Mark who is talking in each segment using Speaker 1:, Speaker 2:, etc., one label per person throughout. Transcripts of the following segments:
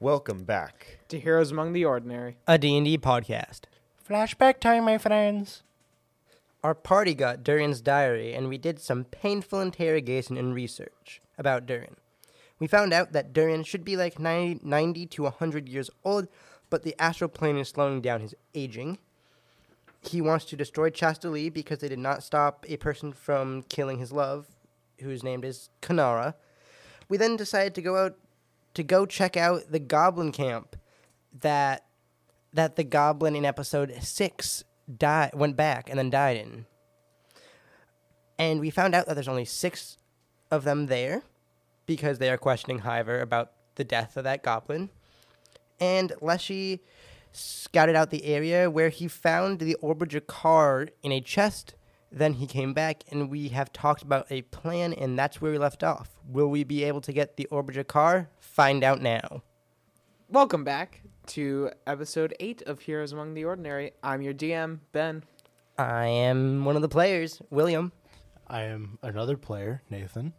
Speaker 1: Welcome back.
Speaker 2: To Heroes Among the Ordinary.
Speaker 3: a D&D podcast.
Speaker 4: Flashback time, my friends.
Speaker 3: Our party got Durian's diary, and we did some painful interrogation and research about Durian. We found out that Durian should be like 90, 90 to 100 years old, but the astral plane is slowing down his aging. He wants to destroy Chastalie because they did not stop a person from killing his love, whose name is Kanara. We then decided to go out to go check out the goblin camp that that the goblin in episode six died went back and then died in. And we found out that there's only six of them there because they are questioning Hiver about the death of that goblin. And Leshy scouted out the area where he found the Orbiter car in a chest. Then he came back and we have talked about a plan and that's where we left off. Will we be able to get the Orbiter car? Find out now.
Speaker 2: Welcome back to episode 8 of Heroes Among the Ordinary. I'm your DM, Ben.
Speaker 3: I am one of the players, William.
Speaker 4: I am another player, Nathan.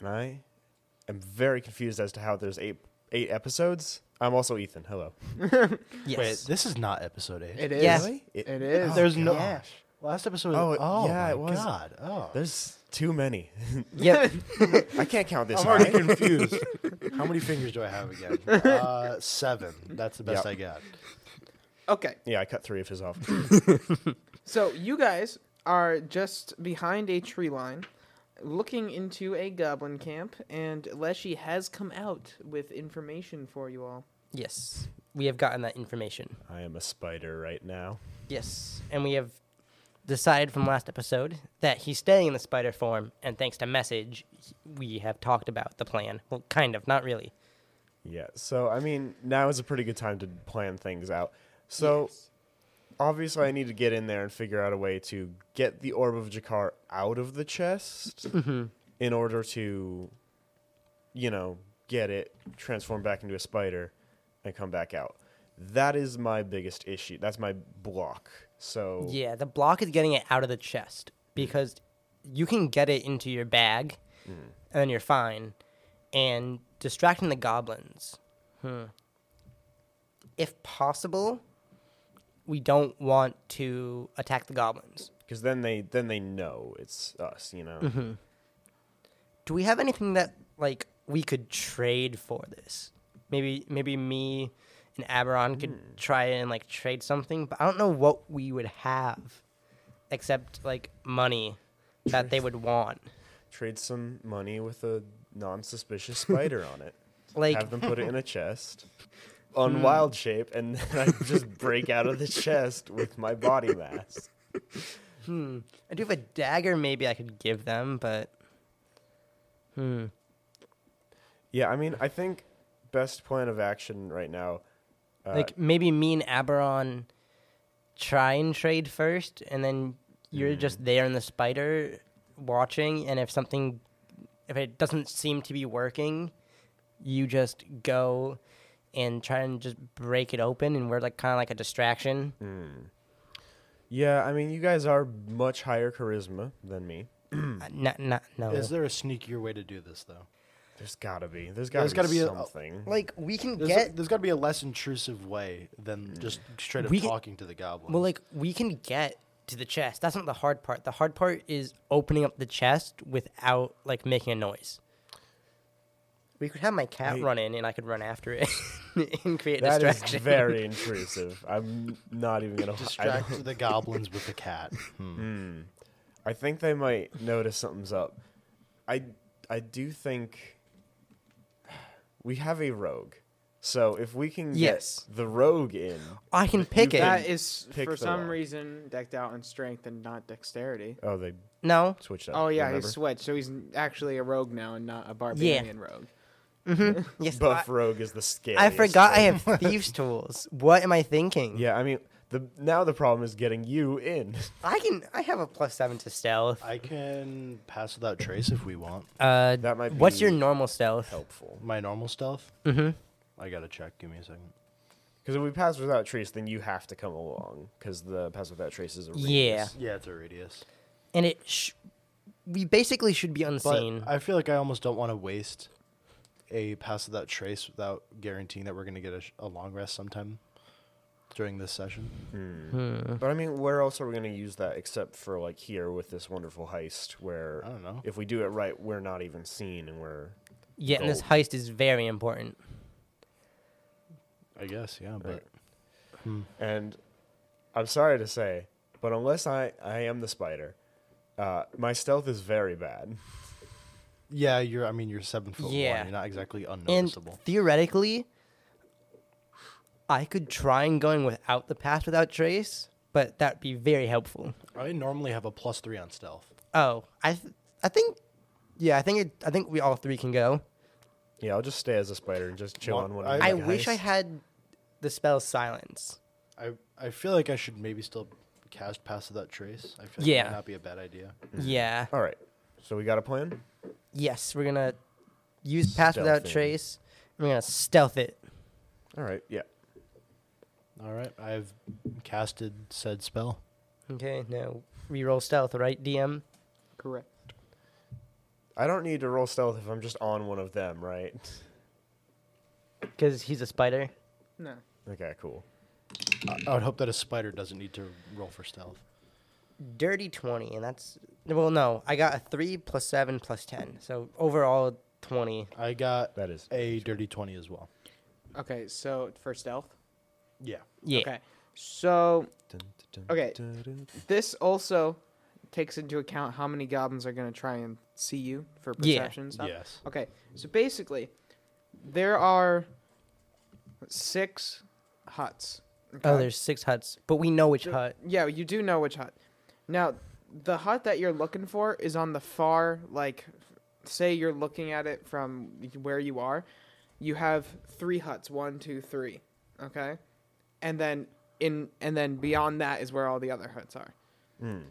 Speaker 1: And I am very confused as to how there's eight eight episodes. I'm also Ethan. Hello.
Speaker 3: Yes.
Speaker 4: Wait, this is not episode eight.
Speaker 2: It is.
Speaker 3: Yeah.
Speaker 1: It-
Speaker 2: It is.
Speaker 4: There's no
Speaker 1: gosh.
Speaker 4: last episode.
Speaker 1: Oh,
Speaker 4: Oh,
Speaker 1: it- yeah,
Speaker 4: my
Speaker 1: it was.
Speaker 4: God. Oh,
Speaker 1: There's too many.
Speaker 3: Yep.
Speaker 1: I can't count this
Speaker 4: I'm
Speaker 1: high.
Speaker 4: already confused. How many fingers do I have again? Uh, seven. That's the best
Speaker 1: Yep.
Speaker 4: I got.
Speaker 2: Okay.
Speaker 1: Yeah, I cut three of his off.
Speaker 2: So you guys are just behind a tree line, looking into a goblin camp, and Leshy has come out with information for you all.
Speaker 3: Yes, we have gotten that information.
Speaker 1: I am a spider right now.
Speaker 3: Yes, and we have decided from last episode that he's staying in the spider form, and thanks to message, he- we have talked about the plan. Well, kind of, not really.
Speaker 1: Yeah. So I mean, now is a pretty good time to plan things out. So obviously, I need to get in there and figure out a way to get the orb of Jakar out of the chest in order to, you know, get it transform back into a spider and come back out. That is my biggest issue. That's my block. So
Speaker 3: Yeah, the block is getting it out of the chest because you can get it into your bag, and then you're fine. And distracting the goblins, hmm. if possible, we don't want to attack the goblins.
Speaker 1: because then they then they know it's us. You know.
Speaker 3: do we have anything that like we could trade for this? Maybe maybe me and Aberon could try and like trade something, but I don't know what we would have except like money that they would want.
Speaker 1: Trade some money with a non-suspicious spider on it.
Speaker 3: Like
Speaker 1: have them put it in a chest on wild shape, and then I just break out of the chest with my body mass.
Speaker 3: hmm, I do have a dagger maybe I could give them, but hmm.
Speaker 1: Yeah, I mean, I think best plan of action right now. Uh,
Speaker 3: like maybe me and Aberon try and trade first, and then you're just there in the spider watching. And if something, if it doesn't seem to be working, you just go and try and just break it open, and we're like kind of like a distraction.
Speaker 1: yeah, I mean, you guys are much higher charisma than me.
Speaker 3: Uh, not, not, no.
Speaker 4: Is there a sneakier way to do this though?
Speaker 1: There's gotta be. There's gotta
Speaker 4: There's
Speaker 1: be
Speaker 4: gotta be a-
Speaker 1: something.
Speaker 3: like we can
Speaker 4: There's,
Speaker 3: get
Speaker 4: there's got to be a less intrusive way than just straight up
Speaker 3: We get-
Speaker 4: talking to the goblin.
Speaker 3: Well, like we can get to the chest. That's not the hard part. The hard part is opening up the chest without like making a noise. We could have my cat
Speaker 1: Wait.
Speaker 3: run in, and I could run after it and create a
Speaker 1: that is
Speaker 3: distraction.
Speaker 1: very intrusive. I'm not even gonna. I, don't-
Speaker 4: distract the goblins with the cat. Hmm.
Speaker 1: I think they might notice something's up. I I do think we have a rogue. So if we can
Speaker 3: Yes.
Speaker 1: get the rogue in,
Speaker 3: I can pick it.
Speaker 2: That is,
Speaker 1: pick
Speaker 2: for
Speaker 1: the
Speaker 2: some
Speaker 1: lock.
Speaker 2: reason, decked out in strength and not dexterity.
Speaker 1: oh they
Speaker 3: no,
Speaker 1: switched up.
Speaker 2: Oh yeah,
Speaker 1: remember?
Speaker 2: he switched, so he's n- actually a rogue now and not a barbarian rogue.
Speaker 3: yes, I,
Speaker 1: buff rogue is the scariest.
Speaker 3: I forgot I
Speaker 1: thing.
Speaker 3: have thieves' tools. What am I thinking?
Speaker 1: Yeah, I mean the now the problem is getting you in.
Speaker 3: I can. I have a plus seven to stealth.
Speaker 4: I can pass without trace if we want.
Speaker 3: Uh,
Speaker 1: That might. Be
Speaker 3: what's your normal stealth?
Speaker 1: helpful?
Speaker 4: My normal stealth.
Speaker 3: Mhm.
Speaker 4: I gotta check. Give me a second.
Speaker 1: Because if we pass without trace, then you have to come along. Because the pass without trace is a radius.
Speaker 3: Yeah.
Speaker 4: Yeah, it's a radius.
Speaker 3: And it. Sh- we basically should be
Speaker 4: But
Speaker 3: unseen.
Speaker 4: I feel like I almost don't want to waste a pass without trace without guaranteeing that we're going to get a, sh- a long rest sometime during this session.
Speaker 1: But I mean, where else are we going to use that except for like here with this wonderful heist where
Speaker 4: I don't know.
Speaker 1: if we do it right, we're not even seen and we're
Speaker 3: Yeah, and this
Speaker 1: Gold.
Speaker 3: heist is very important.
Speaker 4: I guess, yeah. But
Speaker 1: Right. and I'm sorry to say, but unless I I am the spider, uh, my stealth is very bad.
Speaker 4: yeah, you're. I mean, you're seven foot
Speaker 3: Yeah.
Speaker 4: one. You're not exactly
Speaker 3: And
Speaker 4: unnoticeable.
Speaker 3: theoretically, I could try and going without the pass without trace, but that'd be very helpful.
Speaker 4: I normally have a plus three on stealth.
Speaker 3: Oh, I, th- I think, yeah, I think it, I think we all three can go.
Speaker 1: Yeah, I'll just stay as a spider and just chill
Speaker 4: Well,
Speaker 1: on one.
Speaker 4: I-
Speaker 1: of
Speaker 3: I
Speaker 1: you
Speaker 3: wish I
Speaker 1: guys.
Speaker 3: had the spell silence.
Speaker 4: I I feel like I should maybe still cast pass without trace. I feel like it
Speaker 3: Yeah.
Speaker 4: might not be a bad idea.
Speaker 3: Yeah.
Speaker 1: All right, so we got a plan.
Speaker 3: Yes, we're gonna use pass without
Speaker 1: Stealthing.
Speaker 3: trace. and We're gonna stealth it.
Speaker 1: All right, yeah.
Speaker 4: All right, I've casted said spell.
Speaker 3: Okay. Now reroll stealth, right, DM?
Speaker 2: Correct.
Speaker 1: I don't need to roll stealth if I'm just on one of them, right?
Speaker 3: Because he's a spider.
Speaker 2: No.
Speaker 1: Okay, cool.
Speaker 4: I, I would hope that a spider doesn't need to roll for stealth.
Speaker 3: Dirty twenty, and that's well, no, I got a three plus seven plus ten, so overall twenty.
Speaker 4: I got
Speaker 1: That is
Speaker 4: a dirty twenty as well.
Speaker 2: Okay, so for stealth.
Speaker 4: Yeah.
Speaker 3: Yeah.
Speaker 2: Okay. So
Speaker 1: Dun, dun, dun,
Speaker 2: Okay.
Speaker 1: dun, dun.
Speaker 2: this also takes into account how many goblins are going to try and see you for
Speaker 3: Yeah.
Speaker 2: perception and stuff.
Speaker 4: Yes.
Speaker 2: Okay, so basically, there are six huts.
Speaker 3: Oh,
Speaker 2: okay?
Speaker 3: there's six huts, but we know which
Speaker 2: So-
Speaker 3: hut.
Speaker 2: Yeah, you do know which hut. Now, the hut that you're looking for is on the far, like, say you're looking at it from where you are. You have three huts one, two, three. Okay? And then. In and then beyond that is where all the other huts are. They're
Speaker 1: Hmm.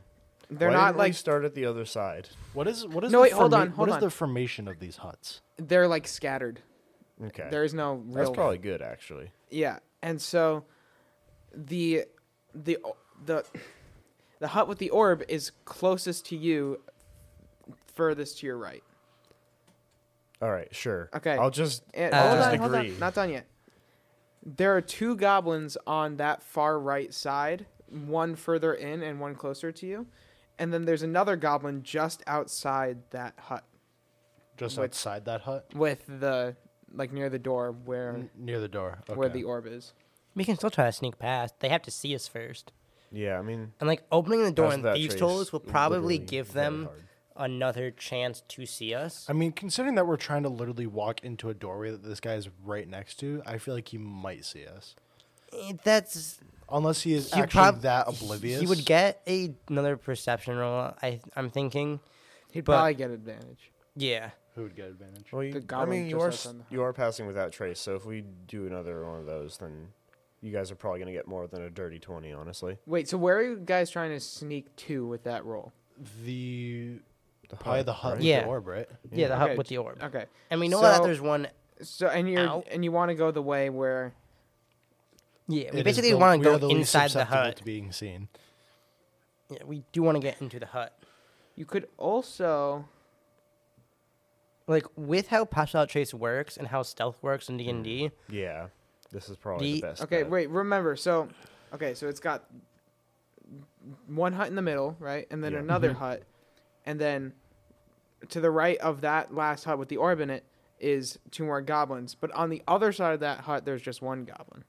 Speaker 1: Why
Speaker 2: not
Speaker 1: didn't we
Speaker 2: like
Speaker 1: start at the other side.
Speaker 4: What is what is
Speaker 2: No,
Speaker 4: the
Speaker 2: wait, hold on,
Speaker 4: what
Speaker 2: hold
Speaker 4: is
Speaker 2: on.
Speaker 4: the formation of these huts?
Speaker 2: they're like scattered.
Speaker 1: Okay,
Speaker 2: There is no
Speaker 1: that's
Speaker 2: real
Speaker 1: probably good actually.
Speaker 2: Yeah, and so the the the the hut with the orb is closest to you, furthest to your right.
Speaker 1: All right, sure.
Speaker 2: Okay.
Speaker 1: I'll just
Speaker 2: And,
Speaker 3: Uh,
Speaker 2: Eh, hold
Speaker 1: just
Speaker 2: on, hold
Speaker 1: agree.
Speaker 2: on, not done yet. There are two goblins on that far right side, one further in and one closer to you, and then there's another goblin just outside that hut
Speaker 4: Just
Speaker 2: Which-
Speaker 4: outside that hut,
Speaker 2: with the like near the door where
Speaker 4: N- near the door. Okay.
Speaker 2: where the orb is.
Speaker 3: We can still try to sneak past. They have to see us first.
Speaker 1: Yeah, I mean,
Speaker 3: And like opening the door
Speaker 1: Pass
Speaker 3: and
Speaker 1: without
Speaker 3: thieves'
Speaker 1: trace
Speaker 3: tools will
Speaker 1: is
Speaker 3: probably
Speaker 1: literally
Speaker 3: give
Speaker 1: very
Speaker 3: them
Speaker 1: hard.
Speaker 3: another chance to see us.
Speaker 4: I mean, considering that we're trying to literally walk into a doorway that this guy is right next to, I feel like he might see us.
Speaker 3: Eh, That's
Speaker 4: Unless he is
Speaker 3: he
Speaker 4: actually
Speaker 3: prob-
Speaker 4: that
Speaker 3: he-
Speaker 4: oblivious.
Speaker 3: He would get a, another perception roll. I I'm thinking.
Speaker 2: He'd
Speaker 3: But-
Speaker 2: probably get advantage.
Speaker 3: Yeah.
Speaker 4: Who would get advantage?
Speaker 1: well, you, I
Speaker 2: goblin
Speaker 1: mean, you
Speaker 2: just
Speaker 1: are
Speaker 2: outside
Speaker 1: s-
Speaker 2: the hut.
Speaker 1: you are passing without trace. So if we do another one of those, then you guys are probably gonna get more than a dirty twenty, honestly.
Speaker 2: Wait, so where are you guys trying to sneak to with that roll?
Speaker 4: The, probably the hut
Speaker 1: right?
Speaker 4: with
Speaker 3: Yeah.
Speaker 4: the orb, right?
Speaker 3: Yeah, the
Speaker 2: Okay.
Speaker 3: hut with the orb.
Speaker 2: Okay.
Speaker 3: And we know that
Speaker 2: So-
Speaker 3: there's one.
Speaker 2: So and you're
Speaker 3: Out.
Speaker 2: and you want to go the way where
Speaker 3: Yeah, we
Speaker 4: It is
Speaker 3: basically
Speaker 4: the-
Speaker 3: want
Speaker 4: we
Speaker 3: to
Speaker 4: are
Speaker 3: go
Speaker 4: the least
Speaker 3: inside the
Speaker 4: susceptible
Speaker 3: hut.
Speaker 4: to being seen.
Speaker 3: Yeah, we do want to get into the hut.
Speaker 2: you could also
Speaker 3: Like with how pass without trace works and how stealth works in D and D.
Speaker 1: Yeah, this is probably the,
Speaker 3: The-
Speaker 1: best.
Speaker 2: okay
Speaker 1: bet.
Speaker 2: wait remember so okay so it's got one hut in the middle right and then
Speaker 1: Yeah. Mm-hmm.
Speaker 2: another hut and then to the right of that last hut with the orb in it is two more goblins but on the other side of that hut there's just one goblin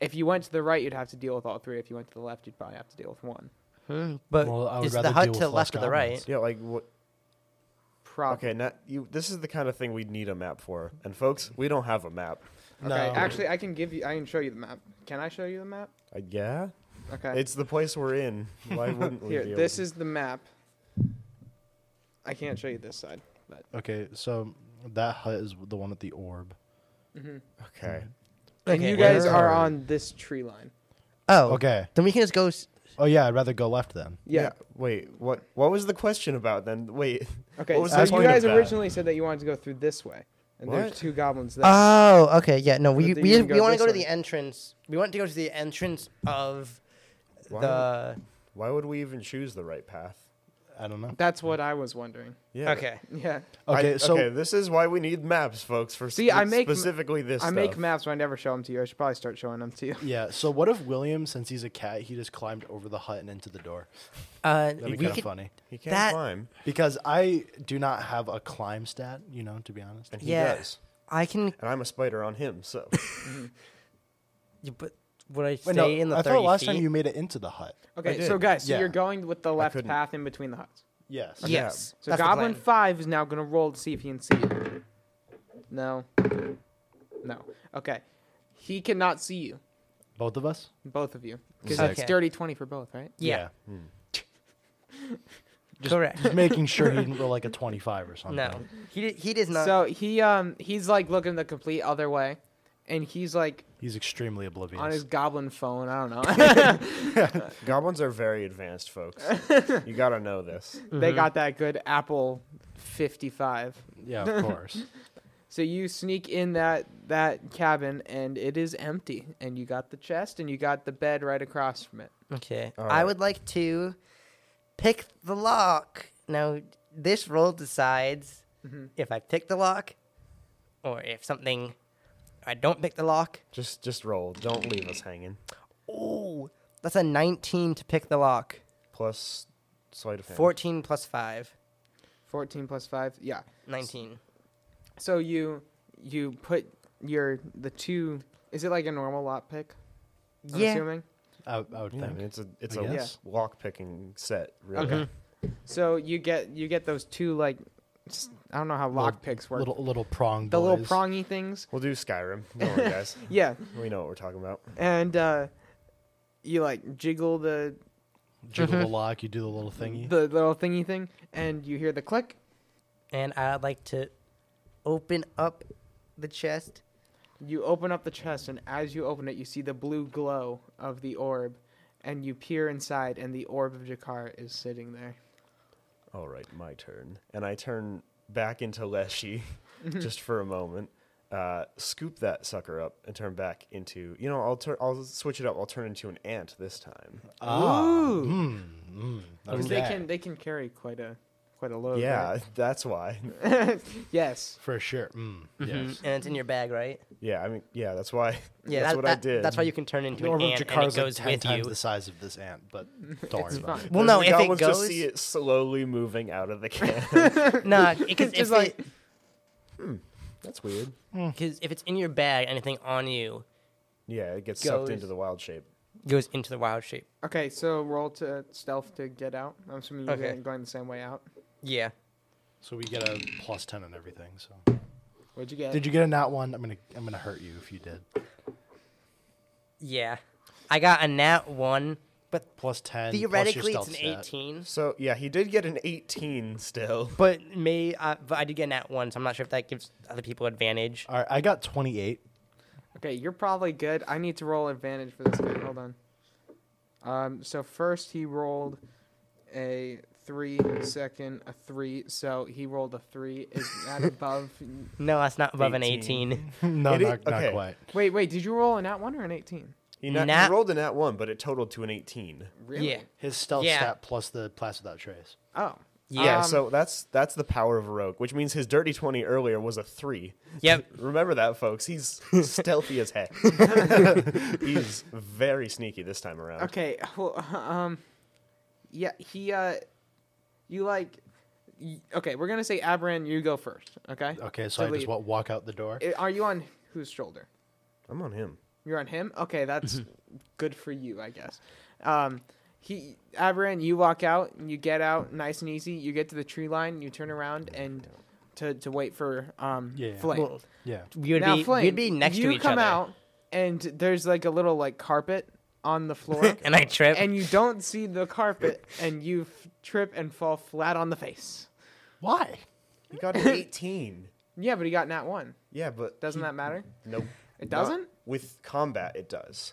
Speaker 2: if you went to the right you'd have to deal with all three if you went to the left you'd probably have to deal with one
Speaker 3: Hmm, but
Speaker 4: Well, I would
Speaker 3: is the
Speaker 4: rather
Speaker 3: hut
Speaker 4: deal
Speaker 3: to the
Speaker 4: with less
Speaker 3: left or the right?
Speaker 4: goblins.
Speaker 1: Yeah, like what?
Speaker 2: probably
Speaker 1: Okay, now you. This is the kind of thing we'd need a map for. And folks, we don't have a map.
Speaker 2: okay actually i can give you i can show you the map can i show you the map
Speaker 1: Uh, yeah,
Speaker 2: okay
Speaker 1: it's the place we're in. Why wouldn't we?
Speaker 2: Here,
Speaker 1: be able
Speaker 2: this
Speaker 1: to-
Speaker 2: is the map. I can't show you this side, but
Speaker 4: Okay, so that hut is the one with the orb.
Speaker 1: okay.
Speaker 2: and you
Speaker 3: Okay.
Speaker 2: guys
Speaker 1: Where
Speaker 2: are
Speaker 1: are-
Speaker 2: on this tree line.
Speaker 3: Oh, okay.
Speaker 4: Okay.
Speaker 3: Then we can just go. s-
Speaker 4: Oh yeah, I'd rather go left then.
Speaker 2: Yeah.
Speaker 1: Wait, what? What was the question about then? Wait.
Speaker 2: Okay.
Speaker 1: What was
Speaker 2: so
Speaker 1: the
Speaker 2: you
Speaker 1: point of
Speaker 2: guys
Speaker 1: that?
Speaker 2: originally said that you wanted to go through this way, and
Speaker 1: What?
Speaker 2: there's two goblins there.
Speaker 3: Oh, okay. Yeah, no, we
Speaker 2: But then
Speaker 3: we,
Speaker 2: you
Speaker 3: just-
Speaker 2: can
Speaker 3: we
Speaker 2: go
Speaker 3: want to
Speaker 2: this
Speaker 3: go to
Speaker 2: way.
Speaker 3: the entrance. We want to go to the entrance of
Speaker 1: Why
Speaker 3: the.
Speaker 1: Why would we even choose the right path?
Speaker 4: I don't know.
Speaker 2: That's what I was wondering.
Speaker 1: Yeah.
Speaker 3: Okay.
Speaker 2: Yeah.
Speaker 4: Okay,
Speaker 1: I-
Speaker 4: so
Speaker 1: okay, this is why we need maps, folks. For
Speaker 2: See, I make m-
Speaker 1: specifically this.
Speaker 2: I make
Speaker 1: stuff.
Speaker 2: maps, but I never show them to you. I should probably start showing them to you.
Speaker 4: yeah, so what if William, since he's a cat, he just climbed over the hut and into the door?
Speaker 3: Uh,
Speaker 4: That'd be
Speaker 3: we
Speaker 4: kind of
Speaker 3: could-
Speaker 4: funny.
Speaker 1: He can't
Speaker 3: That-
Speaker 1: climb.
Speaker 4: Because I do not have a climb stat, you know, to be honest.
Speaker 1: And he
Speaker 3: Yeah,
Speaker 1: does.
Speaker 3: I can.
Speaker 1: And I'm a spider on him, so
Speaker 3: you- But would I stay
Speaker 4: Wait, no,
Speaker 3: in the
Speaker 4: I
Speaker 3: thirty
Speaker 4: thought last
Speaker 3: feet?
Speaker 4: time you made it into the hut.
Speaker 2: Okay,
Speaker 1: did.
Speaker 2: so guys, so
Speaker 4: Yeah.
Speaker 2: you're going with the left
Speaker 1: couldn't.
Speaker 2: path in between the huts.
Speaker 4: Yes.
Speaker 1: Okay.
Speaker 3: yes.
Speaker 2: So
Speaker 3: that's the
Speaker 2: Goblin
Speaker 3: plan.
Speaker 2: Five is now gonna roll to see if he can see you. No. No. Okay. He cannot see you,
Speaker 4: Both of us?
Speaker 2: both of you, because
Speaker 3: Sick.
Speaker 2: it's
Speaker 3: Okay.
Speaker 2: dirty twenty for both, right?
Speaker 3: Yeah.
Speaker 4: Just-
Speaker 3: Correct.
Speaker 4: Just making sure he didn't roll like a 25 or something.
Speaker 3: No. He he does not.
Speaker 2: So he um he's like looking the complete other way, and he's like
Speaker 4: He's extremely oblivious.
Speaker 2: on his goblin phone. I don't know.
Speaker 1: goblins are very advanced, folks. you gotta know this.
Speaker 2: They got that good Apple fifty five.
Speaker 4: Yeah, of course.
Speaker 2: So you sneak in that that cabin and it is empty, and you got the chest and you got the bed right across from it.
Speaker 3: okay.
Speaker 1: All
Speaker 3: I
Speaker 1: right.
Speaker 3: would like to pick the lock. Now this roll decides
Speaker 1: Mm-hmm.
Speaker 3: if I pick the lock, or if something. I don't pick the lock.
Speaker 1: Just just roll. Don't leave us hanging.
Speaker 3: Ooh, that's a 19 to pick the lock.
Speaker 1: Plus sleight of hand.
Speaker 3: 14 plus 5,
Speaker 2: Fourteen plus five, yeah.
Speaker 3: 19.
Speaker 2: So you you put your the two. Is it like a normal lot pick? I'm
Speaker 3: yeah.
Speaker 2: Assuming?
Speaker 4: I, I would
Speaker 1: Yeah, I
Speaker 4: think.
Speaker 1: mean, it's a it's
Speaker 4: I
Speaker 1: a
Speaker 4: guess.
Speaker 1: lock picking set, really.
Speaker 2: Okay. So you get you get those two like s- I don't know how
Speaker 4: Little-
Speaker 2: lock picks work.
Speaker 4: Little, little prong
Speaker 2: the little
Speaker 4: boys.
Speaker 2: prongy things.
Speaker 1: We'll do Skyrim. Don't worry, guys.
Speaker 2: Yeah,
Speaker 1: we know what we're talking about.
Speaker 2: and uh, you like jiggle the
Speaker 4: Jiggle
Speaker 3: Mm-hmm.
Speaker 4: the lock, you do the little thingy.
Speaker 2: the little thingy thing, and you hear the click.
Speaker 3: And I'd like to open up the chest.
Speaker 2: You open up the chest, and as you open it, you see the blue glow of the orb, and you peer inside, and the orb of Jakar is sitting there.
Speaker 1: All right, my turn. And I turn back into Leshy
Speaker 3: Mm-hmm.
Speaker 1: just for a moment. Uh, scoop that sucker up and turn back into you know I'll turn I'll switch it up I'll turn into an ant this time.
Speaker 4: Ah,
Speaker 2: Ooh.
Speaker 4: mm, mm,
Speaker 2: Because
Speaker 4: okay.
Speaker 2: they can they can carry quite a quite a
Speaker 3: Oh,
Speaker 2: load.
Speaker 1: yeah,
Speaker 2: right?
Speaker 1: that's why.
Speaker 2: Yes.
Speaker 4: For sure. Mm,
Speaker 3: Mm-hmm.
Speaker 4: Yes.
Speaker 3: And it's in your bag, right?
Speaker 1: Yeah, I mean yeah, that's why.
Speaker 3: Yeah,
Speaker 1: that's
Speaker 3: that-
Speaker 1: what I
Speaker 3: that-
Speaker 1: did.
Speaker 3: That's why you can turn into an ant and it
Speaker 4: Jakar's
Speaker 3: goes
Speaker 4: like 10
Speaker 3: with you.
Speaker 4: times the size of this ant, but don't worry
Speaker 2: It's
Speaker 4: about
Speaker 2: fine.
Speaker 4: it.
Speaker 3: Well,
Speaker 1: Does
Speaker 3: no,
Speaker 1: the
Speaker 3: if it
Speaker 1: goblins just
Speaker 3: goes,
Speaker 1: see it slowly moving out of the can.
Speaker 3: nah, because if,
Speaker 2: Just
Speaker 3: like...
Speaker 2: like-
Speaker 1: that's weird.
Speaker 3: if it's in your bag, anything on you
Speaker 1: Yeah, it gets
Speaker 3: Goes.
Speaker 1: sucked into the wild shape.
Speaker 3: goes into the wild shape.
Speaker 2: Okay, so roll to stealth to get out. I'm assuming you're
Speaker 3: Okay.
Speaker 2: going the same way out.
Speaker 3: Yeah.
Speaker 4: So we get a plus 10 on everything. So
Speaker 2: What'd you get?
Speaker 4: Did you get a nat one? I'm going to I'm gonna hurt you if you did.
Speaker 3: Yeah. I got a nat 1, but
Speaker 4: Plus 10.
Speaker 3: theoretically
Speaker 4: plus
Speaker 3: it's
Speaker 4: your
Speaker 3: an
Speaker 4: stealth stat.
Speaker 3: 18.
Speaker 1: So yeah, he did get an 18 still.
Speaker 3: But may I, but I did get a nat 1, so I'm not sure if that gives other people advantage.
Speaker 4: All right, I got 28.
Speaker 2: Okay, you're probably good. I need to roll advantage for this guy. Hold on. Um, so first he rolled a three, second a three. So he rolled a three. Is that above?
Speaker 3: No, that's not above an
Speaker 1: 18.
Speaker 3: 18.
Speaker 4: no,
Speaker 1: It
Speaker 4: not,
Speaker 1: is-
Speaker 4: not
Speaker 1: okay.
Speaker 4: quite.
Speaker 2: Wait, wait. Did you roll a nat one or an eighteen?
Speaker 1: He, not,
Speaker 3: Nat-
Speaker 1: he rolled a nat one, but it totaled to an 18.
Speaker 2: Really?
Speaker 3: Yeah.
Speaker 4: His stealth
Speaker 3: Yeah.
Speaker 4: stat plus the class without trace.
Speaker 2: Oh.
Speaker 1: Yeah,
Speaker 3: Um,
Speaker 1: so that's that's the power of Rogue, which means his dirty twenty earlier was a three.
Speaker 3: Um, Yep.
Speaker 1: Remember that, folks. He's stealthy as heck. He's very sneaky this time around.
Speaker 2: Okay. Well, um, yeah. He uh, you like. y- Okay, we're gonna say Abran. You go first. Okay.
Speaker 4: Okay, so
Speaker 2: To
Speaker 4: I just
Speaker 2: lead.
Speaker 4: wa- walk out the door.
Speaker 2: I- Are you on whose shoulder?
Speaker 1: I'm on him.
Speaker 2: You're on him. Okay, that's
Speaker 4: Mm-hmm.
Speaker 2: good for you, I guess. Um, he, Aberin, you walk out and you get out nice and easy. You get to the tree line. You turn around and to, to wait for um
Speaker 4: Yeah.
Speaker 2: Flame.
Speaker 3: Well,
Speaker 4: yeah.
Speaker 3: we would
Speaker 2: now
Speaker 3: be
Speaker 2: Flame,
Speaker 3: we'd be next
Speaker 2: you
Speaker 3: to each
Speaker 2: come
Speaker 3: other.
Speaker 2: out and there's like a little like carpet on the floor,
Speaker 3: and I trip.
Speaker 2: and you don't see the carpet, and you f- trip and fall flat on the face.
Speaker 4: Why?
Speaker 1: He got an eighteen.
Speaker 2: Yeah, but he got nat one.
Speaker 1: Yeah, but
Speaker 2: Doesn't that matter?
Speaker 1: nope.
Speaker 2: It doesn't.
Speaker 1: With combat, it does.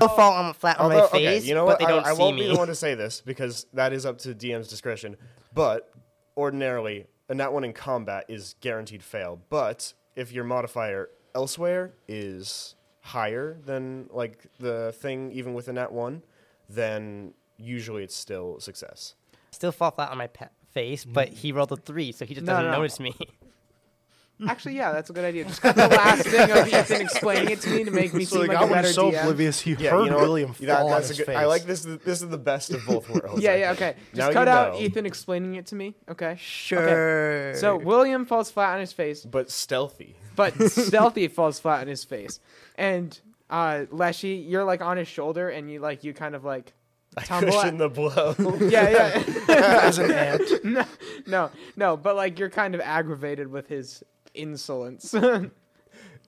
Speaker 3: I'll fall on flat on my
Speaker 1: Although,
Speaker 3: face,
Speaker 1: okay, you know what?
Speaker 3: but they don't
Speaker 1: I, I
Speaker 3: see
Speaker 1: won't
Speaker 3: me.
Speaker 1: be the one to say this because that is up to DM's discretion. But ordinarily, a nat one in combat is guaranteed fail. But if your modifier elsewhere is higher than like the thing, even with a nat one, then usually it's still success.
Speaker 3: Still fall flat on my pa- face, but he rolled a three, so he just
Speaker 2: No,
Speaker 3: doesn't
Speaker 2: no, no.
Speaker 3: notice me.
Speaker 2: Actually, yeah, that's a good idea. Just cut the last thing of Ethan explaining it to me to make me
Speaker 4: So
Speaker 2: seem
Speaker 4: like,
Speaker 2: like
Speaker 4: I
Speaker 2: a
Speaker 4: was
Speaker 2: better
Speaker 4: so
Speaker 2: DM.
Speaker 4: oblivious. He
Speaker 1: Yeah,
Speaker 4: heard
Speaker 1: you know, what?
Speaker 4: William
Speaker 1: That-
Speaker 4: fall
Speaker 1: that's
Speaker 4: on his
Speaker 1: a good,
Speaker 4: face.
Speaker 1: I like this. This is the best of both worlds.
Speaker 2: Yeah,
Speaker 1: I
Speaker 2: yeah,
Speaker 1: think.
Speaker 2: okay.
Speaker 1: Now
Speaker 2: Just
Speaker 1: you
Speaker 2: cut out
Speaker 1: know.
Speaker 2: Ethan explaining it to me, okay?
Speaker 3: Sure.
Speaker 2: So William falls flat on his face,
Speaker 1: But stealthy.
Speaker 2: but Stealthy falls flat on his face, and uh, Leshy, you're like on his shoulder, and you like you kind of like tumble.
Speaker 1: Cushion
Speaker 2: Out.
Speaker 1: the blow.
Speaker 2: Yeah, yeah.
Speaker 4: as an ant.
Speaker 2: no, no, no, but like you're kind of aggravated with his insolence.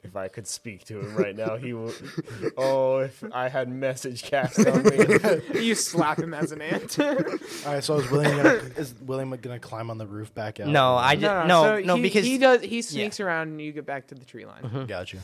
Speaker 1: if I could speak to him right now, he would. Oh, if I had message cast on me.
Speaker 2: you slap him as an ant.
Speaker 4: All right, so is William gonna, is William gonna climb on the roof back out?
Speaker 3: no, I just no no,
Speaker 2: he,
Speaker 3: because
Speaker 2: he does he sneaks around and you get back to the tree line.
Speaker 4: got
Speaker 3: Mm-hmm.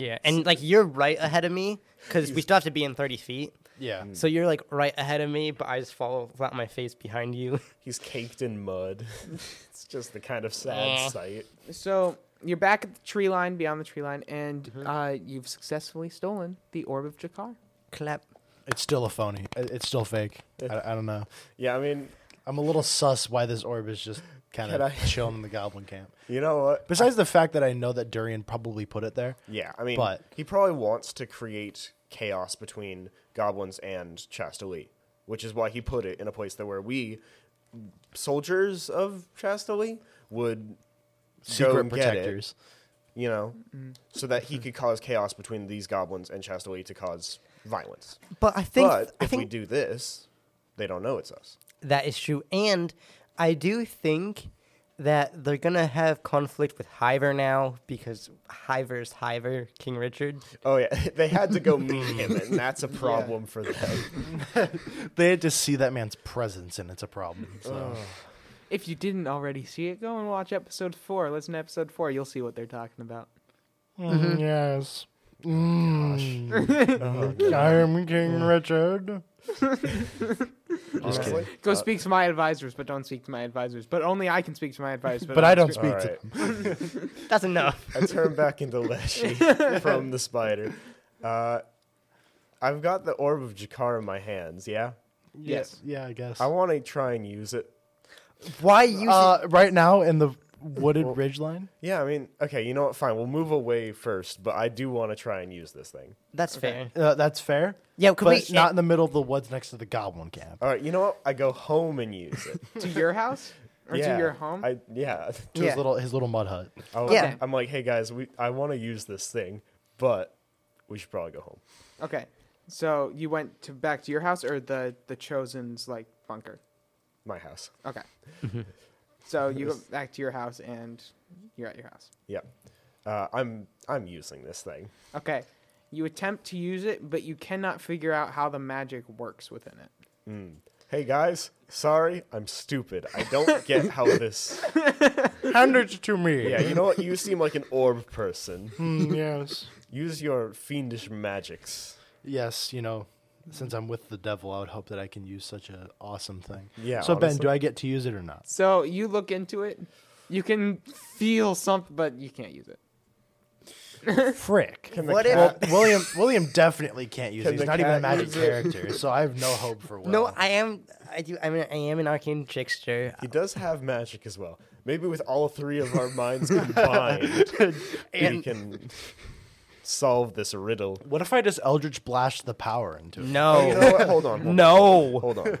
Speaker 4: you.
Speaker 3: yeah, and like you're right ahead of me because we still have to be in thirty feet.
Speaker 4: Yeah,
Speaker 3: So you're like right ahead of me, but I just fall flat on my face behind you.
Speaker 1: He's caked in mud. It's just the kind of sad
Speaker 3: Yeah.
Speaker 1: sight.
Speaker 2: So you're back at the tree line, beyond the tree line, and uh, you've successfully stolen the orb of Jakar.
Speaker 3: Clap.
Speaker 4: it's still a phony. It- It's still fake. I, I don't know.
Speaker 1: Yeah, I mean,
Speaker 4: I'm a little sus why this orb is just kind
Speaker 1: Can I-
Speaker 4: of chilling in the goblin camp.
Speaker 1: you know what?
Speaker 4: Besides the fact that I know that Durian probably put it there.
Speaker 1: Yeah, I mean,
Speaker 4: But-
Speaker 1: he probably wants to create chaos between goblins and Chastelie, which is why he put it in a place that where we, soldiers of Chastelie, would go
Speaker 4: Secret
Speaker 1: and get it.
Speaker 4: protectors.
Speaker 1: you know, so that he could cause chaos between these goblins and Chastelie to cause violence.
Speaker 3: But I think
Speaker 1: but
Speaker 3: I
Speaker 1: if we
Speaker 3: think
Speaker 1: do this, they don't know it's us.
Speaker 3: that is true, and I do think that they're gonna have conflict with Hiver now because Hiver's Hiver, King Richard.
Speaker 1: Oh yeah, they had to go meet him, and that's a problem for them.
Speaker 4: They had to see that man's presence, and it's a problem. So.
Speaker 2: If you didn't already see it, go and watch episode four. Listen to episode four. You'll see what they're talking about.
Speaker 1: Mm-hmm.
Speaker 4: Mm, yes. Mm. I am King Richard. Just
Speaker 1: Honestly.
Speaker 4: kidding.
Speaker 2: Go speak to my advisors, but don't speak to my advisors. But only I can speak to my advisors. But,
Speaker 4: But I don't
Speaker 1: All
Speaker 4: speak to
Speaker 1: right,
Speaker 3: That's enough.
Speaker 1: I turn back into Leshy from the spider. Uh, I've got the orb of Jakar in my hands. Yeah,
Speaker 2: Yes.
Speaker 4: Yeah, I guess.
Speaker 1: I want to try and use it.
Speaker 3: Why use
Speaker 4: uh, right now in the wooded ridge line.
Speaker 1: Yeah, I mean, okay, you know what? Fine, we'll move away first, but I do want to try and use this thing.
Speaker 3: it? That's fair.
Speaker 4: Uh, that's fair.
Speaker 3: Yeah, could
Speaker 4: but
Speaker 3: we-
Speaker 4: not in the middle of the woods next to the goblin camp.
Speaker 1: All right, you know what? I go home and use it.
Speaker 2: to your house or
Speaker 1: yeah,
Speaker 2: to your home.
Speaker 1: I, yeah.
Speaker 4: To
Speaker 3: Yeah.
Speaker 4: his little his little mud hut.
Speaker 1: I'll-
Speaker 3: Yeah.
Speaker 1: I'm like, hey guys, we I want to use this thing, but we should probably go home.
Speaker 2: Okay, so you went to back to your house or the the chosen's like bunker.
Speaker 1: My house.
Speaker 2: Okay, so you go back to your house and you're at your house.
Speaker 1: Yeah. Uh, I'm I'm using this thing.
Speaker 2: Okay. You attempt to use it, but you cannot figure out how the magic works within it.
Speaker 1: Hey guys, sorry, I'm stupid. I don't get how this.
Speaker 4: Hand it to me.
Speaker 1: Yeah, you know what? You seem like an orb person.
Speaker 4: Mm, yes.
Speaker 1: Use your fiendish magics.
Speaker 4: Yes, you know, since I'm with the devil, I would hope that I can use such an awesome thing.
Speaker 1: Yeah,
Speaker 4: So Ben,
Speaker 1: honestly.
Speaker 4: do I get to use it or not?
Speaker 2: So you look into it. You can feel something, but you can't use it.
Speaker 4: Frick.
Speaker 1: Can the
Speaker 3: What if-
Speaker 1: cat-
Speaker 4: William William definitely can't use
Speaker 1: Can
Speaker 4: it. He's
Speaker 1: the
Speaker 4: not even a
Speaker 1: cat
Speaker 4: magic
Speaker 1: use it?
Speaker 4: character, so I have no hope for Will.
Speaker 3: No, I am. I do. I mean, I am an arcane trickster.
Speaker 1: He does have magic as well. Maybe with all three of our minds combined, we
Speaker 3: And-
Speaker 1: can solve this riddle.
Speaker 4: what if I just Eldritch blast the power into it?
Speaker 1: Oh, you
Speaker 3: No,
Speaker 1: know what? Hold on. Hold
Speaker 3: no.
Speaker 1: Hold on.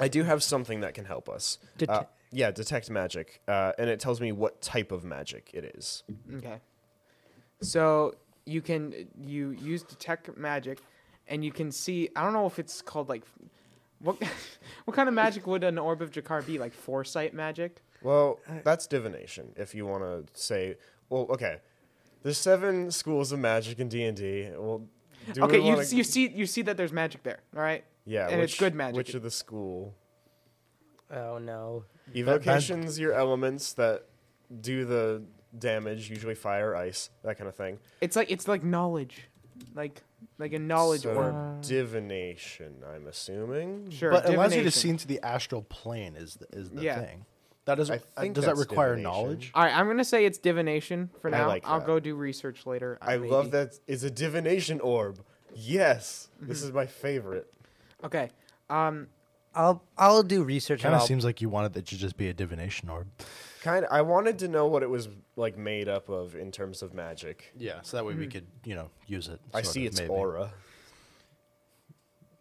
Speaker 1: I do have something that can help us.
Speaker 3: Det-
Speaker 1: Uh, yeah, detect magic. Uh, and it tells me what type of magic it is.
Speaker 2: Okay. So you can you use detect magic, and you can see. I don't know if it's called like what what kind of magic would an orb of Jakar be? Like foresight magic.
Speaker 1: Well, Uh, that's divination if you want to say, well, okay. There's seven schools of magic in D&D. Well, do
Speaker 2: okay,
Speaker 1: we
Speaker 2: you,
Speaker 1: wanna-
Speaker 2: you see you see that there's magic there. All right.
Speaker 1: yeah,
Speaker 2: and
Speaker 1: which,
Speaker 2: it's good magic.
Speaker 1: Which of the school
Speaker 3: Oh no.
Speaker 1: evocations, your elements that do the damage, usually fire, ice, that kind of thing.
Speaker 2: It's like it's like knowledge, like like a knowledge
Speaker 1: So,
Speaker 2: orb.
Speaker 1: divination, I'm assuming.
Speaker 2: Sure.
Speaker 4: But it allows you to
Speaker 2: divination.
Speaker 4: see into the astral plane is the, is the
Speaker 2: Yeah.
Speaker 4: thing. That is,
Speaker 1: I
Speaker 4: uh,
Speaker 1: think
Speaker 4: does that
Speaker 1: that's
Speaker 4: require
Speaker 1: divination.
Speaker 4: knowledge?
Speaker 2: All right, I'm gonna say it's divination for
Speaker 1: I
Speaker 2: now.
Speaker 1: like
Speaker 2: I'll
Speaker 1: that.
Speaker 2: go do research later. uh,
Speaker 1: I
Speaker 2: maybe.
Speaker 1: love that it's a divination orb. Yes, this is my favorite.
Speaker 2: Okay, um,
Speaker 3: I'll I'll do research. and
Speaker 4: Kind of
Speaker 3: I'll-
Speaker 4: seems like you wanted it to just be a divination orb.
Speaker 1: Kind of. I wanted to know what it was like made up of in terms of magic.
Speaker 4: Yeah, so that way we could, you know, use it.
Speaker 1: I
Speaker 4: sort
Speaker 1: see
Speaker 4: of,
Speaker 1: its
Speaker 4: maybe.
Speaker 1: aura.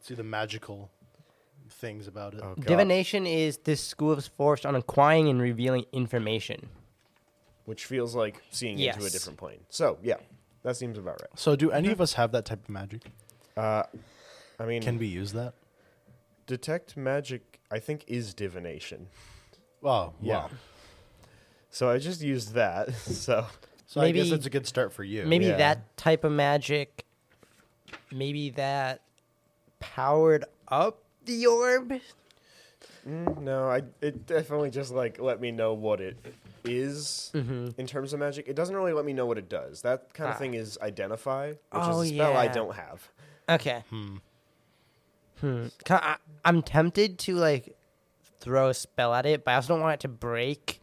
Speaker 4: See the magical things about it.
Speaker 1: Oh, God.
Speaker 3: divination is this school is forced on acquiring and revealing information.
Speaker 1: which feels like seeing into a
Speaker 3: Yes.
Speaker 1: different plane. So yeah, that seems about right.
Speaker 4: So, do any of us have that type of magic?
Speaker 1: I mean,
Speaker 4: Can we use that?
Speaker 1: detect magic? I think is divination.
Speaker 4: Oh,
Speaker 1: Yeah.
Speaker 4: wow.
Speaker 1: So I just used that. So
Speaker 4: So I guess
Speaker 3: Maybe-
Speaker 4: that's a good start for you.
Speaker 3: Maybe
Speaker 1: Yeah.
Speaker 3: that type of magic, maybe that powered up the orb.
Speaker 1: mm, no, I it definitely just like let me know what it is
Speaker 4: Mm-hmm.
Speaker 1: in terms of magic. It doesn't really let me know what it does. That kind of
Speaker 3: Ah.
Speaker 1: thing is identify, which
Speaker 3: Oh,
Speaker 1: is a spell I
Speaker 3: yeah.
Speaker 1: don't have.
Speaker 3: Okay. Hmm. Ca- I, I'm tempted to like throw a spell at it, but I also don't want it to break.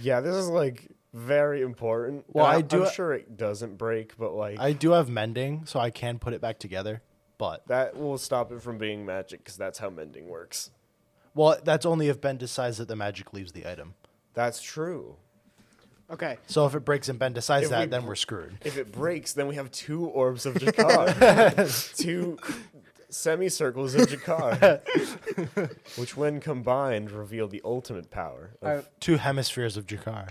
Speaker 1: Yeah, this is like very important.
Speaker 4: Well,
Speaker 1: And
Speaker 4: I do-
Speaker 1: I'm sure it doesn't break, but like
Speaker 4: I do have mending, so I can put it back together. But
Speaker 1: that will stop it from being magic because that's how mending works.
Speaker 4: well, that's only if Ben decides that the magic leaves the item.
Speaker 1: That's true.
Speaker 2: Okay.
Speaker 4: So if it breaks and Ben decides
Speaker 1: If
Speaker 4: that,
Speaker 1: we-
Speaker 4: then we're screwed.
Speaker 1: If it breaks, then we have two orbs of Jakar, two semicircles of Jakar, which, when combined, reveal the ultimate power. Of,
Speaker 4: Two hemispheres of Jakar.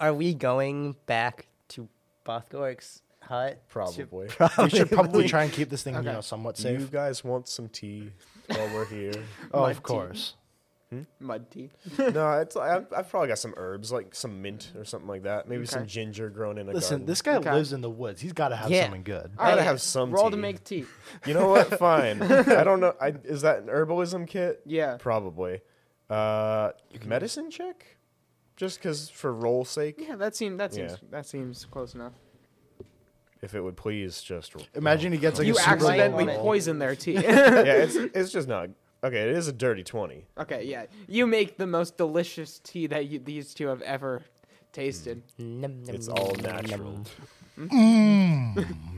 Speaker 3: Are we going back to Bothgork's hut?
Speaker 1: probably.
Speaker 4: We should probably try and keep this thing, you
Speaker 2: Okay.
Speaker 4: know, somewhat
Speaker 1: you
Speaker 4: safe.
Speaker 1: guys want some tea while we're here?
Speaker 4: Oh,
Speaker 2: My
Speaker 4: of
Speaker 2: team.
Speaker 4: course.
Speaker 2: Mud tea.
Speaker 1: no, it's, I, I've probably got some herbs, like some mint or something like that. Maybe some
Speaker 2: Okay.
Speaker 1: ginger grown in a
Speaker 4: Listen,
Speaker 1: garden.
Speaker 4: this guy
Speaker 2: Okay.
Speaker 4: lives in the woods. He's got to have
Speaker 3: Yeah.
Speaker 4: something good.
Speaker 1: Gotta have some
Speaker 2: roll to
Speaker 1: tea.
Speaker 2: make tea.
Speaker 1: You know what? Fine. I don't know. I, is that an herbalism kit?
Speaker 2: Yeah.
Speaker 1: Probably. Uh, medicine check? Just because for roll sake?
Speaker 2: Yeah, that seems that seems
Speaker 1: Yeah.
Speaker 2: that seems close enough.
Speaker 1: If it would please just.
Speaker 4: Imagine he gets like
Speaker 2: you
Speaker 4: a super
Speaker 2: accidentally
Speaker 4: long roll.
Speaker 2: poison their tea.
Speaker 1: yeah, it's it's just not okay. It is a dirty twenty.
Speaker 2: okay, yeah. You make the most delicious tea that you, these two have ever tasted.
Speaker 3: Nom, nom,
Speaker 1: It's
Speaker 3: nom,
Speaker 1: all
Speaker 3: nom, nom,
Speaker 1: natural.
Speaker 3: nom.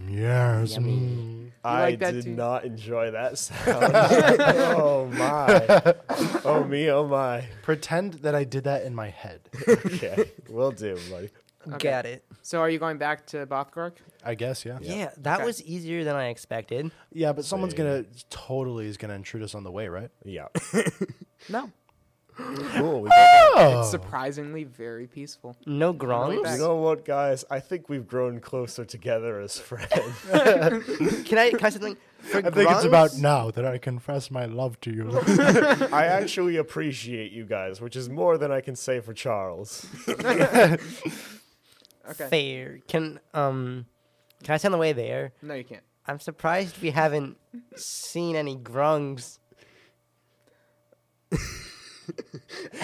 Speaker 4: Yes.
Speaker 3: Yummy.
Speaker 1: I
Speaker 2: like that
Speaker 1: did
Speaker 2: too?
Speaker 1: not enjoy that sound. oh my! Oh me! Oh my!
Speaker 4: Pretend that I did that in my head.
Speaker 1: Okay, will do, buddy.
Speaker 3: Got it.
Speaker 2: So are you going back to Bothgork?
Speaker 4: I guess, yeah.
Speaker 3: Yeah, that
Speaker 2: Okay.
Speaker 3: was easier than I expected.
Speaker 4: Yeah, but someone's
Speaker 1: See.
Speaker 4: gonna totally is gonna intrude us on the way, right?
Speaker 1: Yeah,
Speaker 2: No.
Speaker 1: cool. We did it.
Speaker 4: Oh.
Speaker 2: It's surprisingly very peaceful.
Speaker 3: No
Speaker 1: you
Speaker 3: grounds.
Speaker 1: know what, guys? I think we've grown closer together as friends.
Speaker 3: Can I? Can I say something? For
Speaker 4: I think it's about
Speaker 3: grounds,
Speaker 4: now that I confess my love to you.
Speaker 1: I actually appreciate you guys, which is more than I can say for Charles.
Speaker 2: Okay.
Speaker 3: fair. Can um, can I say on the way there?
Speaker 2: No, you can't.
Speaker 3: I'm surprised we haven't seen any grungs.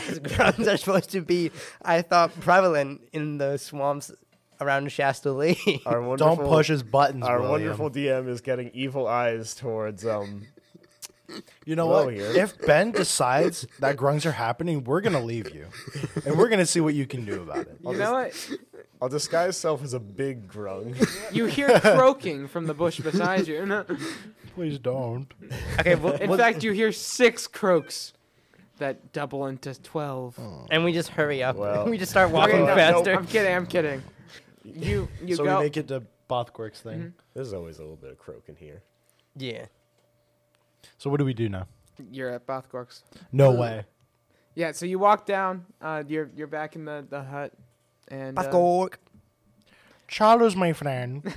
Speaker 3: As grungs are supposed to be, I thought, prevalent in the swamps around Shasta Lee.
Speaker 1: Our wonderful,
Speaker 4: Don't push his buttons,
Speaker 1: Our
Speaker 4: William.
Speaker 1: wonderful DM is getting evil eyes towards um.
Speaker 4: You know
Speaker 1: Well,
Speaker 4: what?
Speaker 1: here.
Speaker 4: If Ben decides that grungs are happening, we're gonna leave you, and we're gonna see what you can do about it.
Speaker 2: You know what?
Speaker 1: I'll disguise self as a big grung.
Speaker 2: You hear croaking from the bush beside you. No.
Speaker 4: Please don't.
Speaker 3: okay, well,
Speaker 2: In fact, you hear six croaks that double into 12.
Speaker 3: and we just hurry up.
Speaker 1: Well.
Speaker 3: we just start walking
Speaker 2: no, no,
Speaker 3: faster.
Speaker 2: I'm kidding, I'm kidding. You you
Speaker 4: so
Speaker 2: go
Speaker 4: we make it to Bothquirk's thing.
Speaker 1: There's always a little bit of croak in here.
Speaker 3: Yeah.
Speaker 4: So what do we do now?
Speaker 2: You're at Bothgork's.
Speaker 4: No
Speaker 1: Uh,
Speaker 4: way.
Speaker 2: Yeah, so you walk down, uh, you're you're back in the, the hut and uh,
Speaker 4: Charles, my friend.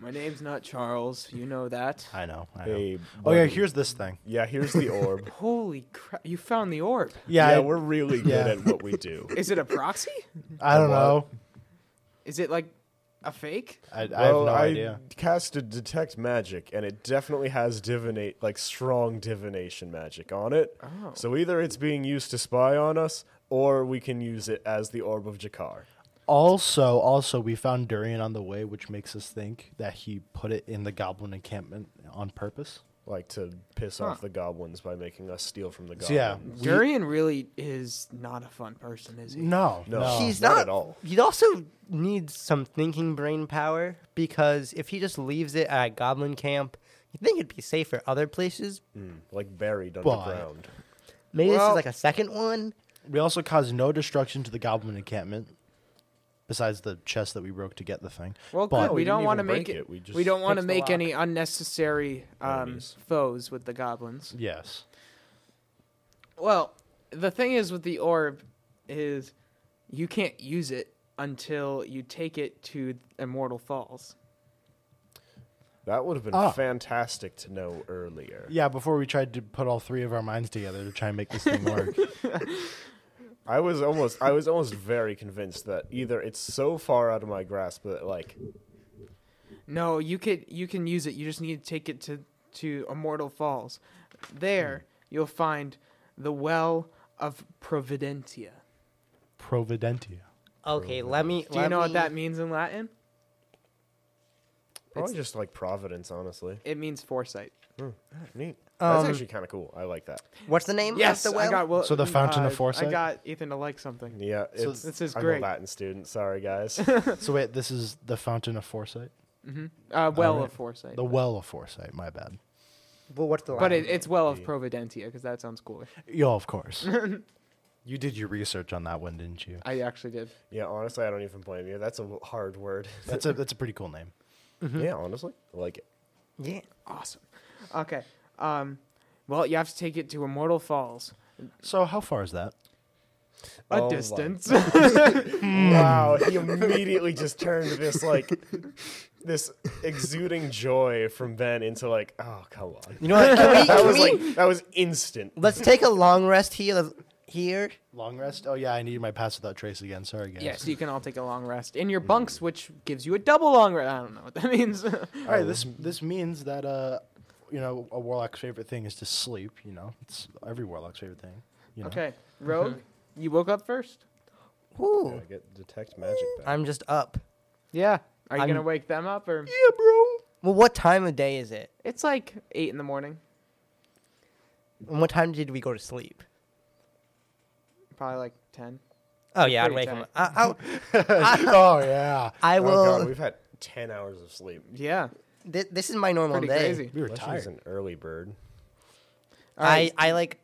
Speaker 2: my name's not Charles, you know that.
Speaker 4: I know. I know.
Speaker 1: Hey,
Speaker 4: oh yeah,
Speaker 1: buddy.
Speaker 4: here's this thing.
Speaker 1: yeah. Here's the orb.
Speaker 2: Holy crap, you found the orb.
Speaker 4: Yeah,
Speaker 1: yeah,
Speaker 4: I,
Speaker 1: we're really good
Speaker 4: yeah.
Speaker 1: at what we do.
Speaker 2: Is it a proxy?
Speaker 4: I don't
Speaker 1: What?
Speaker 4: know.
Speaker 2: Is it like a fake?
Speaker 4: I, I have
Speaker 1: well,
Speaker 4: no
Speaker 1: I
Speaker 4: idea.
Speaker 1: casted detect magic, and it definitely has divinate like strong divination magic on it.
Speaker 2: Oh.
Speaker 1: So either it's being used to spy on us, or we can use it as the orb of Jakar.
Speaker 4: Also, also, we found durian on the way, which makes us think that he put it in the goblin encampment on purpose.
Speaker 1: Like to piss
Speaker 2: Huh.
Speaker 1: off the goblins by making us steal from the goblins.
Speaker 4: So yeah, we-
Speaker 2: Durian really is not a fun person, is he?
Speaker 4: No,
Speaker 1: No.
Speaker 4: no,
Speaker 3: He's
Speaker 1: Oh, not
Speaker 3: not,
Speaker 1: at all.
Speaker 3: He also needs some thinking brain power because if he just leaves it at Goblin Camp, You think it'd be safe for other places?
Speaker 1: Mm, like buried
Speaker 4: But-
Speaker 1: underground.
Speaker 3: Maybe this
Speaker 2: Well-
Speaker 3: is like a second one.
Speaker 4: We also caused no destruction to the goblin encampment, besides the chest that we broke to get the thing.
Speaker 2: Well,
Speaker 4: But-
Speaker 2: good. We
Speaker 1: we
Speaker 2: don't
Speaker 1: didn't
Speaker 2: want to
Speaker 1: even
Speaker 2: make
Speaker 1: break
Speaker 2: it.
Speaker 1: it, we
Speaker 2: We,
Speaker 1: just
Speaker 2: don't want to
Speaker 3: picked the
Speaker 2: make
Speaker 3: lock.
Speaker 2: any unnecessary um,
Speaker 1: Enemies.
Speaker 2: foes with the goblins.
Speaker 4: Yes.
Speaker 2: Well, the thing is with the orb is you can't use it until you take it to Immortal Falls.
Speaker 1: That would have been
Speaker 4: Ah.
Speaker 1: fantastic to know earlier.
Speaker 4: Yeah, before we tried to put all three of our minds together to try and make this thing work.
Speaker 1: I was almost I was almost very convinced that either it's so far out of my grasp that like
Speaker 2: No, you could you can use it. You just need to take it to to Immortal Falls. There, you'll find the well of Providentia.
Speaker 4: Providentia.
Speaker 3: Okay, let me.
Speaker 2: Do you know what that means in Latin?
Speaker 1: probably just like Providence, honestly.
Speaker 2: It means foresight.
Speaker 1: Neat. That's
Speaker 3: Um,
Speaker 1: actually kind of cool. I like that.
Speaker 3: What's the name?
Speaker 2: Yes,
Speaker 3: of the well?
Speaker 2: I got well,
Speaker 4: So the fountain of
Speaker 2: uh,
Speaker 4: foresight?
Speaker 2: I got Ethan to like something.
Speaker 1: Yeah, it's,
Speaker 2: this is
Speaker 1: I'm
Speaker 2: great.
Speaker 1: a Latin student. Sorry, guys.
Speaker 4: So wait, this is the fountain of foresight?
Speaker 2: Uh, well
Speaker 4: Alright.
Speaker 2: of foresight.
Speaker 4: The well of foresight, my bad.
Speaker 3: Well, what's the
Speaker 2: but
Speaker 3: Latin
Speaker 2: it, it's well of Providentia because that sounds cooler.
Speaker 4: Yeah, of course. you did your research on that one, didn't you?
Speaker 2: I actually did.
Speaker 1: yeah, honestly, I don't even blame you. That's a hard word.
Speaker 4: That's a that's a pretty cool name.
Speaker 3: Mm-hmm.
Speaker 1: Yeah, honestly, I like it.
Speaker 3: name? Yeah.
Speaker 2: Awesome. Okay. Um, well, you have to take it to Immortal Falls.
Speaker 4: So how far is that?
Speaker 2: A
Speaker 1: Oh my
Speaker 2: distance.
Speaker 1: Wow, he immediately just turned this like this exuding joy from Ben into like, oh come on.
Speaker 3: You know what? Can we,
Speaker 1: That
Speaker 3: can
Speaker 1: was
Speaker 3: we,
Speaker 1: like that was instant.
Speaker 3: let's take a long rest here. Here.
Speaker 4: Long rest? Oh yeah, I need my pass without trace again. Sorry guys.
Speaker 2: yes, you can all take a long rest in your
Speaker 3: Mm.
Speaker 2: bunks, which gives you a double long rest. I don't know what that means.
Speaker 4: All right, this this means that uh you know, a warlock's favorite thing is to sleep, you know. It's every warlock's favorite thing. You know?
Speaker 2: okay, Rogue, you woke up first.
Speaker 1: I
Speaker 3: Ooh,
Speaker 1: get detect magic back.
Speaker 3: I'm just up.
Speaker 2: Yeah. Are you
Speaker 3: I'm-
Speaker 2: gonna wake them up or?
Speaker 4: Yeah, bro.
Speaker 3: Well, what time of day is it?
Speaker 2: It's like eight in the morning.
Speaker 3: And what time did we go to sleep?
Speaker 2: Probably like ten.
Speaker 3: Oh yeah, I'd
Speaker 2: pretty
Speaker 3: wake him up.
Speaker 2: tight.
Speaker 3: I, I'll-
Speaker 4: oh yeah.
Speaker 3: I
Speaker 1: Oh
Speaker 3: will.
Speaker 1: god, we've had ten hours of sleep.
Speaker 2: Yeah.
Speaker 3: thi- this is my normal
Speaker 2: Pretty
Speaker 3: day.
Speaker 2: crazy.
Speaker 4: We were
Speaker 1: She's
Speaker 4: tired.
Speaker 1: an early bird.
Speaker 2: All right.
Speaker 3: I I like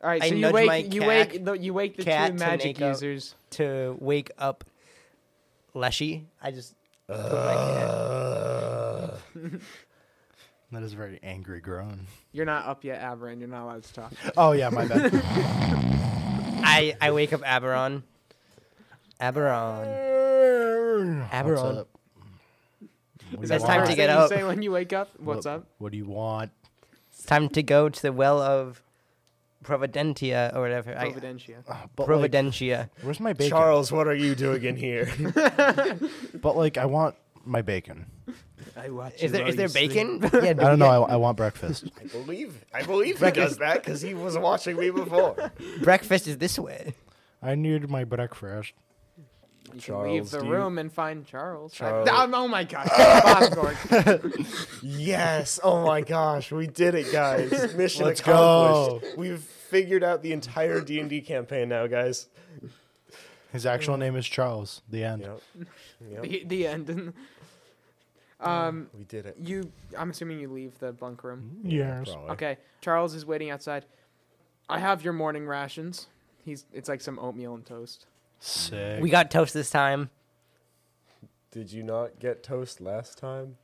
Speaker 2: All right.
Speaker 3: I
Speaker 2: So you
Speaker 3: nudge
Speaker 2: wake,
Speaker 3: my
Speaker 2: you
Speaker 3: cat-
Speaker 2: wake, the, you wake the
Speaker 3: cat
Speaker 2: two
Speaker 3: to
Speaker 2: magic
Speaker 3: make out-
Speaker 2: users.
Speaker 3: to wake up Leshy. I just put my hand- Uh,
Speaker 4: That is a very angry groan.
Speaker 2: You're not up yet, Averin. You're not allowed to talk.
Speaker 4: Oh yeah, my bad.
Speaker 3: I I wake up Aberon. Aberon.
Speaker 4: What's
Speaker 3: Aberon.
Speaker 4: up? What do
Speaker 2: Is
Speaker 4: you
Speaker 3: It's
Speaker 2: that
Speaker 3: time
Speaker 2: the first
Speaker 3: to get
Speaker 4: want?
Speaker 2: thing you
Speaker 3: up.
Speaker 2: Say when you wake up,
Speaker 4: What-
Speaker 2: what's up?
Speaker 4: What do you want?
Speaker 3: It's time to go to the well of Providentia or whatever. I-
Speaker 2: Providentia.
Speaker 4: Ah, But like,
Speaker 3: Providentia.
Speaker 4: where's my bacon?
Speaker 1: Charles, what are you doing in here?
Speaker 4: But like, I want my bacon.
Speaker 2: I watch.
Speaker 3: is there is there bacon? yeah,
Speaker 4: I don't know. I, I want breakfast.
Speaker 1: I believe I believe he does that because he was watching me before.
Speaker 3: breakfast is this way.
Speaker 4: I need my breakfast.
Speaker 2: You can
Speaker 1: Charles,
Speaker 2: leave the
Speaker 1: do you-
Speaker 2: room and find Charles. I-
Speaker 1: Charles.
Speaker 2: Um, oh my gosh, Bob Gordon.
Speaker 1: Yes! Oh my gosh, we did it, guys! Mission
Speaker 4: Let's
Speaker 1: accomplished. We've figured out the entire D and D campaign now, guys.
Speaker 4: His actual name is Charles. The end.
Speaker 1: Yep. Yep.
Speaker 2: the, the end. um,
Speaker 1: We did it.
Speaker 2: you. I'm assuming you leave the bunk room.
Speaker 1: Mm-hmm.
Speaker 4: Yes.
Speaker 1: Probably.
Speaker 2: Okay. Charles is waiting outside. I have your morning rations. He's. It's like some oatmeal and toast.
Speaker 4: Sick.
Speaker 3: We got toast this time.
Speaker 1: Did you not get toast last time?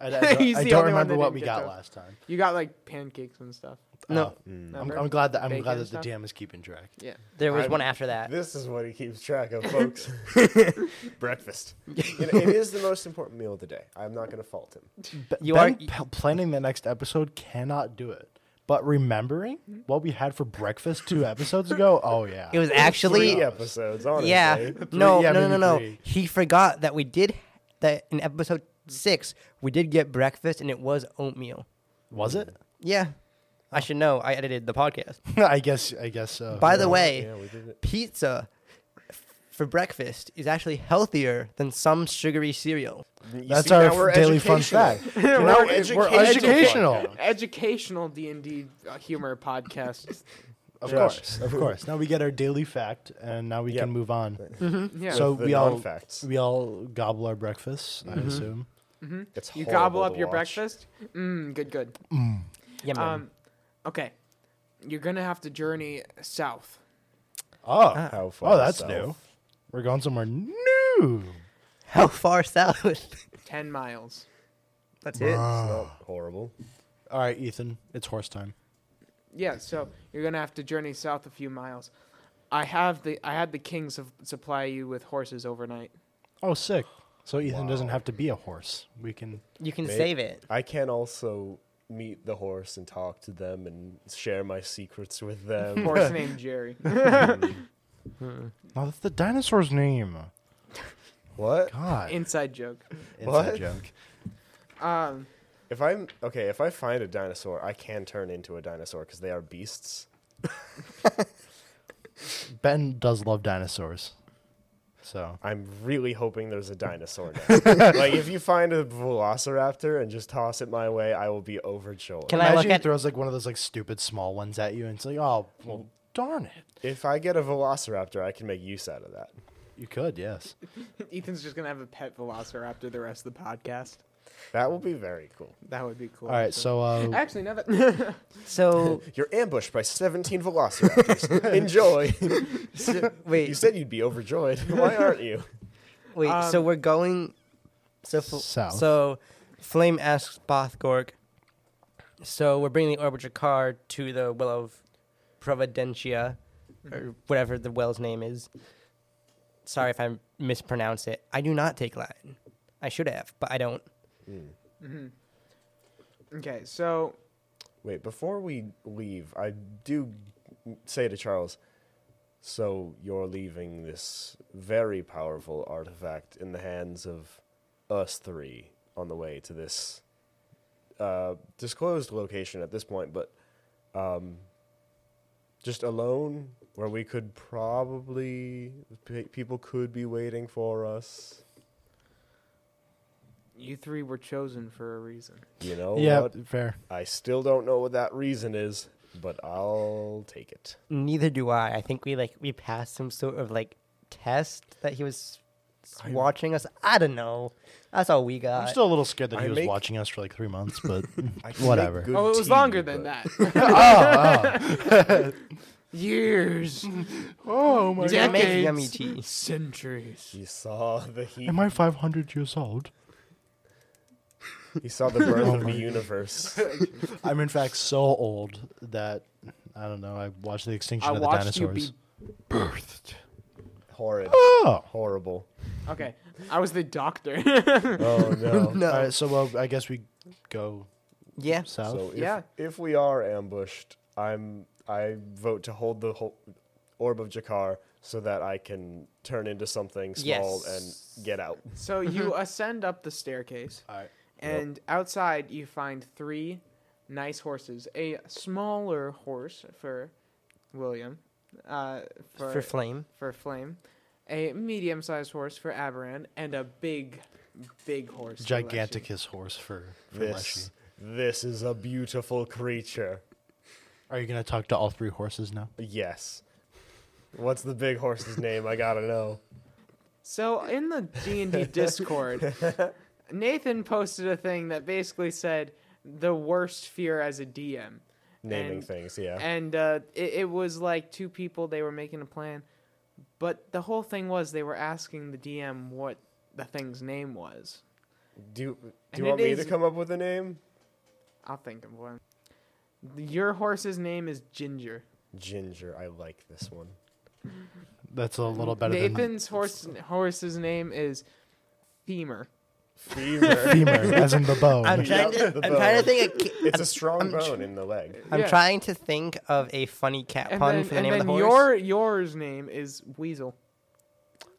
Speaker 4: I, I don't,
Speaker 2: He's
Speaker 4: I
Speaker 2: the
Speaker 4: don't
Speaker 2: only one
Speaker 4: remember
Speaker 2: that
Speaker 4: what
Speaker 2: didn't
Speaker 4: we
Speaker 2: get
Speaker 4: got
Speaker 2: those.
Speaker 4: last time.
Speaker 2: You got like pancakes and stuff.
Speaker 3: No,
Speaker 4: Oh.
Speaker 1: Mm.
Speaker 4: I'm,
Speaker 2: remember?
Speaker 4: I'm glad that I'm
Speaker 2: Bacon
Speaker 4: glad
Speaker 2: and
Speaker 4: that the
Speaker 2: stuff?
Speaker 4: DM is keeping track.
Speaker 2: Yeah.
Speaker 3: there was
Speaker 1: I'm-
Speaker 3: one after that.
Speaker 1: This is what he keeps track of, folks. Breakfast. It- it is the most important meal of the day. I'm not going to fault him.
Speaker 3: You
Speaker 4: ben
Speaker 3: are-
Speaker 4: p- planning the next episode cannot do it. But remembering what we had for breakfast two episodes ago, oh yeah,
Speaker 3: It was
Speaker 1: Three
Speaker 3: actually
Speaker 1: episodes, honestly.
Speaker 3: yeah. No,
Speaker 4: yeah,
Speaker 3: no, no,
Speaker 4: maybe
Speaker 3: no, no.
Speaker 4: three.
Speaker 3: He forgot that we did that in episode six. We did get breakfast, and it was oatmeal.
Speaker 4: was it?
Speaker 3: Yeah, I should know. I edited the podcast.
Speaker 4: I guess I guess so.
Speaker 3: By the
Speaker 1: Yeah,
Speaker 3: way,
Speaker 1: yeah, we did it.
Speaker 3: pizza f- for breakfast is actually healthier than some sugary cereal.
Speaker 1: You
Speaker 4: that's
Speaker 1: see, now
Speaker 4: our
Speaker 1: we're
Speaker 4: daily fun
Speaker 1: educational.
Speaker 4: fact. We're, now- we're
Speaker 1: educational.
Speaker 4: educational.
Speaker 1: Educational.
Speaker 2: Educational D and D uh, humor podcast.
Speaker 4: Of
Speaker 1: Yes.
Speaker 4: course, of course. Now we get our daily fact, and now we
Speaker 1: Yep.
Speaker 4: can move on.
Speaker 2: Yeah.
Speaker 4: So
Speaker 1: The
Speaker 4: we all
Speaker 1: non-facts.
Speaker 4: we all gobble our breakfasts, I assume.
Speaker 1: Mm-hmm. It's
Speaker 2: You gobble
Speaker 1: horrible
Speaker 2: up
Speaker 1: to
Speaker 2: your
Speaker 1: watch. Mm-hmm.
Speaker 2: breakfast. Mmm, good, good.
Speaker 3: Yeah, man.
Speaker 2: Um, okay, you're gonna have to journey south.
Speaker 4: Oh,
Speaker 1: How far
Speaker 4: oh, that's
Speaker 1: south?
Speaker 4: new. We're going somewhere new.
Speaker 3: How far south?
Speaker 2: Ten miles.
Speaker 3: That's it.
Speaker 1: It's not
Speaker 4: Ah.
Speaker 1: horrible.
Speaker 4: All right, Ethan, it's horse time.
Speaker 2: Yeah, so you're gonna have to journey south a few miles. I have the I had the kings of supply you with horses overnight.
Speaker 4: Oh, sick. So Ethan doesn't have to be a horse. We can.
Speaker 3: You can
Speaker 1: May-
Speaker 3: save it.
Speaker 1: I can also meet the horse and talk to them and share my secrets with them.
Speaker 2: Horse named Jerry.
Speaker 4: No, that's the dinosaur's name.
Speaker 1: what?
Speaker 4: God,
Speaker 2: Inside joke.
Speaker 4: inside
Speaker 1: What?
Speaker 4: joke.
Speaker 2: Um,
Speaker 1: If I'm okay, if I find a dinosaur, I can turn into a dinosaur because they are beasts.
Speaker 4: Ben does love dinosaurs. So
Speaker 1: I'm really hoping there's a dinosaur. Now. like if you find a velociraptor and just toss it my way, I will be overjoyed.
Speaker 3: Can I
Speaker 4: imagine
Speaker 3: look
Speaker 4: he
Speaker 3: at?
Speaker 4: throws like one of those like stupid small ones at you, and it's like, oh, well, darn it.
Speaker 1: if I get a velociraptor, I can make use out of that.
Speaker 4: You could, yes.
Speaker 2: Ethan's just gonna have a pet velociraptor the rest of the podcast.
Speaker 1: That will be very cool.
Speaker 2: That would be cool.
Speaker 4: All right, so uh,
Speaker 2: actually, now that
Speaker 3: So,
Speaker 1: You're ambushed by 17 velociraptors. Enjoy.
Speaker 3: so
Speaker 1: You
Speaker 3: wait,
Speaker 1: said you'd be overjoyed. Why aren't you?
Speaker 3: wait. so we're going. So fl-
Speaker 4: South.
Speaker 3: So, Flame asks Bothgorg. So we're bringing the Orbiter car to the Well of Providentia, or whatever the well's name is. Sorry if I mispronounce it. I do not take Latin. I should have, but I don't.
Speaker 2: okay, so
Speaker 1: Wait, before we leave, I do say to Charles, so you're leaving this very powerful artifact in the hands of us three on the way to this uh, disclosed location at this point, but um, just alone where we could probably, pe- people could be waiting for us.
Speaker 2: you three were chosen for a reason.
Speaker 1: You know
Speaker 4: yeah,
Speaker 1: what?
Speaker 4: fair.
Speaker 1: I still don't know what that reason is, but I'll take it.
Speaker 3: Neither do I. I think we like we passed some sort of like test that he was s- watching us. I don't know. That's all we got.
Speaker 4: I'm still a little scared that
Speaker 1: I
Speaker 4: he was
Speaker 1: make-
Speaker 4: watching us for like three months, but
Speaker 1: I can make
Speaker 4: whatever.
Speaker 1: good
Speaker 2: Oh, it was
Speaker 1: tea,
Speaker 2: longer than
Speaker 1: but-
Speaker 2: that.
Speaker 4: oh,
Speaker 2: Years,
Speaker 4: oh my!
Speaker 3: You're gonna make yummy tea.
Speaker 2: centuries.
Speaker 1: He saw the heat.
Speaker 4: Am I 500 years old?
Speaker 1: He saw the
Speaker 4: Oh
Speaker 1: birth of the universe.
Speaker 4: I'm in fact so old that I don't know. I watched the extinction
Speaker 2: I
Speaker 4: of the
Speaker 2: watched you be.
Speaker 4: dinosaurs. Birthed.
Speaker 1: Horrid.
Speaker 4: Oh.
Speaker 1: Horrible.
Speaker 2: Okay, I was the doctor.
Speaker 1: Oh no.
Speaker 4: All right, so well, I guess we go
Speaker 3: Yeah.
Speaker 4: south.
Speaker 1: So if,
Speaker 2: Yeah.
Speaker 1: if we are ambushed, I'm I vote to hold the whole orb of Jakar so that I can turn into something small
Speaker 3: Yes.
Speaker 1: and get out.
Speaker 2: so you ascend up the staircase,
Speaker 4: Mm-hmm. All right.
Speaker 2: and outside you find three nice horses. A smaller horse for William, uh, for
Speaker 3: For flame.
Speaker 2: for Flame, a medium-sized horse for Aberan, and a big, big horse. for Leshy.
Speaker 4: Giganticus horse for, for
Speaker 1: This
Speaker 4: Leshy.
Speaker 1: this is a beautiful creature.
Speaker 4: Are you gonna talk to all three horses now?
Speaker 1: Yes. What's the big horse's name? I gotta know.
Speaker 2: So in the D and D Discord, Nathan posted a thing that basically said the worst fear as a DM,
Speaker 1: Naming
Speaker 2: And-
Speaker 1: things, yeah.
Speaker 2: and uh, it, it was like two people they were making a plan, but the whole thing was they were asking the DM what the thing's name was.
Speaker 1: do you- do
Speaker 2: and
Speaker 1: you
Speaker 2: it
Speaker 1: want me to
Speaker 2: is-
Speaker 1: come up with a name?
Speaker 2: I'll think of one. Your horse's name is Ginger.
Speaker 1: Ginger. I like this one.
Speaker 4: That's a little better
Speaker 2: Nathan's horse horse's name is Femur.
Speaker 1: Fever.
Speaker 4: than femur, as in the bow.
Speaker 3: I'm trying
Speaker 1: Yeah,
Speaker 3: to.
Speaker 1: the
Speaker 3: I'm trying to
Speaker 1: bone.
Speaker 3: think. Of, ca-
Speaker 1: It's a strong
Speaker 3: I'm tr-
Speaker 1: bone in the leg.
Speaker 3: I'm
Speaker 2: Yeah.
Speaker 3: trying to think of a funny cat
Speaker 2: And
Speaker 3: pun
Speaker 2: then,
Speaker 3: for the
Speaker 2: and
Speaker 3: name of the
Speaker 2: then
Speaker 3: horse.
Speaker 2: your yours name is Weasel.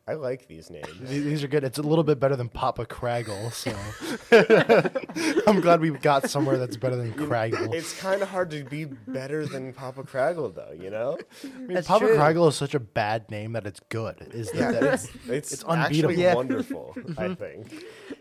Speaker 1: I like these names.
Speaker 4: Th- These are good. It's a little bit better than Papa Craggle, so I'm glad we got somewhere that's better than Craggle.
Speaker 1: It's kind of hard to be better than Papa Craggle, though. You know,
Speaker 3: That's
Speaker 4: Papa
Speaker 3: true.
Speaker 4: Craggle is such a bad name that it's good. Is that, that it's,
Speaker 1: it's,
Speaker 4: It's unbeatable.
Speaker 1: actually
Speaker 3: Yeah.
Speaker 1: wonderful. I think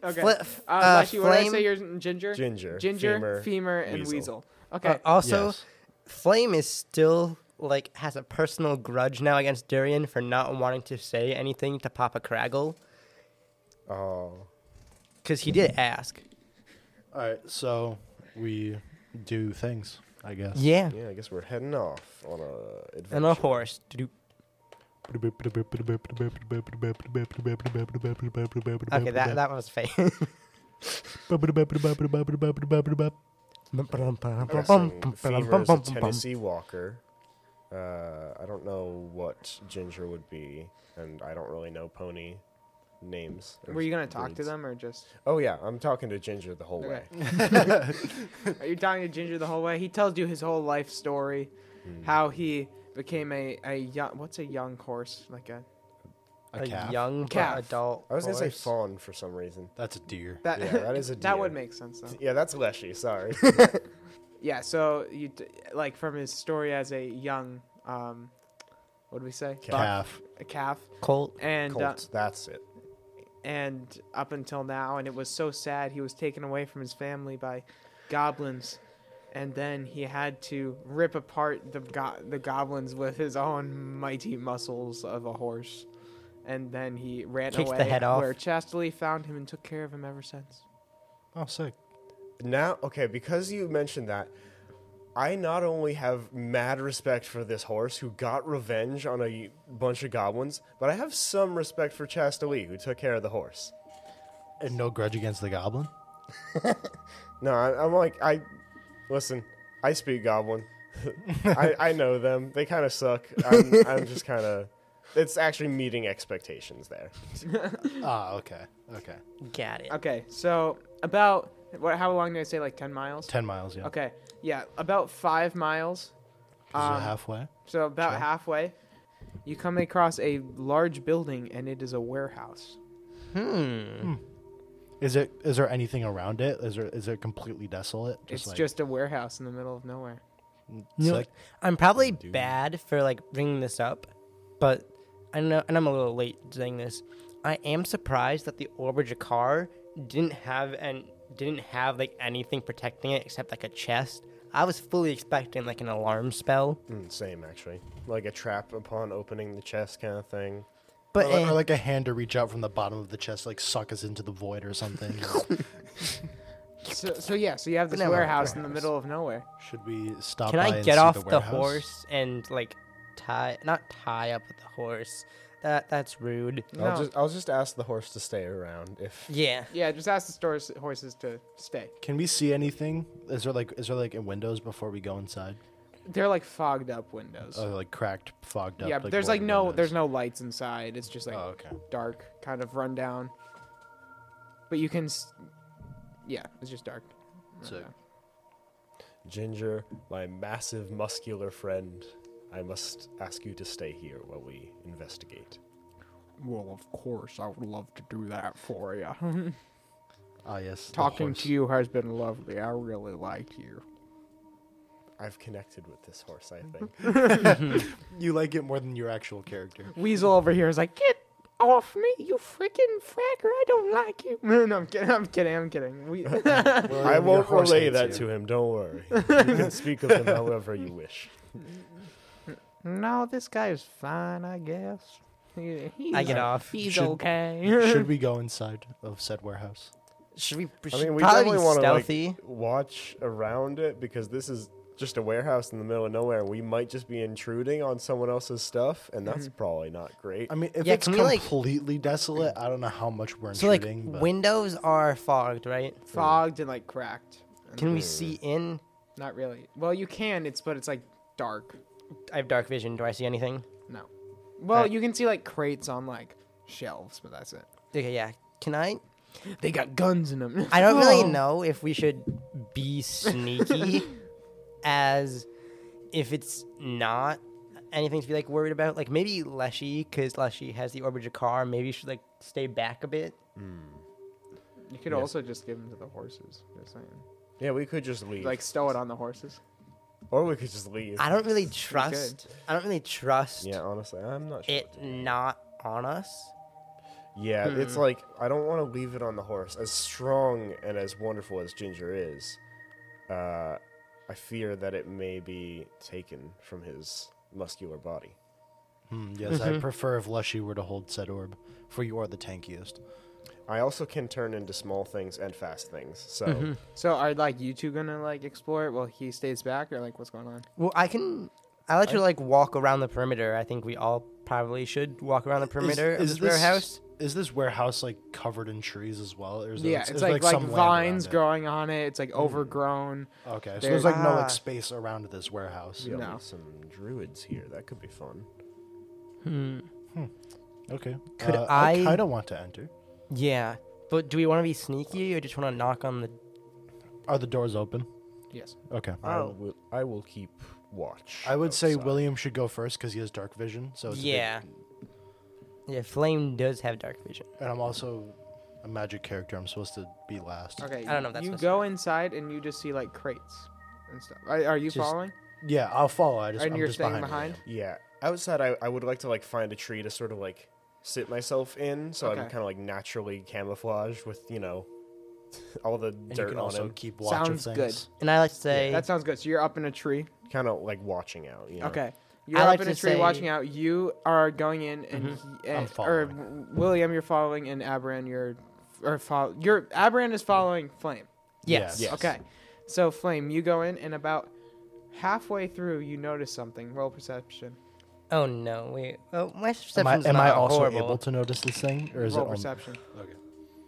Speaker 2: Okay.
Speaker 3: Fli-
Speaker 2: uh,
Speaker 3: uh,
Speaker 2: Leshy, what did I say?
Speaker 3: Flame-
Speaker 2: Yours n- ginger,
Speaker 1: Ginger,
Speaker 2: ginger, femur,
Speaker 1: femur,
Speaker 2: and weasel.
Speaker 1: weasel.
Speaker 2: Okay.
Speaker 3: Uh, also,
Speaker 4: Yes.
Speaker 3: Flame is still like has a personal grudge now against Durian for not wanting to say anything to Papa Craggle.
Speaker 1: Oh,
Speaker 3: because he did ask.
Speaker 4: All right, so we do things, I guess.
Speaker 3: Yeah,
Speaker 1: Yeah, I guess we're heading off on a adventure.
Speaker 3: and a horse. Doo-doo. Okay, that that one was fake.
Speaker 1: Pressing fever is a Tennessee Walker. Uh, I don't know what Ginger would be, and I don't really know pony names. or
Speaker 3: uh,
Speaker 2: Were you gonna talk to
Speaker 1: breeds.
Speaker 2: them or just?
Speaker 1: Oh yeah, I'm talking to Ginger the whole way.
Speaker 2: Okay. Are you talking to Ginger the whole way? He tells you his whole life story,
Speaker 1: Hmm.
Speaker 2: how he became a a young what's a young horse like a
Speaker 4: A calf.
Speaker 3: young
Speaker 2: Calf.
Speaker 3: but adult.
Speaker 1: I was gonna say
Speaker 3: horse.
Speaker 1: fawn for some reason.
Speaker 4: That's a deer.
Speaker 2: that
Speaker 1: Yeah, that is a
Speaker 2: that would
Speaker 1: deer.
Speaker 2: make sense though.
Speaker 1: Yeah, that's Leshy. Sorry.
Speaker 2: Yeah, so you d- like from his story as a young um, what do we say?
Speaker 1: Calf.
Speaker 4: Calf.
Speaker 2: A calf,
Speaker 3: Colt.
Speaker 2: and uh,
Speaker 1: Colt. That's it.
Speaker 2: and up until now, and it was so sad. He was taken away from his family by goblins, and then he had to rip apart the go- the goblins with his own mighty muscles of a horse, and then he ran
Speaker 3: Kicked the
Speaker 2: away.
Speaker 3: head off.
Speaker 2: Where Chastely found him and took care of him ever since.
Speaker 4: Oh, sick.
Speaker 1: Now, okay, because you mentioned that, I not only have mad respect for this horse who got revenge on a bunch of goblins, but I have some respect for Chastalie who took care of the horse.
Speaker 4: And no grudge against the goblin.
Speaker 1: No, I, I'm like, I listen. I speak goblin. I, I know them. They kind of suck. I'm, I'm just kind of. It's actually meeting expectations there.
Speaker 4: Ah, okay, okay.
Speaker 3: Got it.
Speaker 2: Okay, so about what? How long did I say? Like ten miles.
Speaker 4: Ten miles, yeah.
Speaker 2: Okay, yeah, about five miles.
Speaker 4: So
Speaker 2: Um,
Speaker 4: halfway.
Speaker 2: So about
Speaker 4: Sure.
Speaker 2: halfway, you come across a large building, and it is a warehouse.
Speaker 3: Hmm.
Speaker 4: Is it? Is there anything around it? Is there? Is it completely desolate?
Speaker 2: it's
Speaker 4: like-
Speaker 2: just a warehouse in the middle of nowhere.
Speaker 3: You know,
Speaker 4: Sick.
Speaker 3: I'm probably bad for like bringing this up, but I know, and I'm a little late saying this. I am surprised that the Orba Jakar didn't have and didn't have like anything protecting it except like a chest. I was fully expecting like an alarm spell,
Speaker 1: Mm, same, actually. Like a trap upon opening the chest kind of thing.
Speaker 3: but
Speaker 4: or, like,
Speaker 3: eh,
Speaker 4: or like a hand to reach out from the bottom of the chest, like suck us into the void or something.
Speaker 2: So, so yeah, so you have this
Speaker 3: Vanilla
Speaker 2: warehouse in the
Speaker 3: warehouse.
Speaker 2: middle of nowhere.
Speaker 4: Should we stop?
Speaker 3: can
Speaker 4: by
Speaker 3: I
Speaker 4: and
Speaker 3: get
Speaker 4: see
Speaker 3: off the,
Speaker 4: warehouse?
Speaker 3: horse and like tie not tie up with the horse? That that's rude.
Speaker 2: No.
Speaker 1: I'll just I'll just ask the horse to stay around if
Speaker 3: Yeah.
Speaker 2: yeah, just ask the stores, horses to stay.
Speaker 4: Can we see anything? Is there like is there like in windows before we go inside?
Speaker 2: They're like fogged up windows.
Speaker 4: Oh, like cracked, fogged up.
Speaker 2: yeah, there's like no
Speaker 4: windows.
Speaker 2: there's no lights inside. It's just like
Speaker 4: Oh, okay.
Speaker 2: dark, kind of rundown. But you can, s- yeah, it's just dark.
Speaker 4: Sick.
Speaker 1: Ginger, my massive muscular friend, I must ask you to stay here while we investigate.
Speaker 2: Well, of course, I would love to do that for you.
Speaker 4: Ah, yes. the
Speaker 2: Talking
Speaker 4: horse.
Speaker 2: to you has been lovely. I really like you.
Speaker 1: I've connected with this horse, I think.
Speaker 4: You like it more than your actual character.
Speaker 2: Weasel over here is like, get off me, you freaking fracker! I don't like you. No, I'm kidding. I'm kidding. I'm kidding. We,
Speaker 1: I won't
Speaker 4: horse
Speaker 1: relay
Speaker 4: hates
Speaker 1: that
Speaker 4: you.
Speaker 1: to him, don't worry. You can speak of him however you wish.
Speaker 2: no, this guy is fine, I guess. He- he's-
Speaker 3: I get off.
Speaker 2: He's
Speaker 4: Should-
Speaker 2: okay.
Speaker 4: Should we go inside of said warehouse?
Speaker 3: Should we?
Speaker 1: I
Speaker 3: Should
Speaker 1: mean, we
Speaker 3: probably
Speaker 1: definitely
Speaker 3: be
Speaker 1: want to
Speaker 3: stealthy.
Speaker 1: like, watch around it because this is just a warehouse in the middle of nowhere. We might just be intruding on someone else's stuff, and that's
Speaker 3: Mm-hmm.
Speaker 1: probably not great.
Speaker 4: I mean, if
Speaker 3: Yeah,
Speaker 4: it's
Speaker 3: can we, like-
Speaker 4: completely desolate, I don't know how much we're
Speaker 3: so like
Speaker 4: intruding. but
Speaker 3: windows are fogged, right?
Speaker 2: Fogged and like cracked.
Speaker 3: Can we see in?
Speaker 2: Not really. Well, you can. It's but it's like dark.
Speaker 3: I have dark vision. Do I see anything?
Speaker 2: No. Well,
Speaker 3: Right.
Speaker 2: you can see like crates on like shelves, but that's it.
Speaker 3: Okay, yeah. Can I?
Speaker 2: They got guns in them.
Speaker 3: I don't really know if we should be sneaky, as if it's not anything to be like worried about. Like maybe Leshy, because Leshy has the Orbiter car. Maybe you should like stay back a bit.
Speaker 2: You could also just give them to the horses. Just saying.
Speaker 1: yeah, we could just leave.
Speaker 2: Like stow it on the horses.
Speaker 1: or we could just leave.
Speaker 3: I don't really trust. I don't really trust
Speaker 1: yeah, honestly, I'm not sure.
Speaker 3: it not on us.
Speaker 1: Yeah,
Speaker 3: Mm.
Speaker 1: it's like I don't want to leave it on the horse. As strong and as wonderful as Ginger is, uh, I fear that it may be taken from his muscular body.
Speaker 3: Mm-hmm.
Speaker 4: Hmm, yes, I prefer if Lushy were to hold said orb, for you are the tankiest.
Speaker 1: I also can turn into small things and fast things. So
Speaker 3: Mm-hmm.
Speaker 2: So are like you two gonna like explore it while he stays back, or like what's going on?
Speaker 3: Well, I can. I like to like walk around the perimeter. I think we all probably should walk around the perimeter of this, warehouse.
Speaker 4: Is this warehouse like covered in trees as well? Or is there-
Speaker 2: yeah,
Speaker 4: is
Speaker 2: it's
Speaker 4: there,
Speaker 2: like like,
Speaker 4: some land around
Speaker 2: vines
Speaker 4: it? Hmm.
Speaker 2: growing on it. It's like overgrown.
Speaker 4: Okay, so
Speaker 2: There-
Speaker 4: there's like no
Speaker 3: Ah.
Speaker 4: like space around this warehouse.
Speaker 1: There'll be
Speaker 2: No.
Speaker 1: some druids here. That could be fun.
Speaker 3: Hmm.
Speaker 4: Okay.
Speaker 3: Could
Speaker 4: uh,
Speaker 3: I-
Speaker 4: I kind of want to enter.
Speaker 3: Yeah, but do we want to be sneaky or just want to knock on the?
Speaker 4: Are the doors open?
Speaker 2: Yes.
Speaker 4: Okay.
Speaker 1: I
Speaker 3: Oh.
Speaker 1: will. I will keep watch.
Speaker 4: I would say
Speaker 1: outside.
Speaker 4: William should go first because he has dark vision. So it's a bit-
Speaker 3: yeah. Yeah, Flame does have dark vision.
Speaker 4: and I'm also a magic character. I'm supposed to be last.
Speaker 2: Okay.
Speaker 3: I don't know if that's
Speaker 2: You
Speaker 3: supposed to
Speaker 2: go inside and you just see like crates and stuff. Are, are you
Speaker 4: Just-
Speaker 2: following?
Speaker 4: Yeah, I'll follow. I just
Speaker 2: And
Speaker 4: I'm
Speaker 2: you're
Speaker 4: just
Speaker 2: staying behind?
Speaker 4: behind. William.
Speaker 1: Yeah. Outside, I, I would like to like find a tree to sort of like sit myself in, so I'm
Speaker 2: Okay.
Speaker 1: kind of like naturally camouflaged with you know all the
Speaker 4: And you
Speaker 1: dirt
Speaker 4: can
Speaker 1: on
Speaker 4: also
Speaker 1: him,
Speaker 4: keep watch of
Speaker 2: Sounds good.
Speaker 4: things.
Speaker 3: And I like to say
Speaker 2: That sounds good. So you're up in a tree.
Speaker 1: kind of like watching out. You know?
Speaker 2: Okay. You're
Speaker 3: like
Speaker 2: up in a
Speaker 3: to
Speaker 2: tree
Speaker 3: say-
Speaker 2: watching out. You are going in, and, he,
Speaker 4: Mm-hmm. I'm
Speaker 2: and or
Speaker 4: following.
Speaker 2: W- William, you're following, and Abran, you're or follow. Your Abran is following Flame.
Speaker 3: yes.
Speaker 1: Yes.
Speaker 2: Okay. So Flame, you go in, and about halfway through, you notice something. Roll perception.
Speaker 3: Oh no, wait. Oh, my
Speaker 4: Am I,
Speaker 3: perception's
Speaker 4: am I
Speaker 3: not
Speaker 4: also
Speaker 3: horrible.
Speaker 4: able to notice this thing, or is
Speaker 2: Roll
Speaker 4: it only-
Speaker 2: perception.
Speaker 4: Okay.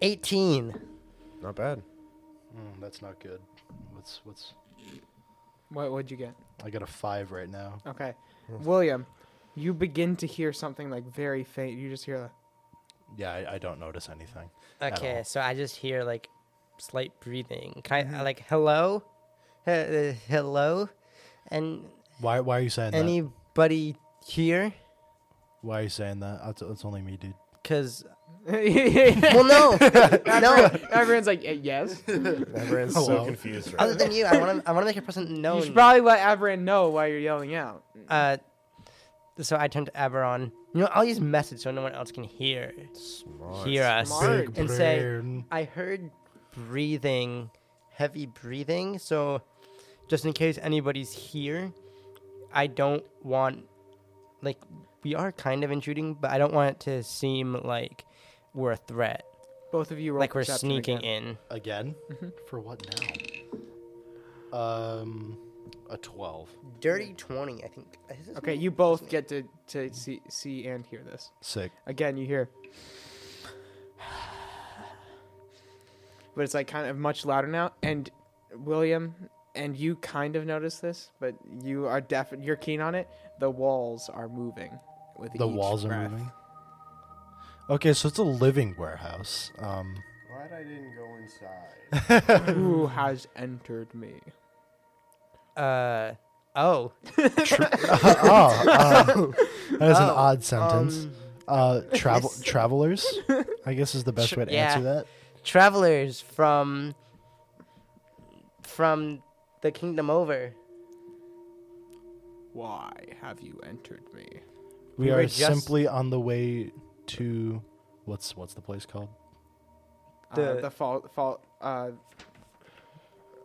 Speaker 3: Eighteen.
Speaker 1: Not bad.
Speaker 4: Mm, that's not good. What's what's?
Speaker 2: What would you get?
Speaker 4: I got a five right now.
Speaker 2: Okay.
Speaker 3: Hmm.
Speaker 2: William, you begin to hear something like very faint. You just hear
Speaker 4: Yeah, I, I don't notice anything. at
Speaker 3: Okay,
Speaker 4: all.
Speaker 3: so I just hear like slight breathing. Kind of like hello, He- uh, hello, and
Speaker 4: Why why are you saying that?
Speaker 3: anybody here?
Speaker 4: Why are you saying that? That's, that's only me, dude.
Speaker 3: Cause
Speaker 2: the.
Speaker 3: well, no, no.
Speaker 2: Everyone's like, "Eh, yes.
Speaker 1: Everyone's so
Speaker 4: Hello.
Speaker 1: confused.
Speaker 3: Other
Speaker 1: Right?
Speaker 3: than you, I want to. I want to make a person known.
Speaker 2: You should probably let Abran know why you're yelling out.
Speaker 3: uh, so I turn to Averon. You know, I'll use message so no one else can hear
Speaker 1: Smart.
Speaker 3: hear us
Speaker 2: Smart. Big
Speaker 3: and say, "I heard breathing, heavy breathing. So, just in case anybody's here, I don't want like we are kind of intruding, but I don't want it to seem like we're a threat,
Speaker 2: Both of you roll
Speaker 3: like we're
Speaker 2: perception
Speaker 3: sneaking
Speaker 2: again.
Speaker 3: in.
Speaker 4: again
Speaker 2: Mm-hmm.
Speaker 4: for what now? Um, a twelve.
Speaker 3: Dirty twenty, I think.
Speaker 2: Okay, you both get to, to see, see and hear this.
Speaker 4: Sick.
Speaker 2: Again, you hear. But it's like kind of much louder now. And William, and you kind of notice this, but you are def- you're keen on it. The walls are moving with
Speaker 4: The
Speaker 2: each
Speaker 4: walls are
Speaker 2: breath.
Speaker 4: moving. Okay, so it's a living warehouse. Um,
Speaker 1: Glad I didn't go inside.
Speaker 2: Who has entered me?
Speaker 3: Uh oh.
Speaker 4: oh, um, that is an
Speaker 3: Oh,
Speaker 4: odd sentence.
Speaker 3: um,
Speaker 4: uh, travel travelers, I guess is the best
Speaker 3: Sure,
Speaker 4: way to
Speaker 3: yeah.
Speaker 4: answer that.
Speaker 3: travelers from from the kingdom over.
Speaker 2: Why have you entered me?
Speaker 4: We,
Speaker 3: We were
Speaker 4: are
Speaker 3: just-
Speaker 4: simply on the way to what's what's the place called?
Speaker 2: The,
Speaker 3: The-
Speaker 2: uh, the fall, fall, uh,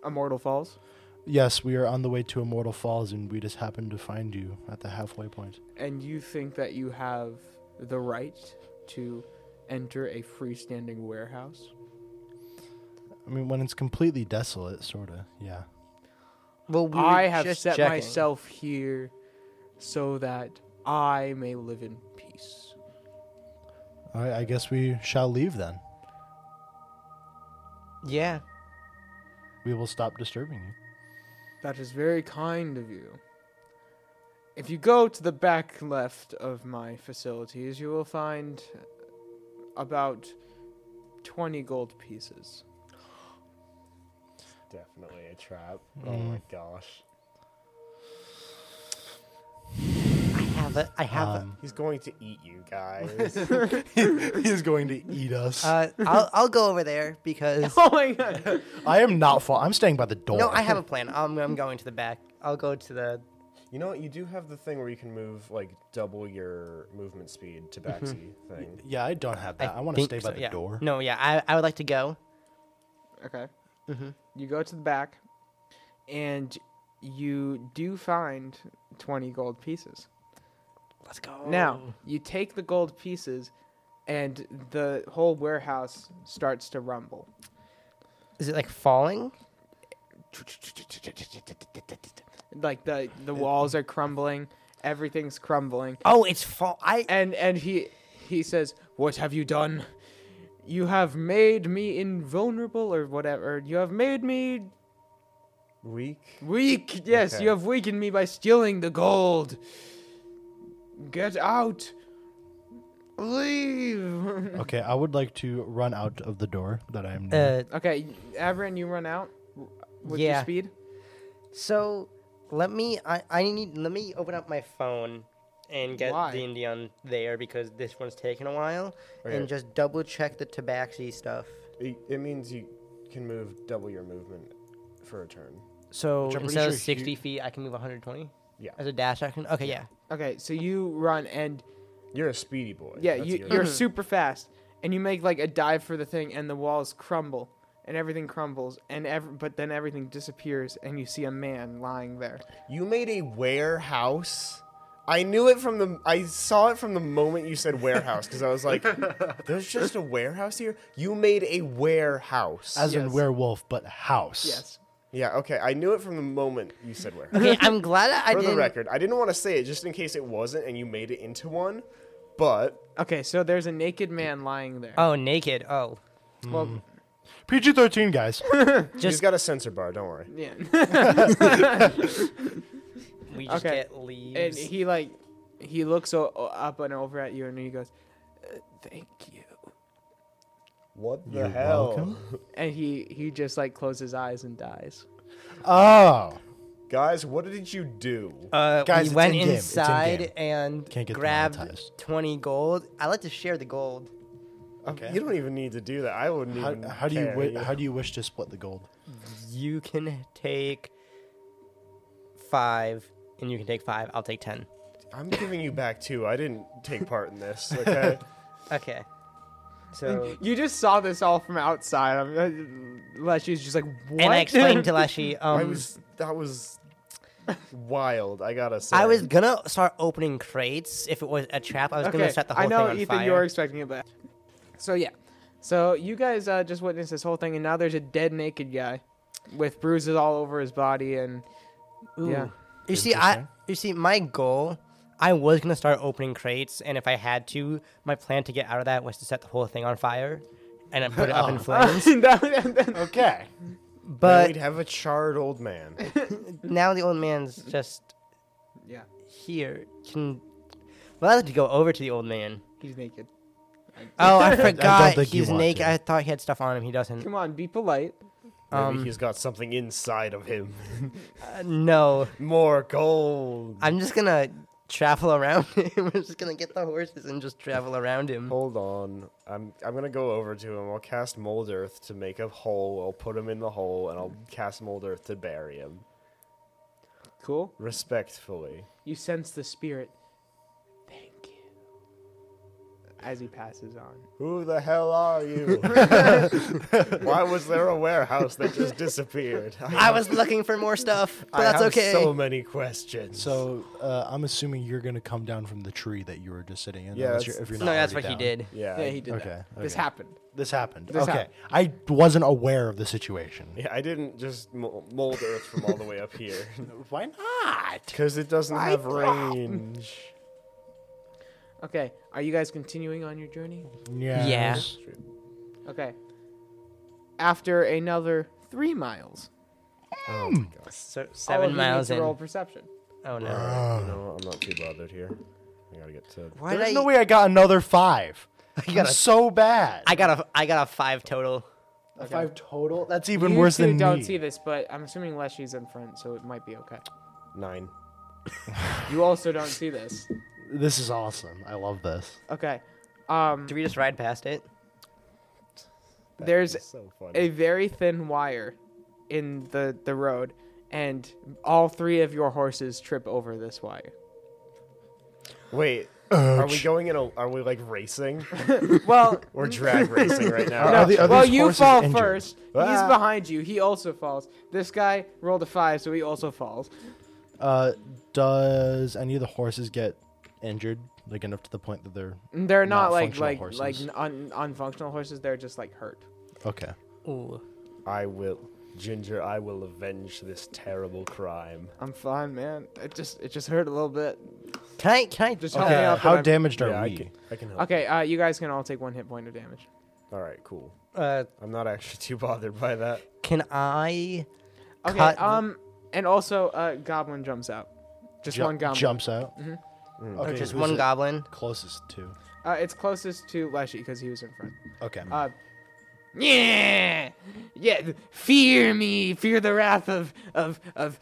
Speaker 2: Immortal Falls.
Speaker 4: Yes, we are on the way to Immortal Falls, and we just happened to find you at the halfway point.
Speaker 2: and you think that you have the right to enter a freestanding warehouse?
Speaker 4: I mean, when it's completely desolate, sorta. Yeah.
Speaker 3: Well, we were
Speaker 2: I have
Speaker 3: just
Speaker 2: set
Speaker 3: checking.
Speaker 2: myself here so that I may live in peace.
Speaker 4: All right, I guess we shall leave then.
Speaker 3: Yeah.
Speaker 4: We will stop disturbing you.
Speaker 2: That is very kind of you. If you go to the back left of my facilities, you will find about 20 gold pieces.
Speaker 1: Definitely a trap. Oh
Speaker 4: Mm.
Speaker 1: my gosh.
Speaker 3: I have a. I have
Speaker 4: Um,
Speaker 1: He's going to eat you guys.
Speaker 4: he is going to eat us.
Speaker 3: a. Uh, I'll I'll go over there because
Speaker 2: Oh my god!
Speaker 4: I am not. Fa- I'm staying by the door.
Speaker 3: no, I have a plan. I'm I'm going to the back. I'll go to the.
Speaker 1: you know what? You do have the thing where you can move like double your movement speed to Baxi thing.
Speaker 4: Yeah, I don't have
Speaker 3: I,
Speaker 4: that. I, want to
Speaker 3: think
Speaker 4: stay by
Speaker 3: so,
Speaker 4: the
Speaker 3: yeah.
Speaker 4: door.
Speaker 3: No, yeah, I I would like to go.
Speaker 2: Okay.
Speaker 3: Mm-hmm.
Speaker 2: You go to the back, and you do find 20 gold pieces.
Speaker 3: Let's go
Speaker 2: Now, you take the gold pieces and the whole warehouse starts to rumble.
Speaker 3: Is it like falling?
Speaker 2: Like the the walls are crumbling, everything's crumbling.
Speaker 3: Oh, it's fall. I
Speaker 2: And and he he says, "What have you done? You have made me invulnerable or whatever. You have made me
Speaker 1: Weak.
Speaker 2: Weak, yes,
Speaker 1: Okay.
Speaker 2: you have weakened me by stealing the gold. Get out. Leave.
Speaker 4: Okay, I would like to run out of the door that I am near.
Speaker 3: Mm-hmm. uh,
Speaker 2: okay, Averin, you run out with your
Speaker 3: Yeah.
Speaker 2: speed.
Speaker 3: so let me. I I need. Let me open up my phone and get
Speaker 2: Why?
Speaker 3: the Indian there because this one's taking a while,
Speaker 1: Okay.
Speaker 3: and just double check the tabaxi stuff.
Speaker 1: It, it means you can move double your movement for a turn.
Speaker 3: So
Speaker 4: Which I'm pretty
Speaker 3: instead of
Speaker 4: sure he-
Speaker 3: sixty feet, I can move one hundred twenty.
Speaker 1: Yeah.
Speaker 3: As a dash action. Okay, yeah.
Speaker 2: Okay, so you run and
Speaker 1: You're a speedy boy.
Speaker 2: yeah,
Speaker 1: That's
Speaker 2: you,
Speaker 1: your-
Speaker 3: Mm-hmm.
Speaker 2: you're super fast, and you make like a dive for the thing, and the walls crumble, and everything crumbles, and ev- but then everything disappears, and you see a man lying there.
Speaker 1: You made a warehouse. I knew it from the. I saw it from the moment you said warehouse because I was like, "There's just a warehouse here." You made a warehouse.
Speaker 4: As in
Speaker 2: yes.
Speaker 4: werewolf, but house.
Speaker 2: Yes.
Speaker 1: yeah. Okay. I knew it from the moment you said warehouse.
Speaker 3: Okay, I'm glad I
Speaker 1: For the
Speaker 3: didn't.
Speaker 1: record, I didn't want to say it just in case it wasn't, and you made it into one. But
Speaker 2: Okay, so there's a naked man lying there.
Speaker 3: Oh, naked. Oh,
Speaker 2: Well,
Speaker 4: PG thirteen guys.
Speaker 1: he's got a sensor bar. Don't worry.
Speaker 2: yeah.
Speaker 3: we just
Speaker 2: Okay.
Speaker 3: get leaves.
Speaker 2: and he like he looks o- o- up and over at you and he goes "Uh, thank you
Speaker 1: What the
Speaker 4: You're
Speaker 1: hell?
Speaker 4: welcome.
Speaker 2: and he he just like closes eyes and dies
Speaker 4: Oh.
Speaker 1: Guys, what did you do?
Speaker 3: Uh,
Speaker 4: Guys,
Speaker 3: we
Speaker 4: it's
Speaker 3: went
Speaker 4: in-game. It's
Speaker 3: inside
Speaker 4: in-game.
Speaker 3: and
Speaker 4: Can't get
Speaker 3: grabbed
Speaker 4: demonetized.
Speaker 3: 20 gold. I like to share the gold.
Speaker 4: Okay.
Speaker 1: Um, You don't even need to do that. I wouldn't
Speaker 4: How,
Speaker 1: even.
Speaker 4: how do you
Speaker 1: care,
Speaker 4: wi- how do you wish to split the gold?
Speaker 3: You can take five, and you can take five. I'll take 10.
Speaker 1: I'm giving you back two. I didn't take part in this. Okay.
Speaker 3: Okay. So.
Speaker 2: you just saw this all from outside I'm, Leshy's just like what
Speaker 3: And I explained to Leshy, um,
Speaker 1: I was that was wild. I gotta say.
Speaker 3: I was gonna start opening crates if it was a trap. I was gonna set the whole
Speaker 2: I know,
Speaker 3: thing on
Speaker 2: Ethan,
Speaker 3: fire.
Speaker 2: you were expecting it, but so yeah, so you guys uh, just witnessed this whole thing, and now there's a dead naked guy with bruises all over his body, and
Speaker 3: Ooh.
Speaker 2: yeah,
Speaker 3: You see, I you see, my goal, I was gonna start opening crates, and if I had to, my plan to get out of that was to set the whole thing on fire, and then put it up
Speaker 2: Oh.
Speaker 3: in flames.
Speaker 4: Okay.
Speaker 1: But
Speaker 3: But
Speaker 1: we'd have a charred old man.
Speaker 3: now the old man's just
Speaker 2: yeah,
Speaker 3: here. Can well, I have to go over to the old man.
Speaker 2: he's naked.
Speaker 3: Oh, I forgot
Speaker 4: think you
Speaker 3: he's
Speaker 4: want
Speaker 3: naked.
Speaker 4: to.
Speaker 3: I thought he had stuff on him. He doesn't.
Speaker 2: Come on, be polite.
Speaker 1: Maybe he's got something inside of him.
Speaker 3: Uh, no,
Speaker 1: More gold.
Speaker 3: I'm just gonna travel around him. I'm just gonna get the horses and just travel around him.
Speaker 4: Oh,
Speaker 1: Hold on. I'm I'm gonna go over to him. I'll cast Mold Earth to make a hole. I'll put him in the hole, and I'll cast Mold Earth to bury him
Speaker 2: Cool.
Speaker 1: respectfully.
Speaker 2: You sense the spirit. Thank you. As he passes on.
Speaker 1: Who the hell are you? Why was there a warehouse that just disappeared?
Speaker 3: I was looking for more stuff, but
Speaker 1: I
Speaker 3: that's
Speaker 1: have
Speaker 3: okay.
Speaker 1: So many questions.
Speaker 4: So uh, I'm assuming you're gonna come down from the tree that you were just sitting in.
Speaker 1: Yeah,
Speaker 4: unless
Speaker 1: that's-
Speaker 4: you're- if you're
Speaker 3: no,
Speaker 4: not
Speaker 3: that's what
Speaker 4: already
Speaker 3: he
Speaker 4: down.
Speaker 3: did.
Speaker 1: yeah,
Speaker 2: Yeah, he did
Speaker 4: Okay,
Speaker 2: that. This
Speaker 4: okay.
Speaker 2: happened.
Speaker 4: This happened.
Speaker 2: This
Speaker 4: okay,
Speaker 2: happened.
Speaker 4: I wasn't aware of the situation.
Speaker 1: Yeah, I didn't just mo- mold Earth from all the way up here
Speaker 4: Why not?
Speaker 1: because it doesn't have range.
Speaker 2: Okay, are you guys continuing on your journey?
Speaker 4: Yes.
Speaker 2: Okay. After another three miles,
Speaker 1: Oh my gosh!
Speaker 3: So,
Speaker 2: all of
Speaker 3: seven
Speaker 2: you
Speaker 3: miles
Speaker 2: need
Speaker 3: in.
Speaker 2: to roll perception.
Speaker 3: Oh no.
Speaker 1: Ah. you know what? I'm not too bothered here. I gotta get to.
Speaker 3: Why did
Speaker 4: There's
Speaker 3: I?
Speaker 4: no way I got another five.
Speaker 3: I got
Speaker 4: I'm
Speaker 3: a-
Speaker 4: so bad.
Speaker 3: I got a. I got a five total.
Speaker 4: A five total. That's even
Speaker 2: you
Speaker 4: worse
Speaker 2: two
Speaker 4: than
Speaker 2: don't
Speaker 4: me.
Speaker 2: see this, but I'm assuming Leshy's in front, so it might be okay.
Speaker 1: Nine.
Speaker 2: You also don't see this.
Speaker 4: This is awesome. I love this.
Speaker 2: Okay. Um,
Speaker 3: Do we just ride past it?
Speaker 1: That
Speaker 2: There's
Speaker 1: is so funny.
Speaker 2: a very thin wire in the, the road, and all three of your horses trip over this wire.
Speaker 1: Wait, are we going in a? Are we like racing?
Speaker 2: Well,
Speaker 1: We're drag racing right now.
Speaker 4: Are the- are
Speaker 2: well,
Speaker 4: these
Speaker 2: you
Speaker 4: horses
Speaker 2: fall
Speaker 4: injured?
Speaker 2: first. He's
Speaker 1: Ah.
Speaker 2: behind you. He also falls. This guy rolled a five, so he also falls.
Speaker 4: Uh, does any of the horses get injured like enough to the point that they're
Speaker 2: They're not,
Speaker 4: Not
Speaker 2: like
Speaker 4: functional
Speaker 2: like like
Speaker 4: horses.
Speaker 2: un, unfunctional horses. They're just like hurt.
Speaker 4: okay.
Speaker 3: Ooh.
Speaker 1: I will, Ginger. I will avenge this terrible crime.
Speaker 2: I'm fine, man. It just it just hurt a little bit.
Speaker 3: Can I? Can I?
Speaker 2: Just
Speaker 3: oh,
Speaker 2: help me
Speaker 4: Uh,
Speaker 2: out.
Speaker 4: how
Speaker 2: but I'm-
Speaker 4: damaged are
Speaker 1: yeah, I
Speaker 4: we?
Speaker 1: can, I can help.
Speaker 2: Okay, uh, you guys can all take one hit point of damage.
Speaker 1: All right, cool.
Speaker 3: uh,
Speaker 1: I'm not actually too bothered by that.
Speaker 3: can I?
Speaker 2: Okay.
Speaker 3: Cut the-
Speaker 2: Um, and also, uh, goblin jumps out. Just
Speaker 4: Ju-
Speaker 2: one Mm-hmm. goblin.
Speaker 4: jumps out.
Speaker 1: Mm.
Speaker 3: Or
Speaker 4: Okay,
Speaker 3: just
Speaker 4: who's
Speaker 3: one
Speaker 4: it
Speaker 3: goblin?
Speaker 4: Closest to.
Speaker 2: Uh, it's closest to Leshy because he was in front.
Speaker 4: Okay.
Speaker 2: Uh, yeah, yeah. th- Fear me, fear the wrath of of of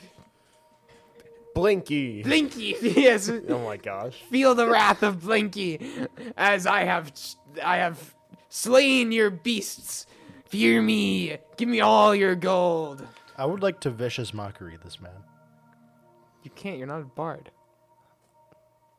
Speaker 1: Blinky.
Speaker 2: Blinky. yes,
Speaker 1: oh my gosh.
Speaker 2: feel the wrath of Blinky, as I have I have slain your beasts. Fear me, give me all your gold.
Speaker 4: I would like to vicious mockery this man.
Speaker 2: You can't. You're not a bard.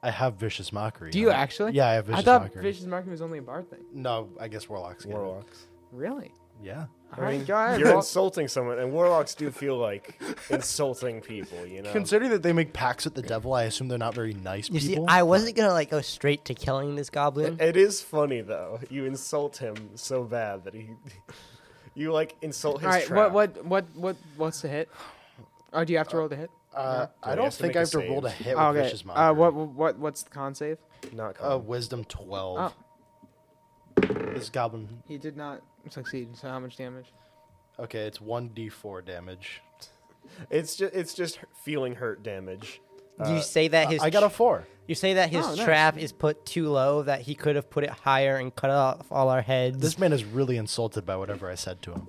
Speaker 4: I have vicious mockery.
Speaker 2: Do you
Speaker 4: I-
Speaker 2: actually?
Speaker 4: Yeah, I have vicious
Speaker 2: I thought
Speaker 4: mockery.
Speaker 2: vicious mockery was only a bard thing.
Speaker 4: no, I guess warlocks. get it.
Speaker 1: Warlocks.
Speaker 2: Really?
Speaker 4: Yeah.
Speaker 2: All right, guys.
Speaker 1: You're insulting someone, and warlocks do feel like insulting people. You know.
Speaker 4: Considering that they make pacts with the devil, I assume they're not very nice
Speaker 3: You
Speaker 4: people.
Speaker 3: see, I wasn't gonna like go straight to killing this goblin.
Speaker 1: It is funny though. You insult him so bad that he, you like insult his.
Speaker 2: All right.
Speaker 1: trap.
Speaker 2: What what what what what's the hit? Oh, do you have to roll the hit?
Speaker 4: Uh,
Speaker 1: Do
Speaker 4: I
Speaker 1: I
Speaker 4: don't
Speaker 1: have to
Speaker 4: think
Speaker 1: make a
Speaker 4: I have to
Speaker 1: save?
Speaker 4: roll to hit with
Speaker 2: Oh, okay.
Speaker 4: vicious mockery.
Speaker 2: Uh, what what what's the con save?
Speaker 1: Not
Speaker 4: Uh,
Speaker 3: Um,
Speaker 1: common.
Speaker 4: wisdom twelve.
Speaker 2: Oh,
Speaker 3: oh.
Speaker 4: This goblin.
Speaker 2: he did not succeed. So how much damage?
Speaker 4: Okay, it's one d four damage.
Speaker 2: oh.
Speaker 1: it's just it's just feeling hurt damage.
Speaker 3: you say that Uh, his
Speaker 4: Uh, I got a
Speaker 3: tr-
Speaker 4: four.
Speaker 3: you say that his
Speaker 2: Oh, nice.
Speaker 3: trap is put too low that he could have put it higher and cut off all our heads.
Speaker 4: This man is really insulted by whatever I said to him.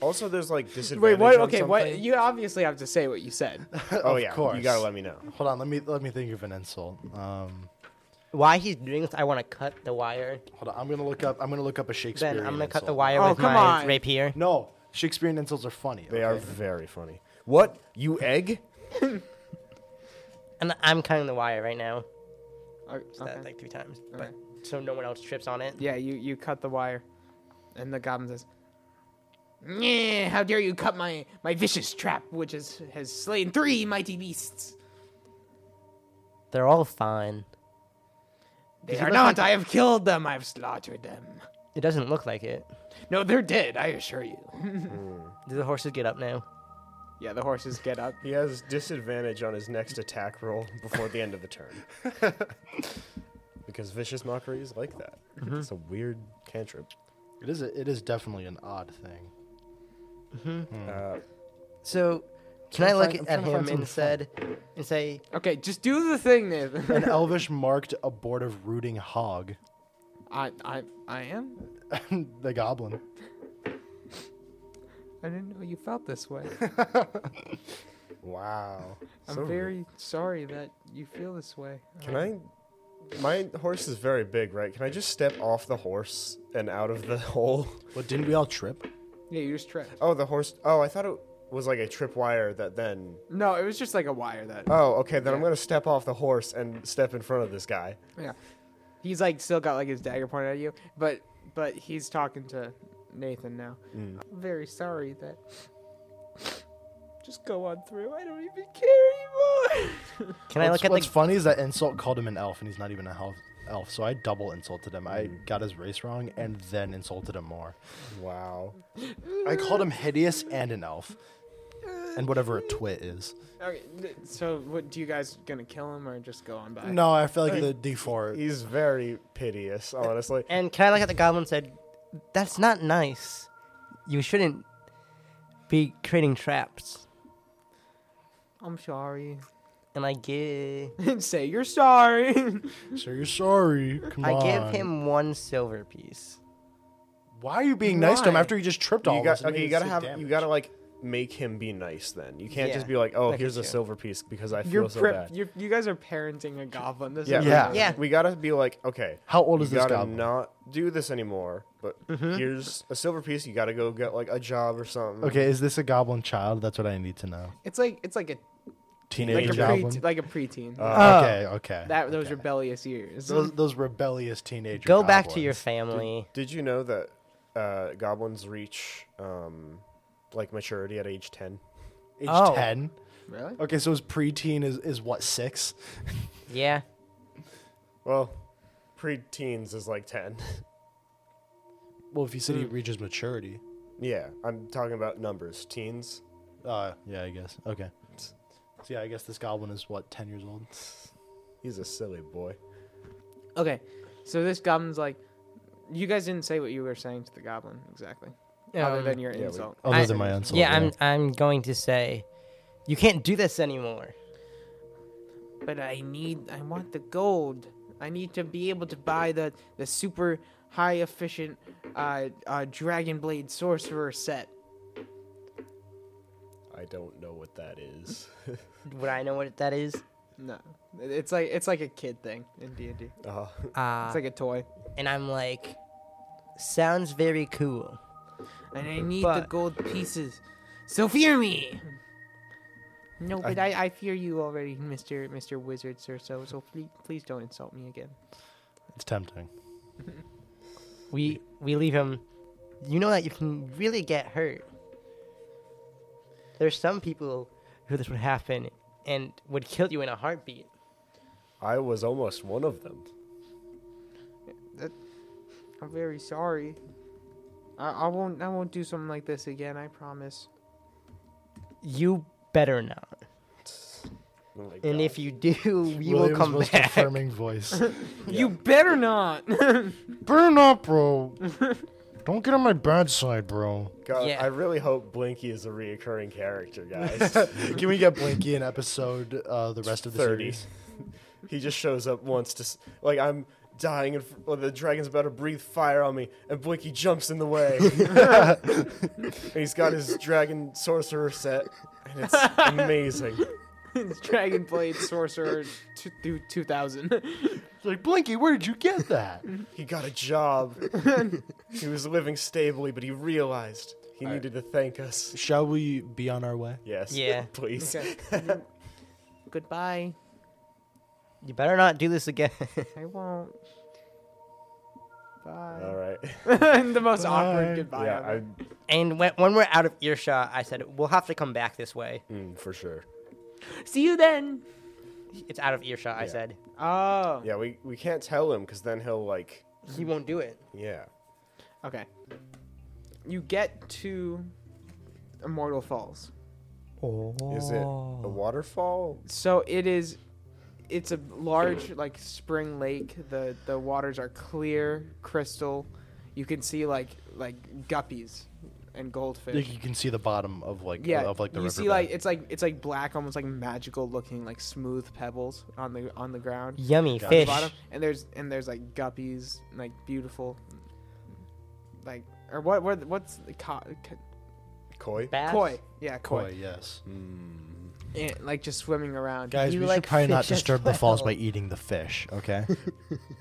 Speaker 1: Also, there's like disadvantage.
Speaker 2: Wait, what?
Speaker 1: on
Speaker 2: Okay, what?
Speaker 1: something.
Speaker 2: You obviously have to say what you said.
Speaker 1: oh
Speaker 4: Of
Speaker 1: yeah,
Speaker 4: course.
Speaker 1: you gotta let me know.
Speaker 4: Hold on, let me let me think of an insult. Um,
Speaker 3: Why he's doing this? I want to cut the wire.
Speaker 4: hold on, I'm gonna look up. I'm gonna look up a Shakespearean.
Speaker 3: Then I'm gonna cut the
Speaker 4: insult.
Speaker 3: wire
Speaker 2: Oh,
Speaker 3: with
Speaker 2: come
Speaker 3: my
Speaker 2: on.
Speaker 3: rapier.
Speaker 4: No, Shakespearean insults are funny.
Speaker 1: They are
Speaker 4: okay?
Speaker 1: very funny. What you egg?
Speaker 3: And I'm cutting the wire right now.
Speaker 2: Oh,
Speaker 3: So
Speaker 2: okay.
Speaker 3: that, like three times,
Speaker 2: Okay.
Speaker 3: but so no one else trips on it.
Speaker 2: Yeah, you you cut the wire, and the goblin says, "Yeah, how dare you cut my my vicious trap, which has has slain three mighty beasts."
Speaker 3: They're all fine.
Speaker 2: They
Speaker 3: he
Speaker 2: are
Speaker 3: look
Speaker 2: not. I have killed them. I have slaughtered them.
Speaker 3: It doesn't look like it.
Speaker 2: No, they're dead. I assure you.
Speaker 3: Do the horses get up now?
Speaker 2: yeah, the horses get up.
Speaker 1: He has disadvantage on his next attack roll before the end of the turn. because vicious mockery is like that. It's a weird cantrip.
Speaker 4: It is. A, it is definitely an odd thing.
Speaker 1: Uh,
Speaker 3: So, can
Speaker 4: I'm
Speaker 3: I look
Speaker 4: trying-
Speaker 3: at
Speaker 4: I'm trying to find
Speaker 3: him
Speaker 4: something fun.
Speaker 3: and said, and say,
Speaker 2: Okay, just do the thing, Nathan.
Speaker 4: An elvish marked abortive rooting hog.
Speaker 2: I I I am.
Speaker 4: the goblin.
Speaker 2: I didn't know you felt this way.
Speaker 1: wow.
Speaker 2: I'm
Speaker 1: So rude.
Speaker 2: very sorry that you feel this way.
Speaker 1: Can I? My horse is very big, right? Can I just step off the horse and out of the hole?
Speaker 4: What didn't we all trip?
Speaker 2: Yeah, you just tripped.
Speaker 1: Oh, the horse. Oh, I thought it was like a tripwire that then.
Speaker 2: No, it was just like a wire that.
Speaker 1: Oh, okay. Then I'm
Speaker 2: Yeah.
Speaker 1: gonna step off the horse and step in front of this guy.
Speaker 2: Yeah, he's like still got like his dagger pointed at you, but but he's talking to Nathan now. I'm very sorry that. Just go on through. I don't even care anymore.
Speaker 3: can I
Speaker 4: what's
Speaker 3: look at
Speaker 4: what's
Speaker 3: the?
Speaker 4: funny is that insult called him an elf, and he's not even a elf. Elf, so I double insulted him. I got his race wrong, and then insulted him more.
Speaker 1: Wow.
Speaker 4: I called him hideous and an elf, and whatever a twit is.
Speaker 2: okay, n- so what do you guys gonna kill him or just go on by?
Speaker 4: No, I feel like the D four.
Speaker 1: He's very piteous, honestly.
Speaker 3: And can I look at the goblin and said, that's not nice. You shouldn't be creating traps.
Speaker 2: I'm sorry.
Speaker 3: And I give,
Speaker 2: Say you're sorry.
Speaker 4: So you're sorry. Come
Speaker 3: I
Speaker 4: on.
Speaker 3: give him one silver piece.
Speaker 4: Why are you being nice to him
Speaker 2: Why?
Speaker 4: after you just tripped all
Speaker 1: You
Speaker 4: of us?
Speaker 1: got
Speaker 4: and
Speaker 1: okay.
Speaker 4: made
Speaker 1: You
Speaker 4: us
Speaker 1: gotta
Speaker 4: take
Speaker 1: have. You
Speaker 4: damage?
Speaker 1: gotta like make him be nice. Then you can't
Speaker 3: Yeah.
Speaker 1: just be like, oh,
Speaker 3: Look
Speaker 1: here's
Speaker 3: at
Speaker 1: a
Speaker 3: you.
Speaker 1: silver piece because I feel
Speaker 2: you're
Speaker 1: so
Speaker 2: prep.
Speaker 1: bad.
Speaker 2: You're, you guys are parenting a goblin. This
Speaker 1: Yeah,
Speaker 2: is
Speaker 4: Yeah.
Speaker 3: Yeah.
Speaker 1: We gotta be like, okay,
Speaker 4: How old
Speaker 1: you
Speaker 4: is this
Speaker 1: gotta
Speaker 4: goblin? Mm-hmm.
Speaker 1: not do this anymore. But here's a silver piece. You gotta go get like a job or something.
Speaker 4: Okay, is this a goblin child? That's what I need to know.
Speaker 2: It's like it's like a
Speaker 4: Teenage
Speaker 2: like a
Speaker 4: goblin.
Speaker 2: pre like a preteen.
Speaker 4: okay, okay.
Speaker 2: that those rebellious years.
Speaker 4: Ah. those, those rebellious teenagers.
Speaker 3: Go back to your family.
Speaker 1: Did you know that uh, goblins reach um, like maturity at age ten?
Speaker 4: age
Speaker 3: Oh.
Speaker 4: ten.
Speaker 2: really?
Speaker 4: Okay, so his preteen is is what six?
Speaker 3: Yeah.
Speaker 1: Well, pre-teens is like ten.
Speaker 4: Well, if you said he reaches maturity,
Speaker 1: yeah, I'm talking about numbers. Teens.
Speaker 4: uh, yeah, I guess. Okay. So yeah, I guess this goblin is what ten years old.
Speaker 1: He's a silly boy.
Speaker 2: Okay, so this goblin's like, you guys didn't say what you were saying to the goblin exactly, other
Speaker 3: Um,
Speaker 2: than your
Speaker 1: yeah, we-
Speaker 2: insult.
Speaker 4: Other
Speaker 3: I-
Speaker 4: than Oh, my insult.
Speaker 3: yeah, I'm I'm going to say, you can't do this anymore.
Speaker 2: But I need, I want the gold. I need to be able to buy the the super high efficient uh, uh, dragon blade sorcerer set.
Speaker 1: I don't know what that is.
Speaker 3: Would I know what that is?
Speaker 2: No, it's like it's like a kid thing in D and D.
Speaker 1: Uh,
Speaker 3: Uh,
Speaker 2: It's like a toy.
Speaker 3: and I'm like, sounds very cool.
Speaker 2: And I need the
Speaker 3: But-
Speaker 2: gold pieces. So fear me. No, but I, I fear you already, Mister Mister Wizard, sir. So so please, please don't insult me again.
Speaker 4: It's tempting.
Speaker 3: We we leave him. You know that you can really get hurt. There's some people who this would happen and would kill you in a heartbeat.
Speaker 1: I was almost one of them.
Speaker 2: I'm very sorry. I, I won't I won't do something like this again. I promise.
Speaker 3: You better not.
Speaker 1: Oh my
Speaker 3: And
Speaker 1: God.
Speaker 3: if you do, we will
Speaker 4: William's
Speaker 3: come
Speaker 4: most
Speaker 3: back.
Speaker 4: affirming voice.
Speaker 2: You better not.
Speaker 4: Burn up, bro. Don't get on my bad side, bro.
Speaker 1: God,
Speaker 3: Yeah.
Speaker 1: I really hope Blinky is a reoccurring character, guys.
Speaker 4: Can we get Blinky in episode uh, the rest of the
Speaker 1: Thirty.
Speaker 4: series?
Speaker 1: he just shows up once to s- like I'm dying and f- well, the dragon's about to breathe fire on me, and Blinky jumps in the way. and he's got his dragon sorcerer set, and it's amazing.
Speaker 2: it's Dragon Blade Sorcerer two, through 2000.
Speaker 4: It's like Blinky, where did you get that?
Speaker 1: He got a job. he was living stably, but he realized he needed to thank us.
Speaker 4: Shall we be on our way?
Speaker 1: Yes.
Speaker 3: Yeah.
Speaker 1: Please.
Speaker 2: Okay. Goodbye.
Speaker 3: You better not do this again.
Speaker 2: I won't. Bye.
Speaker 1: All right.
Speaker 2: the most
Speaker 4: Bye.
Speaker 2: awkward goodbye.
Speaker 1: yeah,
Speaker 2: ever.
Speaker 1: I,
Speaker 3: and when, when we're out of earshot, I said we'll have to come back this way.
Speaker 1: mm, for sure.
Speaker 2: See you then.
Speaker 3: It's out of earshot. I
Speaker 1: Yeah.
Speaker 3: said
Speaker 2: Oh.
Speaker 1: Yeah, we, we can't tell him because then he'll like,
Speaker 3: he won't do it.
Speaker 1: yeah.
Speaker 2: Okay. You get to Immortal Falls.
Speaker 3: Oh.
Speaker 1: Is it a waterfall?
Speaker 2: So it is it's a large like spring lake. The the waters are clear, crystal. You can see like like guppies and
Speaker 4: Like,
Speaker 2: goldfish.
Speaker 4: you can see the bottom of like
Speaker 2: Yeah,
Speaker 4: of like the
Speaker 2: you
Speaker 4: river.
Speaker 2: see like it's like it's like black, almost like magical looking, like smooth pebbles on the on the ground.
Speaker 3: Yummy
Speaker 4: Got it.
Speaker 2: at the
Speaker 3: fish.
Speaker 2: bottom, and there's and there's like guppies, like beautiful, like or what what what's the co- co-
Speaker 1: Koi? Hmm,
Speaker 3: Bass?
Speaker 2: koi? Yeah, koi.
Speaker 4: Koi, yes.
Speaker 2: And, like just swimming around.
Speaker 4: Guys,
Speaker 3: You
Speaker 4: we
Speaker 3: like
Speaker 4: should probably not
Speaker 3: fish as
Speaker 4: disturb the falls by
Speaker 3: well.
Speaker 4: eating the fish, okay?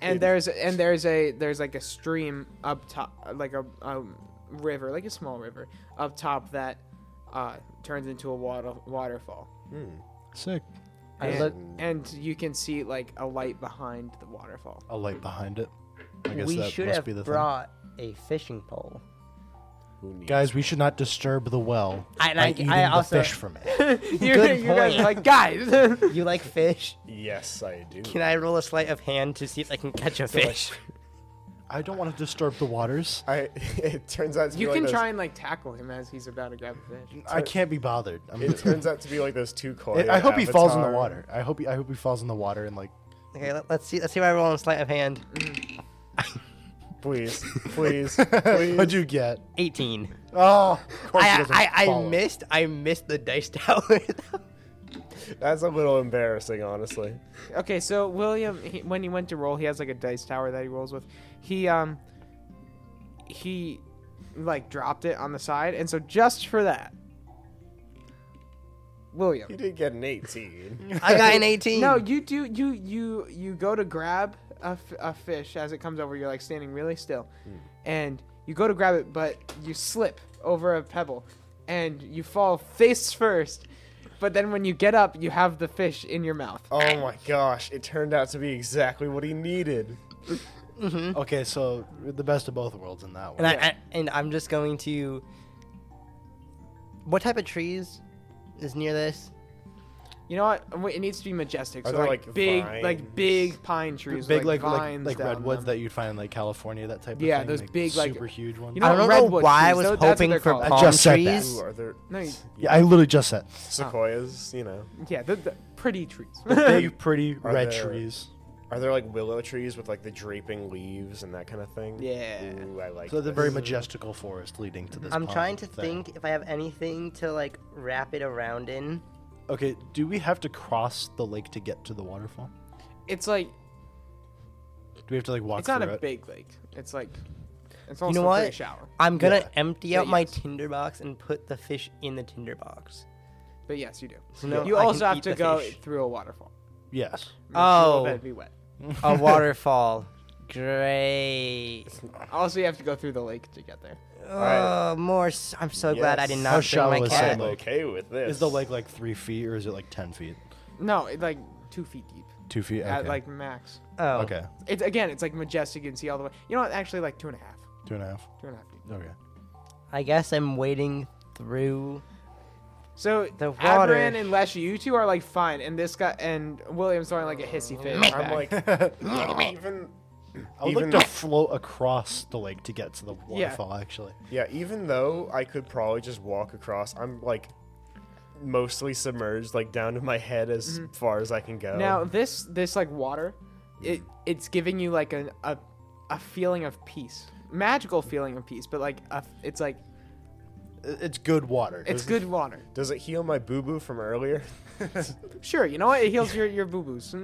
Speaker 2: and there's and there's a there's like a stream up top, like a um, river, like a small river up top that uh, turns into a water waterfall.
Speaker 4: Sick.
Speaker 3: I
Speaker 2: And,
Speaker 3: look-
Speaker 2: and you can see like a light behind the waterfall.
Speaker 4: A light behind it. I guess
Speaker 3: we
Speaker 4: that
Speaker 3: should
Speaker 4: must
Speaker 3: have
Speaker 4: be the
Speaker 3: brought a fishing pole.
Speaker 1: Who
Speaker 4: thing.
Speaker 1: needs-
Speaker 4: Guys, we should not disturb the well
Speaker 3: I- and
Speaker 4: by
Speaker 3: I-
Speaker 4: eating
Speaker 3: I
Speaker 4: the
Speaker 3: also-
Speaker 4: fish from it.
Speaker 2: You're,
Speaker 3: Good
Speaker 2: you guys are
Speaker 3: point.
Speaker 2: like guys.
Speaker 3: You like fish?
Speaker 1: Yes, I do.
Speaker 3: Can I roll a sleight of hand to see if I can catch a fish?
Speaker 4: I don't want to disturb the waters.
Speaker 1: I, it turns out to
Speaker 2: you
Speaker 1: be
Speaker 2: can
Speaker 1: like
Speaker 2: try and like tackle him as he's about to grab a fish.
Speaker 4: I can't be bothered. I'm
Speaker 1: Those, it turns out to be like those two koi.
Speaker 4: I hope he falls in the
Speaker 1: Avatar.
Speaker 4: water. I hope he, I hope he falls in the water and like
Speaker 3: Okay, let, us see. Let's see what I roll on sleight of hand.
Speaker 1: Please, please, please.
Speaker 4: What'd you get?
Speaker 3: Eighteen.
Speaker 4: Oh,
Speaker 3: I I, I, I missed. I missed the dice tower.
Speaker 1: That's a little embarrassing, honestly.
Speaker 2: Okay, so William, he, when he went to roll, he has like a dice tower that he rolls with. He um, he like dropped it on the side, and so just for that, William.
Speaker 1: He did get an 18.
Speaker 3: I got an eighteen.
Speaker 2: No, you do you you you go to grab a, f- a fish as it comes over. You're like standing really still, and you go to grab it, but you slip over a pebble, and you fall face first. But then when you get up, you have the fish in your mouth.
Speaker 1: Oh my gosh, it turned out to be exactly what he needed.
Speaker 4: Mm-hmm. Okay, so the best of both worlds in that one.
Speaker 3: and I, I and I'm just going to. What type of trees is near this?
Speaker 2: You know what? Um, wait, It needs to be majestic.
Speaker 1: Are
Speaker 2: So
Speaker 1: there,
Speaker 2: like,
Speaker 1: like,
Speaker 2: big,
Speaker 1: vines?
Speaker 2: like big pine trees,
Speaker 4: big like like,
Speaker 2: vines
Speaker 4: like
Speaker 2: down
Speaker 4: redwoods
Speaker 2: them.
Speaker 4: that you'd find in like California, that type
Speaker 2: Yeah,
Speaker 4: of thing.
Speaker 2: those
Speaker 4: like,
Speaker 2: big, like-
Speaker 4: super huge ones.
Speaker 2: You know-
Speaker 3: I
Speaker 2: No,
Speaker 3: don't know
Speaker 2: redwood
Speaker 3: why I
Speaker 2: trees,
Speaker 3: was
Speaker 2: though, that's what
Speaker 3: hoping
Speaker 2: they're
Speaker 3: for
Speaker 2: called. I
Speaker 3: palm
Speaker 4: just said that.
Speaker 3: trees.
Speaker 1: Ooh, are there
Speaker 2: No, you-
Speaker 4: yeah, I literally just said
Speaker 1: sequoias? You know,
Speaker 2: yeah, the, the pretty trees.
Speaker 4: big, pretty
Speaker 1: Are
Speaker 4: red
Speaker 1: there-
Speaker 4: trees.
Speaker 1: are there like willow trees with like the draping leaves and that kind of thing?
Speaker 2: Yeah.
Speaker 1: Ooh, I like.
Speaker 4: So the
Speaker 1: this.
Speaker 4: very majestical forest leading to this.
Speaker 3: I'm
Speaker 4: pond
Speaker 3: trying to
Speaker 4: thing.
Speaker 3: think if I have anything to like wrap it around in.
Speaker 4: Okay, do we have to cross the lake to get to the waterfall?
Speaker 2: it's like
Speaker 4: Do we have to like walk
Speaker 2: it's not
Speaker 4: through
Speaker 2: a
Speaker 4: it?
Speaker 2: big lake. It's like it's
Speaker 3: You
Speaker 2: also
Speaker 3: know
Speaker 2: pretty
Speaker 3: what?
Speaker 2: shallow.
Speaker 3: I'm gonna
Speaker 4: Yeah.
Speaker 3: empty
Speaker 2: Yeah,
Speaker 3: out my
Speaker 2: yes.
Speaker 3: tinder box and put the fish in the tinder box.
Speaker 2: But yes, you do.
Speaker 3: So now
Speaker 2: you
Speaker 3: I can
Speaker 2: also have
Speaker 3: eat
Speaker 2: to
Speaker 3: the
Speaker 2: go
Speaker 3: fish.
Speaker 2: through a waterfall.
Speaker 4: yes.
Speaker 3: Oh.
Speaker 2: that'd be wet.
Speaker 3: A waterfall. Great.
Speaker 2: Also, you have to go through the lake to get there.
Speaker 1: right.
Speaker 3: Oh, more. s- I'm so glad I did
Speaker 1: Yes.
Speaker 3: not
Speaker 4: How
Speaker 3: bring
Speaker 4: shallow
Speaker 3: my
Speaker 4: is
Speaker 3: cat.
Speaker 1: I'm
Speaker 4: that? Like-
Speaker 1: okay with this.
Speaker 4: Is the lake like three feet or is it like ten feet?
Speaker 2: No, it, like two feet deep
Speaker 4: Two feet. Okay.
Speaker 2: at like max.
Speaker 3: Oh,
Speaker 4: okay,
Speaker 2: It's again, it's like majestic. You can see all the way. You know what? Actually, like two and a half.
Speaker 4: two and a half.
Speaker 2: Two and a half deep.
Speaker 4: Okay.
Speaker 3: I guess I'm wading through.
Speaker 2: So
Speaker 3: The water.
Speaker 2: Adran and Leshy, you two are like fine, and this guy and William's throwing like a hissy fit.
Speaker 1: I'm
Speaker 2: back.
Speaker 1: like even
Speaker 4: I would
Speaker 1: Even-
Speaker 4: like to float across the lake to get to the waterfall. Actually,
Speaker 1: yeah. Even though I could probably just walk across, I'm like mostly submerged, like down to my head as far as I can go.
Speaker 2: now this this like water, it it's giving you like an, a a feeling of peace, magical feeling of peace, but like a, it's like
Speaker 4: I- it's good water.
Speaker 2: it's good water.
Speaker 1: does it heal my boo boo from earlier?
Speaker 2: Sure, you know what? It heals your your boo boos.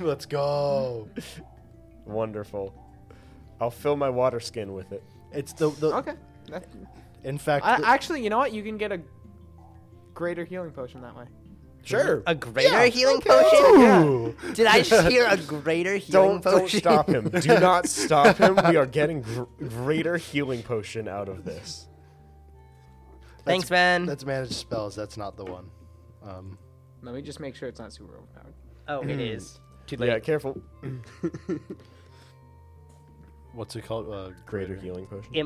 Speaker 4: Let's go.
Speaker 1: Wonderful. I'll fill my water skin with it.
Speaker 4: It's the, the
Speaker 2: okay. That,
Speaker 4: In fact,
Speaker 2: I,
Speaker 4: the-
Speaker 2: actually, you know what? You can get a greater healing potion that way.
Speaker 1: Sure.
Speaker 3: A greater healing potion?
Speaker 4: Ooh.
Speaker 3: Did I just hear a greater healing
Speaker 1: Don't, don't
Speaker 3: potion?
Speaker 1: stop him. Do not stop him. We are getting gr- greater healing potion out of this.
Speaker 3: Thanks, man.
Speaker 4: That's managed spells. That's not the one. Um,
Speaker 2: Let me just make sure it's not super overpowered.
Speaker 3: oh, it is. Too
Speaker 1: Yeah,
Speaker 3: late.
Speaker 1: careful.
Speaker 4: what's it called? Uh,
Speaker 1: Greater healing potion.
Speaker 3: Yeah,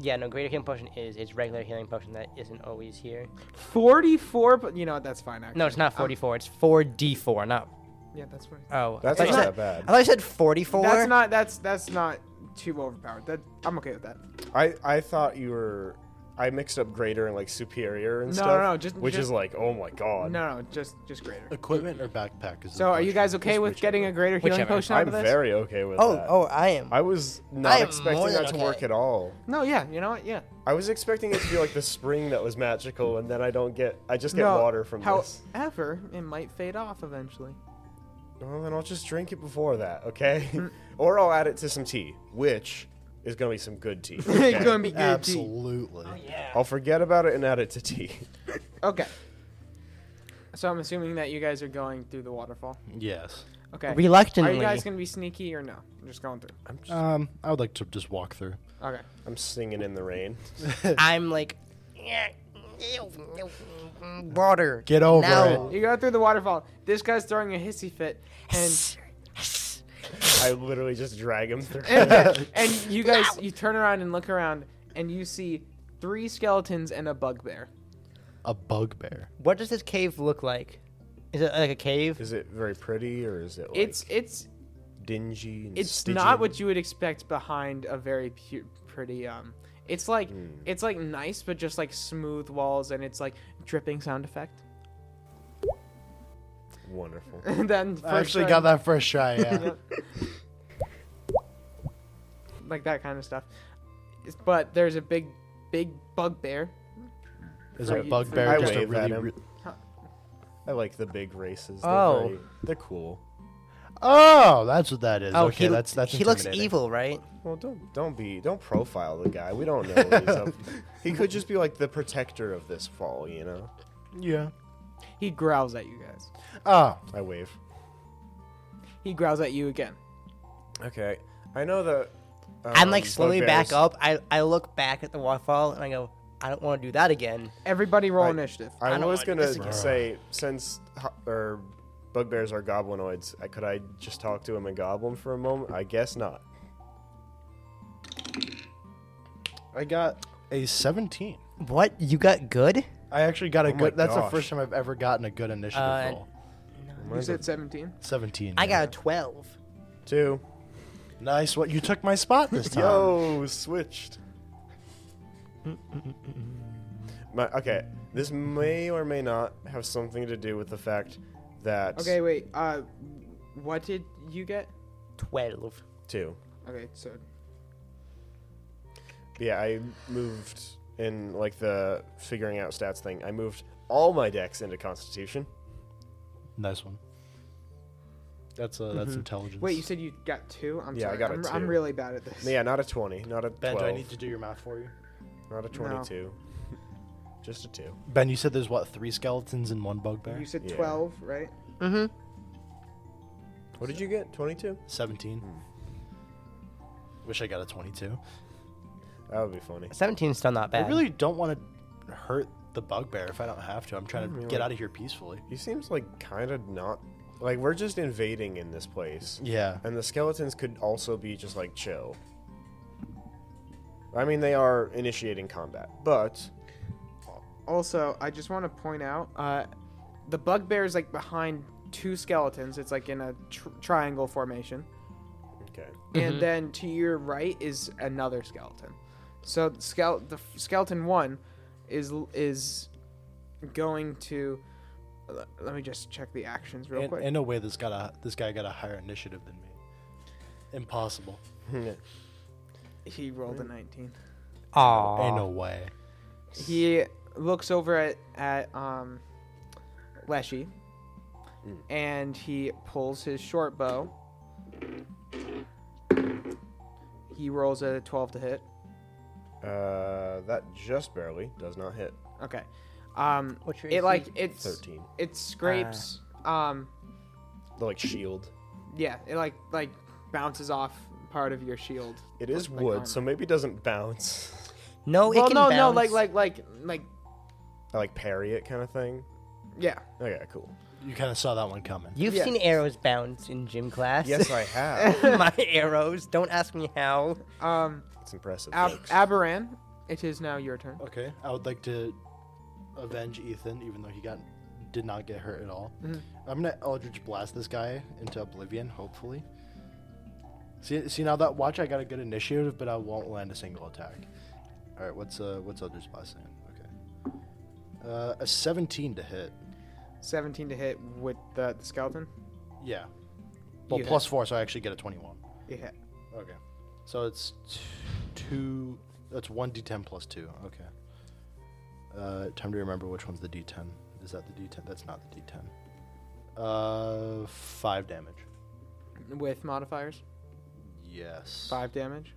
Speaker 3: yeah, no, greater healing potion is it's regular healing potion that isn't always here.
Speaker 2: Forty-four, but you know what? That's fine. Actually.
Speaker 3: No, it's not 44. it's 4d4, not.
Speaker 2: Yeah, that's fine.
Speaker 3: Oh,
Speaker 1: That's
Speaker 3: I thought you
Speaker 1: not
Speaker 3: said-
Speaker 1: that bad.
Speaker 3: I thought you said 44.
Speaker 2: That's not. That's that's not too overpowered. That I'm okay with that.
Speaker 1: I, I thought you were. I mixed up greater and like superior and
Speaker 2: No,
Speaker 1: stuff.
Speaker 2: no, no, just-
Speaker 1: which
Speaker 2: just-
Speaker 1: is like, oh my god.
Speaker 2: No, no, just just greater.
Speaker 4: Equipment or backpack is. the
Speaker 2: So, are you
Speaker 4: question.
Speaker 2: guys okay
Speaker 4: Just
Speaker 2: with getting a
Speaker 4: whichever.
Speaker 2: greater healing
Speaker 3: Whichever.
Speaker 2: potion out
Speaker 1: I'm
Speaker 2: of this?
Speaker 1: very okay with
Speaker 3: Oh,
Speaker 1: that.
Speaker 3: oh, I am.
Speaker 1: I was
Speaker 3: I
Speaker 1: not
Speaker 3: am more
Speaker 1: expecting
Speaker 3: than
Speaker 1: that to
Speaker 3: okay.
Speaker 1: work at all.
Speaker 2: No, yeah, you know what? Yeah.
Speaker 1: I was expecting it to be like the spring that was magical, and then I don't get. I just get
Speaker 2: no,
Speaker 1: water from this.
Speaker 2: However, it might fade off eventually.
Speaker 1: Well, then I'll just drink it before that, okay?
Speaker 2: Mm.
Speaker 1: or I'll add it to some tea, which is gonna be some good tea.
Speaker 2: it's
Speaker 1: okay?
Speaker 2: gonna be good. tea.
Speaker 4: Absolutely.
Speaker 1: I'll forget about it and add it to tea.
Speaker 2: Okay. So I'm assuming that you guys are going through the waterfall.
Speaker 4: Yes.
Speaker 2: Okay. Are
Speaker 3: Reluctantly.
Speaker 2: you guys gonna be sneaky or no? I'm just going through.
Speaker 1: I'm, just,
Speaker 4: Um, I would like to just walk through.
Speaker 2: Okay.
Speaker 1: I'm singing in the rain.
Speaker 3: I'm like, water.
Speaker 4: Get over
Speaker 3: No.
Speaker 4: it.
Speaker 2: You go through the waterfall. This guy's throwing a hissy fit, and
Speaker 1: I literally just drag him through.
Speaker 2: and you guys you turn around and look around, and you see three skeletons and a bugbear.
Speaker 4: A bugbear.
Speaker 3: What does this cave look like? Is it like a cave?
Speaker 1: is it very pretty or is it like
Speaker 2: It's it's
Speaker 1: dingy? And
Speaker 2: it's
Speaker 1: stingy?
Speaker 2: not what you would expect behind a very pu- pretty um. It's like it's like nice, but just like smooth walls, and it's like dripping sound effect.
Speaker 1: Wonderful.
Speaker 2: And then first
Speaker 4: I actually
Speaker 2: one,
Speaker 4: got that first try. Yeah.
Speaker 2: like that kind of stuff. It's- But there's a big big bugbear.
Speaker 4: is
Speaker 2: Throw
Speaker 4: a
Speaker 2: you-
Speaker 4: bugbear
Speaker 2: throw you
Speaker 4: just a
Speaker 1: wave at
Speaker 4: really?
Speaker 1: him.
Speaker 4: re-
Speaker 1: I like the big races. They're
Speaker 3: Oh.
Speaker 1: very- they're cool.
Speaker 4: oh, that's what that is.
Speaker 3: Oh,
Speaker 4: okay,
Speaker 3: he,
Speaker 4: that's that's.
Speaker 3: he looks
Speaker 4: intimidating.
Speaker 3: evil, right?
Speaker 1: Well, don't don't be don't profile the guy. We don't know what he's up. He could just be like the protector of this fall, you know.
Speaker 4: Yeah.
Speaker 2: He growls at you guys.
Speaker 4: Oh,
Speaker 1: I wave.
Speaker 2: He growls at you again.
Speaker 1: Okay, I know that.
Speaker 3: I'm
Speaker 1: um,
Speaker 3: like slowly
Speaker 1: bugbears-
Speaker 3: back up. I, I look back at the waterfall and I go, I don't want to do that again.
Speaker 2: Everybody roll
Speaker 1: Right.
Speaker 2: initiative.
Speaker 1: I,
Speaker 3: don't
Speaker 1: was
Speaker 3: wanna do
Speaker 1: gonna
Speaker 3: this again.
Speaker 1: say since ho- or bugbears are goblinoids, I, could I just talk to him in goblin for a moment? I guess not.
Speaker 4: I got a seventeen.
Speaker 3: What? You got good?
Speaker 4: I actually got a
Speaker 1: my
Speaker 4: good. That's the
Speaker 1: gosh.
Speaker 4: first time I've ever gotten a good initiative
Speaker 3: Uh,
Speaker 4: roll.
Speaker 2: You
Speaker 1: Mine's
Speaker 2: said 17?
Speaker 4: 17.
Speaker 3: I
Speaker 4: yeah.
Speaker 3: got a 12.
Speaker 1: a two.
Speaker 4: Nice. What you took my spot this time.
Speaker 1: Yo, switched. My, okay, this may or may not have something to do with the fact that
Speaker 2: Okay, wait. Uh, what did you get?
Speaker 3: 12.
Speaker 1: two.
Speaker 2: Okay, so
Speaker 1: Yeah, I moved in like the figuring out stats thing. I moved all my decks into Constitution.
Speaker 4: Nice one. That's uh, that's intelligence.
Speaker 2: wait. You said you got two. I'm
Speaker 1: Yeah, I
Speaker 2: sorry.
Speaker 1: got a
Speaker 2: I'm, I'm
Speaker 1: two.
Speaker 2: really bad at this.
Speaker 1: Yeah, not a twenty, not a
Speaker 4: Ben,
Speaker 1: twelve,
Speaker 4: do I need to do your math for you?
Speaker 1: not a twenty-two, just a two.
Speaker 4: Ben, you said there's what three skeletons and one bugbear.
Speaker 2: You said
Speaker 1: Yeah.
Speaker 2: 12, right?
Speaker 3: Mm-hmm.
Speaker 1: What did you get? Twenty-two.
Speaker 4: Seventeen. Wish I got a twenty-two.
Speaker 1: That would be funny.
Speaker 3: 17 is still not bad.
Speaker 4: I really don't want to hurt the bugbear if I don't have to. I'm trying to
Speaker 1: Mm,
Speaker 4: get
Speaker 1: yeah.
Speaker 4: out of here peacefully.
Speaker 1: He seems like kind of not like we're just invading in this place.
Speaker 4: Yeah.
Speaker 1: And the skeletons could also be just like chill. I mean, they are initiating combat, but
Speaker 2: Also, I just want to point out uh, the bugbear is like behind two skeletons. It's like in a tr- triangle formation.
Speaker 1: okay.
Speaker 2: And then to your right is another skeleton. So the, skele- the f- skeleton one is l- is going to. l- Let me just check the actions real
Speaker 4: In,
Speaker 2: quick.
Speaker 4: in a way, this got a this guy got a higher initiative than me. Impossible.
Speaker 2: he rolled a 19.
Speaker 3: Aw.
Speaker 4: Ain't no way.
Speaker 2: He looks over at at um, Leshy, and he pulls his short bow. He rolls a twelve to hit.
Speaker 1: Uh, that just barely does not hit.
Speaker 2: Okay, um,
Speaker 3: What's your AC?
Speaker 2: it like it's
Speaker 1: 13.
Speaker 2: it scrapes.
Speaker 3: Uh.
Speaker 2: um,
Speaker 1: The, like shield.
Speaker 2: yeah, it like like bounces off part of your shield.
Speaker 1: It is
Speaker 2: like armor.
Speaker 1: wood, so maybe it doesn't bounce.
Speaker 3: No, it
Speaker 2: well,
Speaker 3: can
Speaker 2: no, no,
Speaker 3: bounce.
Speaker 2: like like like like
Speaker 1: I like parry it kind of thing.
Speaker 2: yeah.
Speaker 1: Okay, cool.
Speaker 4: You kind of saw that one coming.
Speaker 3: You've
Speaker 2: Yeah.
Speaker 3: seen arrows bounce in gym class.
Speaker 1: Yes, I have.
Speaker 3: My arrows. Don't ask me how.
Speaker 2: Um,
Speaker 1: It's impressive.
Speaker 2: Ab-
Speaker 1: folks.
Speaker 2: Aberan, it is now your turn.
Speaker 4: Okay, I would like to avenge Ethan, even though he got did not get hurt at all.
Speaker 2: Mm-hmm.
Speaker 4: I'm gonna Eldritch blast this guy into oblivion, hopefully. See, see now that watch, I got a good initiative, but I won't land a single attack. All right, what's uh, what's Eldritch blast saying? Okay, uh, a 17 to hit.
Speaker 2: Seventeen to hit with the, the skeleton.
Speaker 4: Yeah. Well,
Speaker 2: You hit.
Speaker 4: plus four, so I actually get a 21.
Speaker 2: You hit.
Speaker 4: Okay. So it's t- two. That's one d10 plus two. Okay. Uh, time to remember which one's the d10. Is that the d10? That's not the d10. Uh, five damage.
Speaker 2: with modifiers.
Speaker 4: Yes.
Speaker 2: Five damage.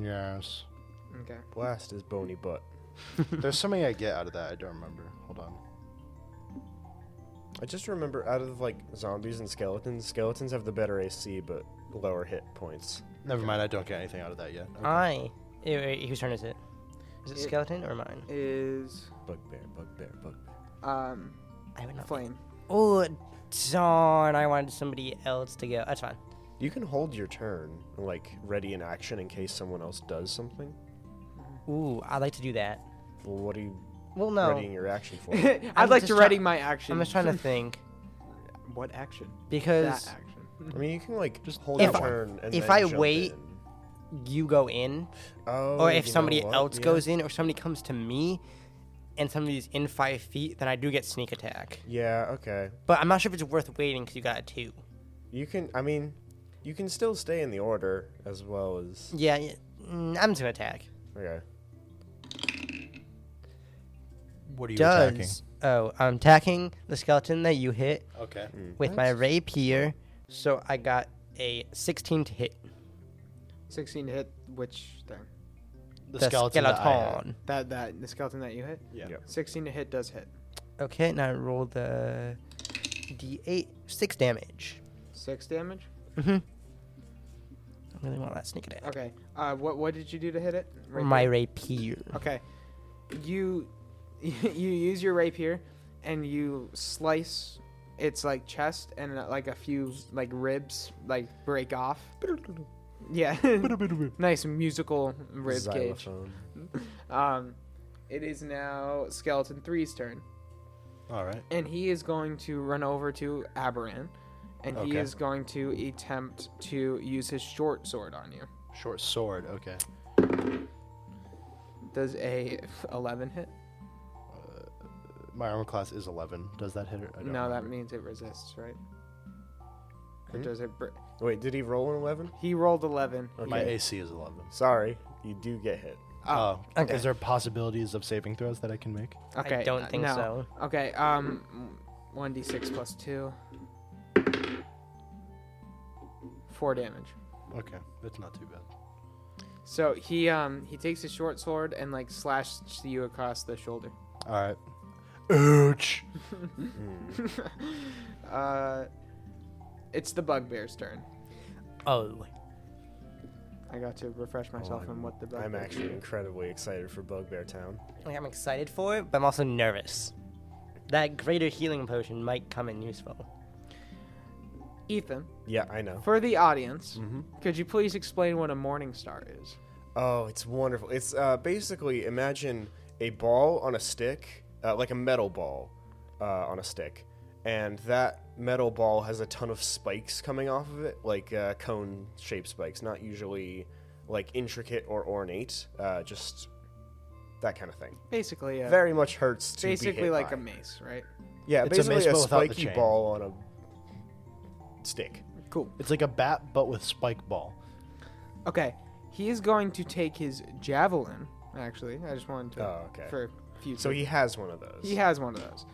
Speaker 4: Yes.
Speaker 2: Okay.
Speaker 1: Blast his bony butt.
Speaker 4: There's something I get out of that. I don't remember. Hold on.
Speaker 1: I just remember out of like zombies and skeletons, skeletons have the better AC but lower hit points.
Speaker 4: Never mind. I don't get anything out of that yet. Okay.
Speaker 3: I. eh, wait, whose turn is it? Is it,
Speaker 2: It-
Speaker 3: skeleton or mine?
Speaker 2: Is
Speaker 1: Bugbear, bugbear, bugbear.
Speaker 2: um
Speaker 3: I would not.
Speaker 2: flame.
Speaker 3: Oh, darn! I wanted somebody else to go. That's fine.
Speaker 1: You can hold your turn, like ready in action in case someone else does something.
Speaker 3: Ooh, I'd like to do that.
Speaker 1: Well, what are you
Speaker 3: Well, no.
Speaker 1: readying your action for?
Speaker 2: I'd
Speaker 3: I'm
Speaker 2: like
Speaker 3: just
Speaker 2: to
Speaker 3: try-
Speaker 2: ready my action.
Speaker 3: I'm just trying to think
Speaker 2: What action? That
Speaker 3: because
Speaker 2: action.
Speaker 1: I mean, you can like just hold
Speaker 3: If
Speaker 1: your
Speaker 3: I-
Speaker 1: turn. And
Speaker 3: if
Speaker 1: then
Speaker 3: I
Speaker 1: jump
Speaker 3: wait-
Speaker 1: in.
Speaker 3: you go in,
Speaker 1: oh,
Speaker 3: or if
Speaker 1: you know
Speaker 3: somebody
Speaker 1: what?
Speaker 3: else
Speaker 1: Yeah.
Speaker 3: goes in, or somebody comes to me, and somebody's in five feet, then I do get sneak attack.
Speaker 1: Yeah. Okay.
Speaker 3: But I'm not sure if it's worth waiting because you got a two.
Speaker 1: You can. I mean, you can still stay in the order as well as.
Speaker 3: Yeah, yeah mm, I'm just gonna attack.
Speaker 1: Okay.
Speaker 4: What are you attacking?
Speaker 3: Does oh, I'm attacking the skeleton that you hit
Speaker 4: Okay.
Speaker 3: with my rapier. So I got a 16 to hit
Speaker 2: Sixteen to hit which thing?
Speaker 4: The,
Speaker 3: the
Speaker 4: skeleton.
Speaker 3: skeleton.
Speaker 4: that I had.
Speaker 2: That that the skeleton that you hit?
Speaker 4: Yeah.
Speaker 1: Yeah.
Speaker 2: Sixteen to hit does hit.
Speaker 3: Okay, and I rolled the d8, six damage. Mm-hmm.
Speaker 2: Six damage?
Speaker 3: I really want that sneak attack.
Speaker 2: Okay. Uh what what did you do to hit it? Rapier?
Speaker 3: My rapier.
Speaker 2: Okay. You you use your rapier and you slice its like chest and uh, like a few like ribs like break off. Yeah. nice musical rib cage.
Speaker 1: Xylophone.
Speaker 2: Um it is now skeleton 3's turn.
Speaker 4: All right.
Speaker 2: and he is going to run over to Aberan, and he
Speaker 4: Okay.
Speaker 2: is going to attempt to use his short sword on you.
Speaker 4: Short sword. Okay.
Speaker 2: Does a 11 hit?
Speaker 4: Uh, My armor class is 11. Does that hit? Or, I
Speaker 2: No,
Speaker 4: don't
Speaker 2: that
Speaker 4: remember. Hmm?
Speaker 2: means it resists, right? Or does it? Br-
Speaker 1: Wait, did he roll an 11?
Speaker 2: he rolled 11.
Speaker 4: My
Speaker 1: Okay.
Speaker 4: AC is 11.
Speaker 1: Sorry, you do get hit.
Speaker 4: Oh.
Speaker 3: okay.
Speaker 4: Is there possibilities of saving throws that I can make?
Speaker 2: Okay,
Speaker 3: don't
Speaker 2: uh,
Speaker 3: think
Speaker 2: no.
Speaker 3: so.
Speaker 2: Okay, um, 1d6 plus 2. 4 damage.
Speaker 4: Okay. That's not too bad.
Speaker 2: So he um he takes his short sword and like slashes you across the shoulder.
Speaker 4: All right. Ouch.
Speaker 2: Uh, it's the bugbear's turn.
Speaker 3: Oh,
Speaker 2: I got to refresh myself on what the bugbear.
Speaker 1: Oh, I'm actually incredibly excited for Bugbear Town.
Speaker 3: like I'm excited for it, but I'm also nervous. That greater healing potion might come in useful.
Speaker 2: Ethan,
Speaker 1: Yeah, I know.
Speaker 2: for the audience,
Speaker 1: Mm-hmm.
Speaker 2: could you please explain what a morning star is?
Speaker 1: Oh, it's wonderful. It's uh, basically imagine a ball on a stick, uh, like a metal ball uh, on a stick, and that metal ball has a ton of spikes coming off of it, like uh, cone-shaped spikes, not usually like intricate or ornate, uh, just that kind of thing.
Speaker 2: Basically, a,
Speaker 1: Very much hurts to be
Speaker 2: basically
Speaker 1: hit
Speaker 2: like
Speaker 1: by.
Speaker 2: a mace, right?
Speaker 1: yeah,
Speaker 4: It's a
Speaker 1: basically
Speaker 4: mace,
Speaker 1: a,
Speaker 4: but without the
Speaker 1: spiky
Speaker 4: chain.
Speaker 1: ball on a stick.
Speaker 2: Cool.
Speaker 4: It's like a bat, but with spike ball.
Speaker 2: Okay, he is going to take his javelin. Actually, I just wanted to
Speaker 1: Oh, okay.
Speaker 2: for future.
Speaker 1: So he has one of those.
Speaker 2: He has one of those.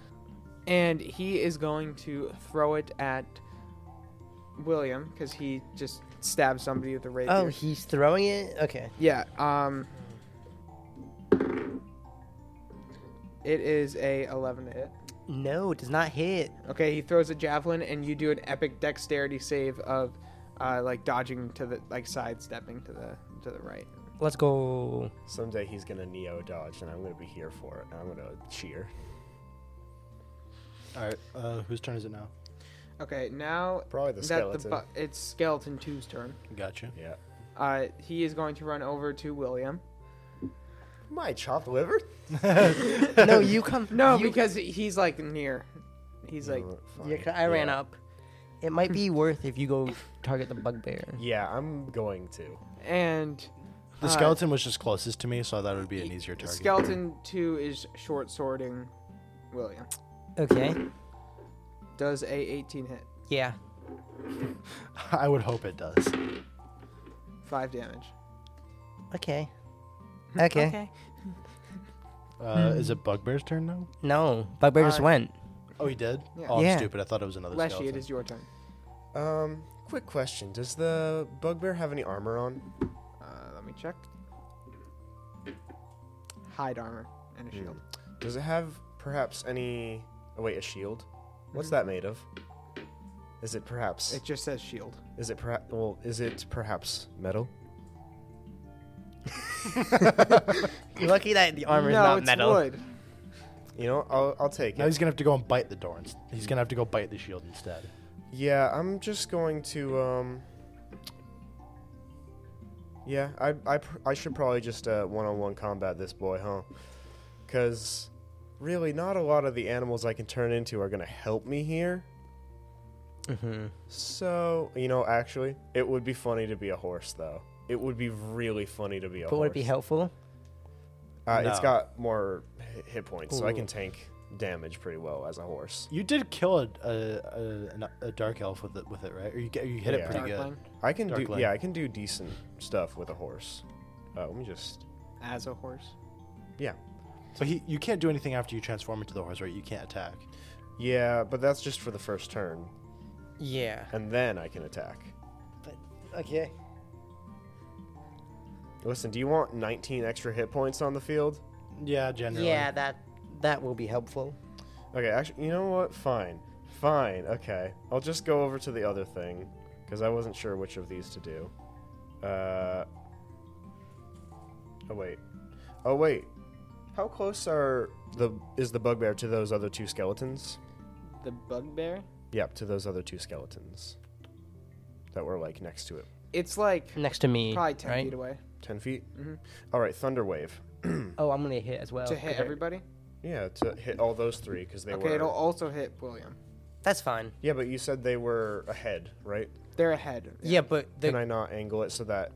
Speaker 2: And he is going to throw it at William because he just stabbed somebody with a rapier.
Speaker 3: Oh, he's throwing it. Okay.
Speaker 2: yeah. Um, it is a 11 to hit.
Speaker 3: No, it does not hit.
Speaker 2: Okay, he throws a javelin, and you do an epic dexterity save of, uh, like dodging to the like sidestepping to the to the right.
Speaker 3: Let's go.
Speaker 1: Someday he's gonna neo dodge, and I'm gonna be here for it, and I'm gonna cheer.
Speaker 4: All right. Uh, whose turn is it now?
Speaker 2: Okay, now
Speaker 1: Probably the
Speaker 2: that the
Speaker 1: skeleton.
Speaker 2: bu- it's skeleton two's turn.
Speaker 4: Gotcha.
Speaker 1: yeah.
Speaker 2: Uh, he is going to run over to William.
Speaker 1: My chopped liver?
Speaker 3: No, you come.
Speaker 2: No,
Speaker 3: you,
Speaker 2: because he's like near. He's like,
Speaker 3: you c- I ran up. It might be worth if you go target the bugbear.
Speaker 1: Yeah, I'm going to.
Speaker 2: and
Speaker 4: The
Speaker 2: Uh,
Speaker 4: skeleton was just closest to me, so I thought it would be an easier target.
Speaker 2: skeleton two is short swording William.
Speaker 3: Okay.
Speaker 2: Does a 18 hit,
Speaker 3: Yeah.
Speaker 4: I would hope it does.
Speaker 2: five damage.
Speaker 3: Okay. Hmm, Okay.
Speaker 4: Uh, Is it Bugbear's turn now?
Speaker 3: No, bugbear just
Speaker 2: Uh,
Speaker 3: went.
Speaker 4: Oh, he did.
Speaker 2: Yeah.
Speaker 4: Oh, I'm
Speaker 3: Yeah.
Speaker 4: stupid. I thought it was another
Speaker 2: Leshy, it
Speaker 4: skeleton.
Speaker 2: is your turn.
Speaker 1: Um, quick question. Does the bugbear have any armor on?
Speaker 2: Uh, let me check. Hide armor and
Speaker 4: Hmm.
Speaker 2: a shield.
Speaker 1: Does it have perhaps any. Oh, wait, a shield? What's that made of? Is it perhaps.
Speaker 2: It just says shield.
Speaker 1: Is it perhaps. Well, is it perhaps metal?
Speaker 3: You're lucky that the armor
Speaker 2: no,
Speaker 3: is not
Speaker 2: it's
Speaker 3: metal.
Speaker 2: wood.
Speaker 1: You know, I'll, I'll take
Speaker 4: Now
Speaker 1: it.
Speaker 4: he's gonna have to go and bite the door. ins- He's gonna have to go bite the shield instead.
Speaker 1: Yeah, I'm just going to. um... Yeah, I, I, pr- I should probably just uh, one-on-one combat this boy, huh? Because really, not a lot of the animals I can turn into are going to help me here.
Speaker 3: Mm-hmm.
Speaker 1: So, you know, actually, it would be funny to be a horse, though. It would be really funny to be a
Speaker 3: But
Speaker 1: horse.
Speaker 3: would it be helpful?
Speaker 1: Uh, It's
Speaker 4: No.
Speaker 1: got more hi- hit points, so I
Speaker 3: Ooh.
Speaker 1: can tank damage pretty well as a horse.
Speaker 4: You did kill a a, a, an- a dark elf with it with it right? Or you get- you hit
Speaker 1: Yeah.
Speaker 4: it pretty good.
Speaker 2: Darkling
Speaker 1: I can
Speaker 4: Dark
Speaker 1: do,
Speaker 4: leg.
Speaker 1: yeah, I can do decent stuff with a horse. Uh, let me just,
Speaker 2: as a horse.
Speaker 1: yeah,
Speaker 4: But he, you can't do anything after you transform into the horse, right? You can't attack.
Speaker 1: Yeah, but that's just for the first turn,
Speaker 3: Yeah.
Speaker 1: and then I can attack.
Speaker 3: But okay.
Speaker 1: Listen, do you want 19 extra hit points on the field?
Speaker 4: Yeah, generally.
Speaker 3: Yeah, that that will be helpful.
Speaker 1: Okay, actually, you know what? Fine. Fine, okay. I'll just go over to the other thing, because I wasn't sure which of these to do. Uh. Oh, wait. Oh, wait. How close are the is the bugbear to those other two skeletons?
Speaker 2: The bugbear.
Speaker 1: Yep, to those other two skeletons that were like next to it.
Speaker 2: It's like
Speaker 3: Next to me.
Speaker 2: probably 10
Speaker 3: right?
Speaker 2: feet away.
Speaker 1: Ten feet. Mm-hmm. All right, thunder wave.
Speaker 3: Oh, I'm gonna hit as well.
Speaker 2: to hit
Speaker 3: Okay.
Speaker 2: everybody?
Speaker 1: Yeah, to hit all those three because they
Speaker 2: okay,
Speaker 1: were.
Speaker 2: it'll also hit William.
Speaker 3: That's fine.
Speaker 1: Yeah, but you said they were ahead, right?
Speaker 2: They're ahead.
Speaker 3: Yeah, but
Speaker 1: Can
Speaker 3: the,
Speaker 1: I not angle it so that?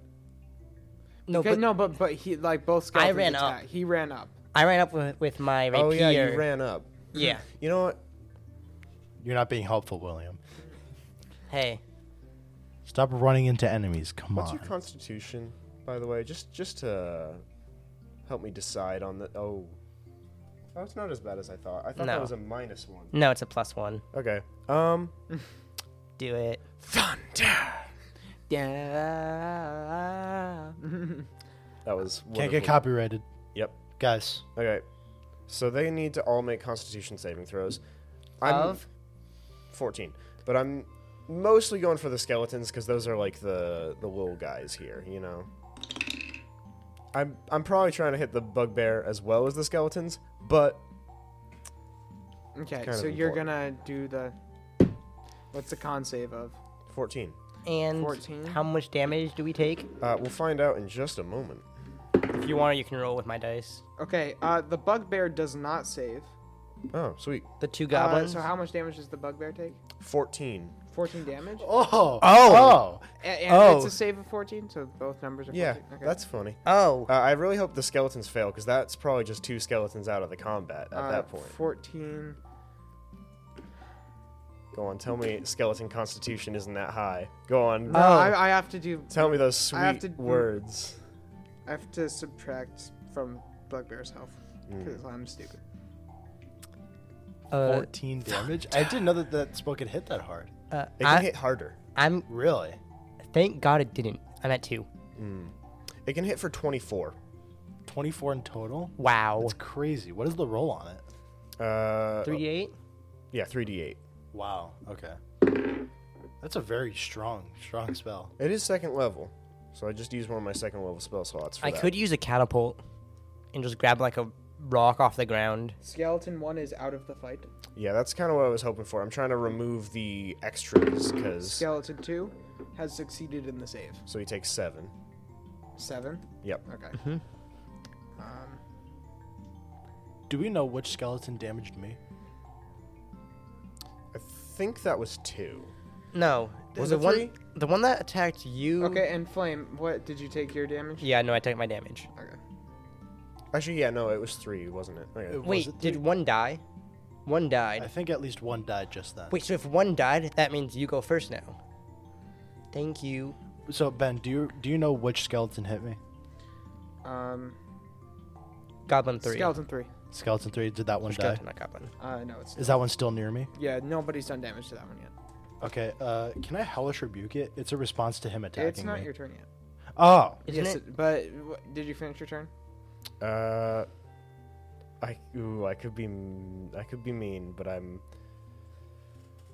Speaker 3: no,
Speaker 2: okay,
Speaker 3: but
Speaker 2: no, but but he like both
Speaker 3: I
Speaker 2: skeletons.
Speaker 3: ran up.
Speaker 2: attack. He ran up.
Speaker 3: I ran up with, with my rapier.
Speaker 1: Oh yeah, you ran up.
Speaker 3: Yeah.
Speaker 1: You know what?
Speaker 4: You're not being helpful, William.
Speaker 3: Hey,
Speaker 4: Stop running into enemies. Come
Speaker 1: What's
Speaker 4: on.
Speaker 1: your constitution, by the way? Just just to help me decide on the. Oh, oh, it's not as bad as I thought. I thought that
Speaker 3: No.
Speaker 1: was a minus one.
Speaker 3: no, it's a plus one.
Speaker 1: Okay. Um.
Speaker 3: Do it.
Speaker 2: Yeah.
Speaker 1: That was.
Speaker 4: Can't get
Speaker 1: wonderful.
Speaker 4: copyrighted,
Speaker 1: Yep.
Speaker 4: guys.
Speaker 1: Okay. So they need to all make Constitution saving throws. I'm
Speaker 3: Of?
Speaker 1: 14, but I'm mostly going for the skeletons because those are like the the little guys here. You know. I'm I'm probably trying to hit the bugbear as well as the skeletons, but
Speaker 2: Okay,
Speaker 1: kind
Speaker 2: so
Speaker 1: of
Speaker 2: you're
Speaker 1: important.
Speaker 2: gonna do the. What's the con save of?
Speaker 1: 14.
Speaker 3: And
Speaker 2: 14.
Speaker 3: how much damage do we take?
Speaker 1: Uh, we'll find out in just a moment.
Speaker 3: If you want, you can roll with my dice.
Speaker 2: Okay, uh, the bugbear does not save.
Speaker 1: Oh, sweet.
Speaker 3: The two
Speaker 2: Uh,
Speaker 3: goblins.
Speaker 2: so how much damage does the bugbear take?
Speaker 1: 14.
Speaker 2: 14 damage.
Speaker 4: Oh.
Speaker 3: Oh.
Speaker 2: A- And
Speaker 3: Oh.
Speaker 2: it's a save of 14, so both numbers are 14.
Speaker 1: Yeah,
Speaker 2: okay.
Speaker 1: that's funny.
Speaker 3: oh,
Speaker 1: Uh, I really hope the skeletons fail because that's probably just two skeletons out of the combat at
Speaker 2: Uh,
Speaker 1: that point.
Speaker 2: 14.
Speaker 3: Oh.
Speaker 1: Go on, tell me skeleton constitution isn't that high. Go on,
Speaker 2: No,
Speaker 3: Uh, Oh.
Speaker 2: I, I have to do.
Speaker 1: tell me those sweet
Speaker 2: I have to-
Speaker 1: words.
Speaker 2: I have to subtract from bugbear's health because
Speaker 1: Hmm.
Speaker 2: I'm stupid.
Speaker 3: uh,
Speaker 4: 14 damage. I didn't know that that spell could hit that hard.
Speaker 3: uh,
Speaker 1: It can
Speaker 3: I,
Speaker 1: hit harder.
Speaker 3: I'm.
Speaker 4: Really?
Speaker 3: Thank God it didn't. I'm at two.
Speaker 1: It can hit for 24.
Speaker 4: 24 in total?
Speaker 3: Wow.
Speaker 4: That's crazy. What is the roll on it?
Speaker 1: Uh,
Speaker 3: Three d eight.
Speaker 1: yeah, 3d8.
Speaker 4: Wow. Okay. That's a very strong, strong spell.
Speaker 1: It is second level, so I just used one of my second level spell slots. For
Speaker 3: I
Speaker 1: that.
Speaker 3: could use a catapult and just grab like a rock off the ground.
Speaker 2: Skeleton 1 is out of the fight.
Speaker 1: Yeah, that's kind of what I was hoping for. I'm trying to remove the extras because
Speaker 2: Skeleton 2 has succeeded in the save.
Speaker 1: so he takes seven.
Speaker 2: 7.
Speaker 1: Yep.
Speaker 2: Okay. Um,
Speaker 4: Do we know which skeleton damaged me?
Speaker 1: I think that was two.
Speaker 3: No.
Speaker 1: Was
Speaker 3: the
Speaker 1: it
Speaker 3: one
Speaker 1: three?
Speaker 3: the one that attacked you?
Speaker 2: okay, and Flame, what did you take your damage?
Speaker 3: Yeah, no, I took my damage.
Speaker 2: Okay.
Speaker 1: Actually, yeah, no, it was three, wasn't it? Oh, Okay.
Speaker 4: It- Was
Speaker 3: Wait, did
Speaker 4: three?
Speaker 3: one die? One died.
Speaker 4: I think at least one died just then.
Speaker 3: Wait, so if one died, that means you go first now. Thank you.
Speaker 4: So Ben, do you do you know which skeleton hit me?
Speaker 2: Um,
Speaker 3: Goblin three.
Speaker 2: Skeleton 3.
Speaker 4: Skeleton three. Did that
Speaker 3: Or
Speaker 4: one die?
Speaker 3: skeleton, not goblin.
Speaker 2: Uh, no, it's.
Speaker 4: Is that one still near me?
Speaker 2: Yeah, nobody's done damage to that one yet.
Speaker 4: Okay. Uh, can I hellish rebuke it? It's a response to him attacking
Speaker 2: it's not
Speaker 4: me.
Speaker 2: your turn yet.
Speaker 4: Oh,
Speaker 3: Isn't
Speaker 2: yes,
Speaker 3: it?
Speaker 2: but w- did you finish your turn?
Speaker 1: Uh, I ooh, I could be m- I could be mean, but I'm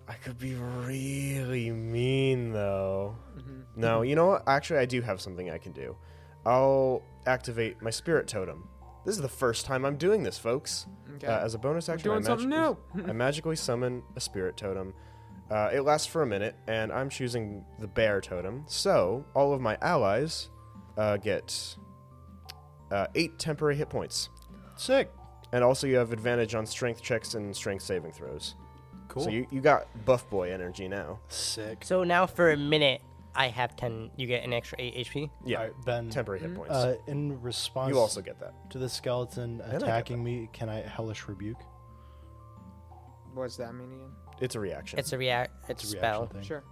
Speaker 1: I could be really mean though. No, you know what? Actually, I do have something I can do. I'll activate my spirit totem. This is the first time I'm doing this, folks.
Speaker 2: Okay.
Speaker 1: Uh, as a bonus action,
Speaker 2: doing
Speaker 1: I,
Speaker 2: something
Speaker 1: magically- I magically summon a spirit totem. Uh, it lasts for a minute, and I'm choosing the bear totem. So all of my allies uh, get uh, eight temporary hit points,
Speaker 4: sick.
Speaker 1: and also you have advantage on strength checks and strength saving throws.
Speaker 4: Cool.
Speaker 1: So you, you got buff boy energy now.
Speaker 4: sick.
Speaker 3: So now for a minute, I have ten. You get an extra eight HP.
Speaker 1: Yeah,
Speaker 4: All right, Ben.
Speaker 1: temporary hit points.
Speaker 4: Uh, in response
Speaker 1: you also get that.
Speaker 4: to the skeleton
Speaker 1: get
Speaker 4: attacking me, can I hellish rebuke?
Speaker 2: What's that mean again?
Speaker 1: It's a reaction.
Speaker 3: It's a react. It's,
Speaker 4: It's
Speaker 3: a
Speaker 4: a reaction
Speaker 3: spell.
Speaker 4: thing.
Speaker 2: Sure.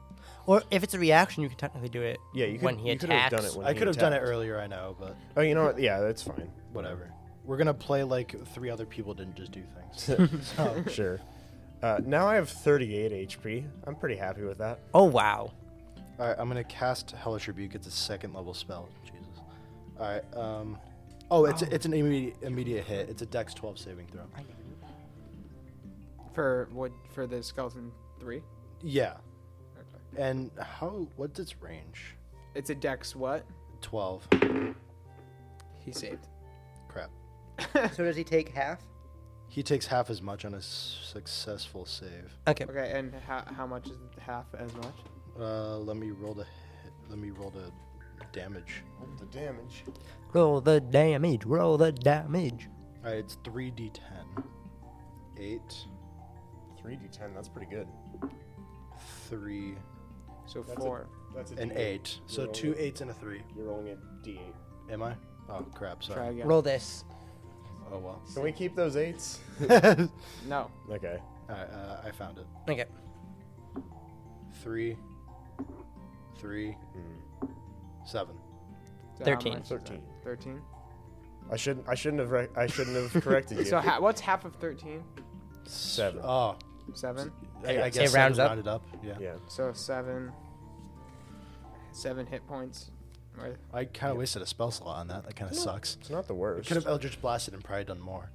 Speaker 3: Or if it's a reaction, you can technically do it.
Speaker 1: yeah, you could,
Speaker 3: when he
Speaker 1: you could have
Speaker 3: attacks.
Speaker 1: done it. When
Speaker 4: I
Speaker 1: he
Speaker 4: could have done it
Speaker 1: attacked.
Speaker 4: earlier, I know, but
Speaker 1: Oh, you know what? Yeah, that's fine.
Speaker 4: whatever. We're gonna play like three other people didn't just do things. so,
Speaker 1: Sure. Uh, now I have 38 HP. I'm pretty happy with that.
Speaker 3: oh wow.
Speaker 4: all right, I'm gonna cast hellish rebuke. It's a second level spell. Jesus. All right. Um. Oh, it's it's an immediate immediate hit. It's a Dex 12 saving throw.
Speaker 2: For what? For the skeleton three.
Speaker 4: Yeah.
Speaker 2: Okay.
Speaker 4: And how? What's its range?
Speaker 2: It's a dex. What?
Speaker 4: 12.
Speaker 2: He saved.
Speaker 4: Crap.
Speaker 3: so does he take half?
Speaker 4: He takes half as much on a s- successful save.
Speaker 3: Okay.
Speaker 2: Okay, and how, how much is half as much?
Speaker 4: Uh, let me roll the hit. Let me roll the damage.
Speaker 1: The damage.
Speaker 3: Roll the damage. Roll the damage.
Speaker 4: All right, it's three d10. Eight,
Speaker 1: Three d ten. That's pretty good.
Speaker 4: three,
Speaker 2: So
Speaker 1: That's a-
Speaker 2: four.
Speaker 1: That's
Speaker 4: and eight. So
Speaker 1: Roll
Speaker 4: two
Speaker 1: it.
Speaker 4: eights and a three.
Speaker 1: You're rolling a d eight.
Speaker 4: Am I? Oh crap!
Speaker 2: Try
Speaker 4: Sorry.
Speaker 2: again.
Speaker 3: Roll this.
Speaker 4: Oh well.
Speaker 1: Can we keep those eights?
Speaker 4: All
Speaker 2: No.
Speaker 1: okay.
Speaker 4: right, uh, I found it.
Speaker 3: Okay.
Speaker 4: Three, three,
Speaker 1: Hmm.
Speaker 4: seven.
Speaker 2: So how
Speaker 3: 13.
Speaker 2: much is that?
Speaker 1: Thirteen.
Speaker 2: Thirteen.
Speaker 1: I shouldn't. I shouldn't have. Rec- I shouldn't have corrected you.
Speaker 2: So ha- what's half of thirteen?
Speaker 1: Seven.
Speaker 4: Oh,
Speaker 2: Seven.
Speaker 4: I,
Speaker 1: Yeah,
Speaker 4: I
Speaker 1: it
Speaker 4: guess
Speaker 3: rounds up.
Speaker 4: seven rounded up. Yeah.
Speaker 1: yeah.
Speaker 2: So seven. Seven hit points. Right.
Speaker 4: I kind of wasted a spell slot on that. That kind of sucks.
Speaker 1: It's not the
Speaker 4: I
Speaker 1: worst.
Speaker 4: could have Eldritch blasted and probably done more.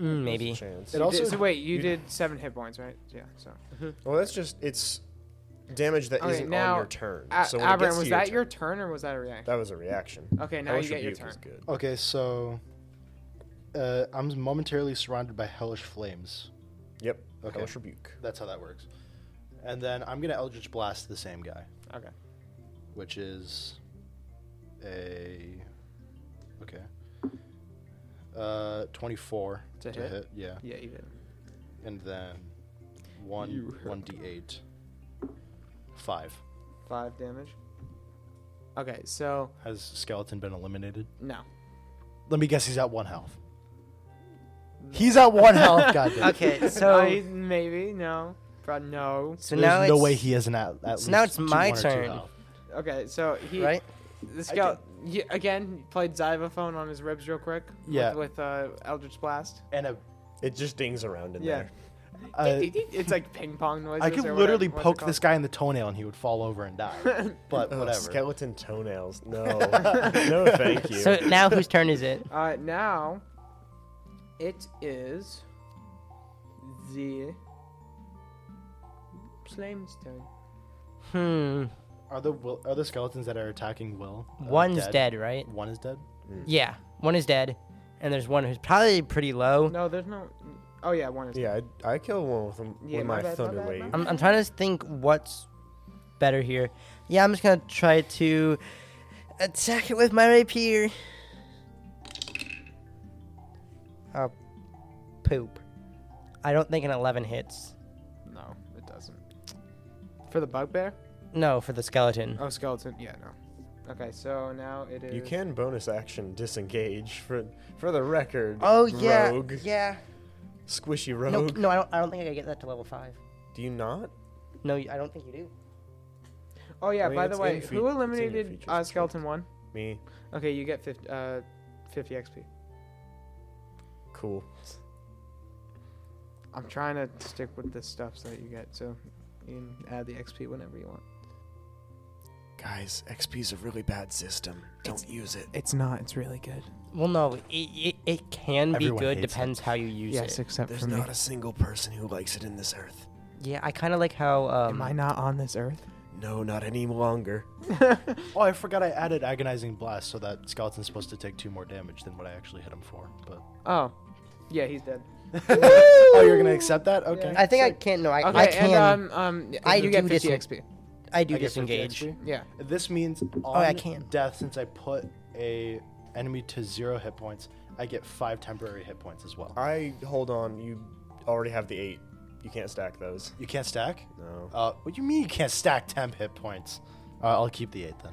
Speaker 3: Mm, maybe.
Speaker 1: Chance.
Speaker 4: It
Speaker 2: Did-
Speaker 4: also
Speaker 2: so wait, you did seven hit points, right? Yeah. So.
Speaker 1: Well, that's just it's damage that
Speaker 2: Okay,
Speaker 1: not
Speaker 2: now,
Speaker 1: on your turn.
Speaker 2: A-
Speaker 1: so when it
Speaker 2: Aberrant,
Speaker 1: gets to
Speaker 2: was
Speaker 1: your
Speaker 2: that
Speaker 1: turn-
Speaker 2: your turn or was that a reaction?
Speaker 1: That was a reaction.
Speaker 2: Okay,
Speaker 1: I
Speaker 2: now you
Speaker 1: wish
Speaker 2: get your
Speaker 1: rebuke was
Speaker 2: turn.
Speaker 1: good.
Speaker 4: Okay, so uh, I'm momentarily surrounded by hellish flames.
Speaker 1: Yep.
Speaker 4: Okay.
Speaker 1: Hellish rebuke.
Speaker 4: That's how that works. And then I'm gonna Eldritch Blast the same guy,
Speaker 2: Okay.
Speaker 4: which is a okay, uh, 24
Speaker 2: To
Speaker 4: to
Speaker 2: hit?
Speaker 4: hit, yeah,
Speaker 2: Yeah, you did.
Speaker 4: and then one
Speaker 2: You
Speaker 4: one d8, five.
Speaker 2: Five damage. Okay, so
Speaker 4: Has skeleton been eliminated?
Speaker 2: no.
Speaker 4: Let me guess, he's at one health. He's at one
Speaker 3: Oh,
Speaker 4: health. Goddamn.
Speaker 3: Okay,
Speaker 2: I-
Speaker 3: so
Speaker 2: maybe no, Prob- no.
Speaker 3: so
Speaker 4: There's
Speaker 3: now
Speaker 4: no
Speaker 3: it's,
Speaker 4: way he isn't at. at
Speaker 3: so now
Speaker 4: least
Speaker 3: it's
Speaker 4: two-
Speaker 3: my
Speaker 4: one or two
Speaker 3: turn.
Speaker 4: health.
Speaker 2: Okay, so he
Speaker 3: right.
Speaker 2: the scout ye- again played xylophone on his ribs real quick. with-
Speaker 4: Yeah.
Speaker 2: With, uh, Eldritch Blast.
Speaker 4: And a
Speaker 1: It just dings around in
Speaker 2: Yeah.
Speaker 1: there.
Speaker 4: Uh,
Speaker 2: it's like ping pong noises.
Speaker 4: I could
Speaker 2: or
Speaker 4: literally
Speaker 2: whatever- what's
Speaker 4: poke
Speaker 2: it
Speaker 4: this guy in the toenail and he would fall over and
Speaker 3: Oh,
Speaker 4: die. But
Speaker 1: Ugh,
Speaker 4: whatever.
Speaker 1: Skeleton toenails. No. no, thank you.
Speaker 3: So now whose turn is it?
Speaker 2: called. Uh, now, it is the Flame's turn.
Speaker 3: Hmm.
Speaker 1: Uh,
Speaker 4: are the will, are the skeletons that are attacking Will? uh,
Speaker 3: One's dead. right?
Speaker 4: One is dead.
Speaker 1: Hmm.
Speaker 3: Yeah. One is dead, and there's one who's probably pretty low.
Speaker 2: No, there's no. Oh yeah, one is.
Speaker 1: yeah, I, I kill one with, them,
Speaker 2: Yeah,
Speaker 1: with
Speaker 2: my
Speaker 1: my,
Speaker 2: bad, my
Speaker 1: thunder
Speaker 2: bad, my
Speaker 1: wave.
Speaker 2: bad.
Speaker 3: I'm, I'm trying to think what's better here. Yeah, I'm just gonna try to attack it with my rapier. Oh, poop. I don't think an 11 hits.
Speaker 2: No, it doesn't. For the bugbear?
Speaker 3: No, for the skeleton.
Speaker 2: Oh, skeleton. Yeah, no. Okay, so now it is.
Speaker 1: Hmm. You can bonus action disengage for for the record.
Speaker 3: Oh yeah,
Speaker 1: rogue.
Speaker 3: yeah.
Speaker 1: squishy
Speaker 3: No,
Speaker 1: rogue.
Speaker 3: no, I don't. I don't think I get that to level five.
Speaker 1: Do you not?
Speaker 3: No, you- I don't think you do.
Speaker 2: Oh yeah.
Speaker 1: I mean,
Speaker 2: by the
Speaker 1: it's
Speaker 2: way,
Speaker 1: in fea-
Speaker 2: who
Speaker 1: it's in your
Speaker 2: eliminated
Speaker 1: features,
Speaker 2: uh,
Speaker 1: it's
Speaker 2: skeleton one?
Speaker 1: Me.
Speaker 2: Okay, you get 50, uh, 50 XP.
Speaker 1: Cool.
Speaker 2: I'm trying to stick with the stuff that you get, so you can add the XP whenever you want.
Speaker 1: Guys, XP's a really bad system. Don't use it.
Speaker 2: It's not. It's really good.
Speaker 3: Well, no, it it, it can be
Speaker 4: Everyone
Speaker 3: good.
Speaker 4: hates it.
Speaker 3: Depends how you use
Speaker 2: Yes,
Speaker 3: it.
Speaker 2: except for me.
Speaker 1: a single person who likes it in this earth.
Speaker 3: Yeah, I kind of like how. Um,
Speaker 2: Am I not on this earth?
Speaker 1: No, not any longer.
Speaker 4: Oh, I forgot I added agonizing blast, so that skeleton's supposed to take two more damage than what I actually hit him for. But
Speaker 2: Oh, yeah, he's dead.
Speaker 4: oh, you're gonna accept that? Okay.
Speaker 3: I think I can't. No, I,
Speaker 2: Okay,
Speaker 3: I can.
Speaker 2: and um, um,
Speaker 3: I
Speaker 2: you
Speaker 3: do
Speaker 2: get 50
Speaker 3: dis-
Speaker 2: XP.
Speaker 3: I do
Speaker 4: I get 50
Speaker 3: disengage. Oh,
Speaker 4: XP.
Speaker 2: Yeah.
Speaker 4: This means on
Speaker 3: I can.
Speaker 4: death, since I put a enemy to zero hit points, I get five temporary hit points as well.
Speaker 1: I hold on. You already have the eight. You can't stack those.
Speaker 4: You can't stack.
Speaker 1: No.
Speaker 4: Uh, what do you mean you can't stack temp hit points? Uh, I'll keep the eight then.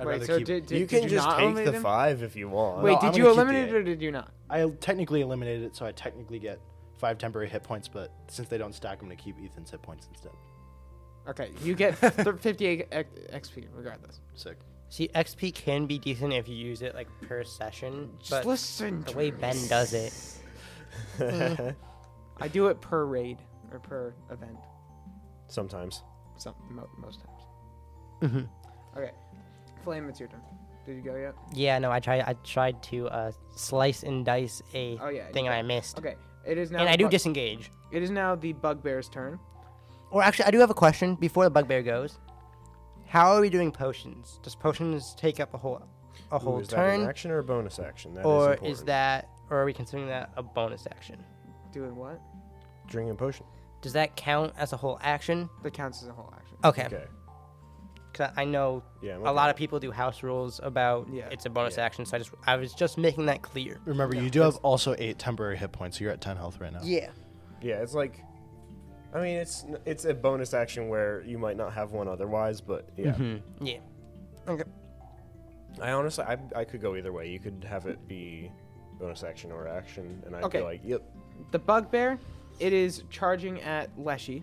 Speaker 4: I'd
Speaker 2: Wait,
Speaker 4: rather
Speaker 2: so
Speaker 4: keep-
Speaker 2: did, did,
Speaker 1: you
Speaker 2: did
Speaker 1: can
Speaker 2: you
Speaker 1: just
Speaker 2: not
Speaker 1: take
Speaker 2: eliminate
Speaker 1: the
Speaker 2: him?
Speaker 1: five if you want.
Speaker 2: Wait,
Speaker 4: No, I'm
Speaker 2: did
Speaker 4: gonna
Speaker 2: you
Speaker 4: keep the
Speaker 2: eliminate it
Speaker 4: eight.
Speaker 2: or did you not?
Speaker 4: I technically eliminated it, so I technically get five temporary hit points, but since they don't stack, I'm going to keep Ethan's hit points instead.
Speaker 2: Okay, you get th- 58 X- XP regardless.
Speaker 4: Sick.
Speaker 3: See, XP can be decent if you use it like per session, but
Speaker 2: Just listen
Speaker 3: the
Speaker 2: to
Speaker 3: way
Speaker 2: me.
Speaker 3: Ben does it, Uh.
Speaker 2: I do it per raid or per event,
Speaker 1: Sometimes.
Speaker 2: some mo- most times.
Speaker 3: Mm-hmm.
Speaker 2: Okay, Flame, it's your turn. Did you go yet?
Speaker 3: yeah, no, I tried. I tried to uh, slice and dice a
Speaker 2: Oh, yeah,
Speaker 3: thing,
Speaker 2: you
Speaker 3: and I missed.
Speaker 2: Okay, it is now.
Speaker 3: And I
Speaker 2: the
Speaker 3: do
Speaker 2: bug-
Speaker 3: disengage.
Speaker 2: It is now the bugbear's turn.
Speaker 3: Or actually, I do have a question before the bugbear goes. How are we doing potions? Does potions take up a whole a
Speaker 1: Ooh,
Speaker 3: whole
Speaker 1: is that an
Speaker 3: turn,
Speaker 1: action or a bonus action? That is
Speaker 3: or is
Speaker 1: important.
Speaker 3: that, or are we considering that a bonus action?
Speaker 2: Doing what?
Speaker 1: drinking potion?
Speaker 3: Does that count as a whole action?
Speaker 2: That counts as a whole action.
Speaker 3: Okay,
Speaker 1: Okay.
Speaker 3: because 'cause I know
Speaker 1: Yeah, I'm
Speaker 3: a
Speaker 1: okay
Speaker 3: lot
Speaker 1: with
Speaker 3: of people do house rules about
Speaker 2: Yeah.
Speaker 3: it's a bonus
Speaker 1: Yeah.
Speaker 3: action. So I just I was just making that clear.
Speaker 4: Remember, you do have also eight temporary hit points, so you're at ten health right now.
Speaker 3: Yeah.
Speaker 1: Yeah, it's like, I mean, it's it's a bonus action where you might not have one otherwise, but yeah.
Speaker 3: Mm-hmm. Mm, Yeah. Okay.
Speaker 1: I honestly, I, I could go either way. You could have it be bonus action or action, and I'd
Speaker 2: Okay.
Speaker 1: be like, yep.
Speaker 2: The bugbear, it is charging at Leshy,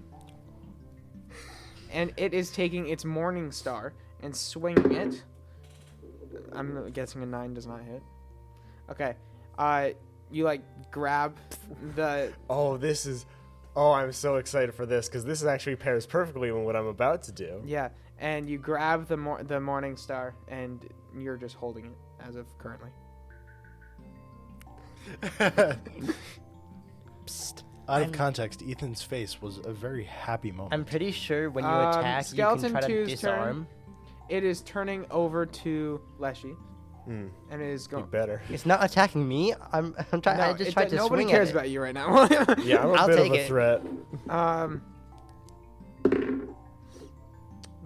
Speaker 2: and it is taking its morning star and swinging it. I'm guessing a nine does not hit. Okay, uh, you like grab the
Speaker 1: Oh, this is. Oh, I'm so excited for this because this actually pairs perfectly with what I'm about to do.
Speaker 2: yeah, and you grab the mor- the morning star, and you're just holding it as of currently.
Speaker 4: Out of context, Ethan's face was a very happy moment.
Speaker 3: I'm pretty sure when you
Speaker 2: Um,
Speaker 3: attack, you can
Speaker 2: Skeleton
Speaker 3: try to
Speaker 2: two's
Speaker 3: disarm.
Speaker 2: It is turning over to Leshy,
Speaker 1: Hmm.
Speaker 2: and it is
Speaker 1: You
Speaker 2: going.
Speaker 1: better.
Speaker 3: It's not attacking me. I'm I'm trying. I
Speaker 2: No,
Speaker 3: just
Speaker 2: it
Speaker 3: tried
Speaker 2: do-
Speaker 3: to
Speaker 2: nobody
Speaker 3: swing
Speaker 2: cares
Speaker 3: at it.
Speaker 2: about you right now.
Speaker 1: Yeah, I'm a
Speaker 3: I'll
Speaker 1: bit
Speaker 3: take
Speaker 1: of a
Speaker 3: it.
Speaker 1: threat.
Speaker 2: Um,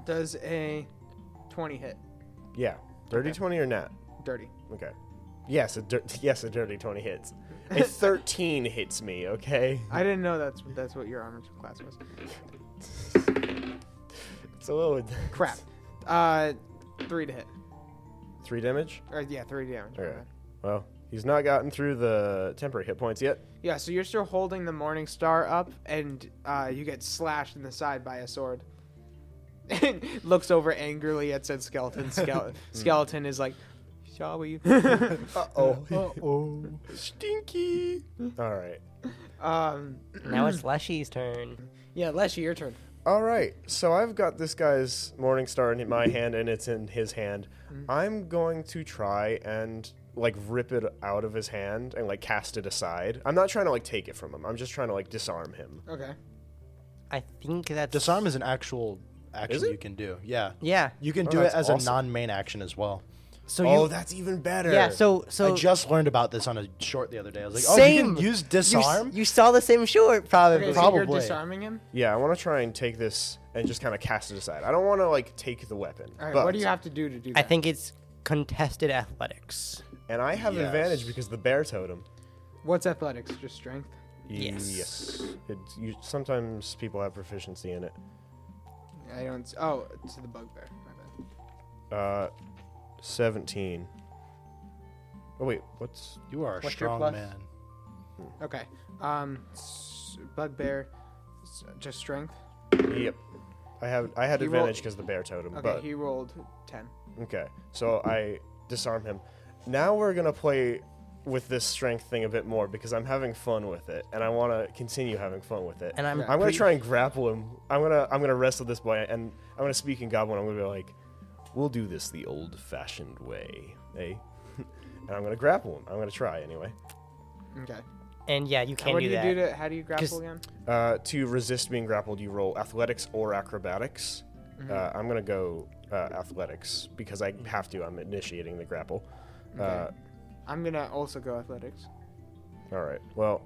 Speaker 2: does a 20 hit?
Speaker 1: Yeah, dirty twenty or not?
Speaker 2: Dirty.
Speaker 1: Okay. Yes, a dir- yes, a dirty twenty hits. A thirteen hits me. Okay,
Speaker 2: I didn't know that's that's what your armor class was.
Speaker 1: it's a little
Speaker 2: Crap. Uh, three to hit.
Speaker 1: Three damage.
Speaker 2: Or, yeah, three damage. my
Speaker 1: Okay.
Speaker 2: bad.
Speaker 1: Well, he's not gotten through the temporary hit points yet.
Speaker 2: Yeah, so you're still holding the Morning Star up, and uh, you get slashed in the side by a sword. And looks over angrily at said skeleton.
Speaker 1: Hmm.
Speaker 2: Skeleton, skeleton is like, "Shall we?"
Speaker 1: Oh,
Speaker 4: oh,
Speaker 1: stinky. All right.
Speaker 2: um,
Speaker 3: Now it's Leshy's turn.
Speaker 2: yeah, Leshy, your turn.
Speaker 1: All right. So I've got this guy's Morning Star in my hand and it's in his hand.
Speaker 2: Mm-hmm.
Speaker 1: I'm going to try and like rip it out of his hand and like cast it aside. I'm not trying to like take it from him. I'm just trying to like disarm him.
Speaker 2: Okay.
Speaker 3: I think that's
Speaker 4: disarm is an actual
Speaker 1: Is
Speaker 4: action
Speaker 1: it?
Speaker 4: you can do. Yeah,
Speaker 3: Yeah.
Speaker 4: you can
Speaker 1: Oh,
Speaker 4: do it
Speaker 1: that's
Speaker 4: as a
Speaker 1: awesome.
Speaker 4: non-main action as well.
Speaker 3: So
Speaker 1: oh,
Speaker 3: you.
Speaker 1: that's even better.
Speaker 3: yeah. So so.
Speaker 4: I just learned about this on a short the other day. I was like,
Speaker 3: same.
Speaker 4: oh, you can use
Speaker 3: You s-
Speaker 4: disarm.
Speaker 3: You, saw the same short probably.
Speaker 2: Okay, so you're
Speaker 4: Probably.
Speaker 2: disarming him.
Speaker 1: yeah, I want to try and take this and just kind of cast it aside. I don't want to like take the weapon.
Speaker 2: All right,
Speaker 1: but,
Speaker 2: what do you have to do to do
Speaker 3: I
Speaker 2: that?
Speaker 3: think it's contested athletics.
Speaker 1: And I have
Speaker 4: Yes.
Speaker 1: advantage because the bear totem.
Speaker 2: What's athletics? Just strength.
Speaker 3: Yes.
Speaker 1: Yes. It, you, sometimes people have proficiency in it.
Speaker 2: I don't. s- Oh, to the bugbear. My bad.
Speaker 1: Uh, 17. Oh, wait, what's.
Speaker 4: You are a
Speaker 3: What's your
Speaker 4: strong
Speaker 3: plus?
Speaker 4: man.
Speaker 2: Okay. Um, s- bugbear, s- just strength.
Speaker 1: Yep. I have I had
Speaker 2: He
Speaker 1: advantage
Speaker 2: rolled-
Speaker 1: because the bear totem,
Speaker 2: Okay,
Speaker 1: but
Speaker 2: he rolled ten.
Speaker 1: okay. So I disarm him. Now we're gonna play with this strength thing a bit more because I'm having fun with it, and I want to continue having fun with it.
Speaker 3: And I'm
Speaker 1: I'm gonna
Speaker 3: pretty-
Speaker 1: try and grapple him. I'm gonna I'm gonna wrestle this boy, and I'm gonna speak in Goblin. I'm gonna be like, "We'll do this the old-fashioned way, eh?" and I'm gonna grapple him. I'm gonna try anyway.
Speaker 2: Okay.
Speaker 3: And yeah, you
Speaker 2: And
Speaker 3: can
Speaker 2: what
Speaker 3: do
Speaker 2: do you
Speaker 3: that.
Speaker 2: do to? How do you grapple
Speaker 3: 'Cause-
Speaker 2: again?
Speaker 1: Uh, to resist being grappled, you roll athletics or acrobatics. Uh, I'm gonna go uh, athletics because I have to. I'm initiating the grapple.
Speaker 2: Okay. I'm gonna also go athletics.
Speaker 1: Uh, all right. Well,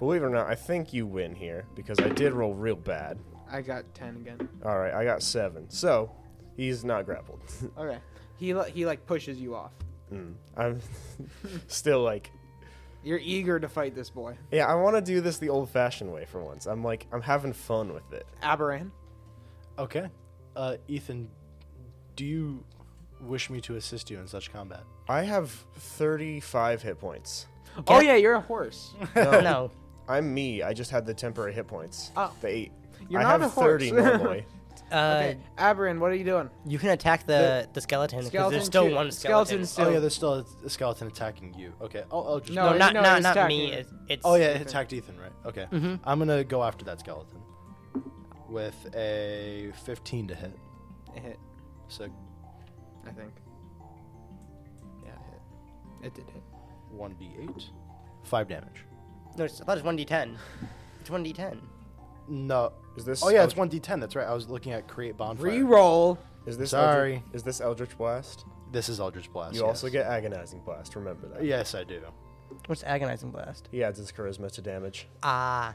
Speaker 1: believe it or not, I think you win here because I did roll real bad.
Speaker 2: I got ten again.
Speaker 1: All right, I got seven, so he's not grappled.
Speaker 2: Okay. He li- he like pushes you off.
Speaker 1: Mm. I'm still like,
Speaker 2: You're eager to fight this boy,
Speaker 1: yeah, I want to do this the old-fashioned way for once. I'm like, I'm having fun with it.
Speaker 2: Aberan.
Speaker 4: Okay, uh, Ethan, do you wish me to assist you in such combat?
Speaker 1: I have 35 hit points.
Speaker 2: Oh
Speaker 3: Get-
Speaker 2: yeah, you're a horse.
Speaker 3: Uh, Oh, no.
Speaker 1: I'm me. I just had the temporary hit points.
Speaker 2: Oh.
Speaker 1: The eight.
Speaker 2: You're
Speaker 1: I
Speaker 2: not
Speaker 1: have
Speaker 2: a horse.
Speaker 1: 30 normally.
Speaker 3: Uh,
Speaker 2: Okay, Aberan, what are you doing?
Speaker 3: You can attack the, the, skeleton because
Speaker 2: skeleton
Speaker 3: there's still
Speaker 2: too-
Speaker 3: one skeleton.
Speaker 2: skeleton's still-
Speaker 4: Oh yeah, there's still a skeleton attacking you. Okay, I'll, I'll just
Speaker 2: No,
Speaker 3: oh, No,
Speaker 2: it-
Speaker 3: not
Speaker 2: no,
Speaker 3: not,
Speaker 2: it's
Speaker 3: not
Speaker 2: attacking
Speaker 3: me.
Speaker 2: it.
Speaker 3: It's, it's
Speaker 4: Oh yeah, it attacked Ethan, right? Okay. I'm gonna go after that skeleton with a 15 to hit.
Speaker 2: It hit,
Speaker 4: So
Speaker 2: I think. Yeah, it hit. It did hit.
Speaker 4: 1d8, five damage.
Speaker 3: No, it's, I thought it's one d ten. It's one d ten.
Speaker 4: No.
Speaker 1: Is this?
Speaker 4: Oh yeah, it's 1d10. That's right. I was looking at create bonfire.
Speaker 2: Reroll.
Speaker 1: Is this
Speaker 4: Sorry.
Speaker 1: Eldritch, is this Eldritch Blast?
Speaker 4: This is Eldritch Blast.
Speaker 1: You
Speaker 4: yes.
Speaker 1: also get Agonizing Blast. Remember that.
Speaker 4: Yes, I do.
Speaker 3: What's agonizing blast?
Speaker 1: He adds his charisma to damage,
Speaker 3: Ah,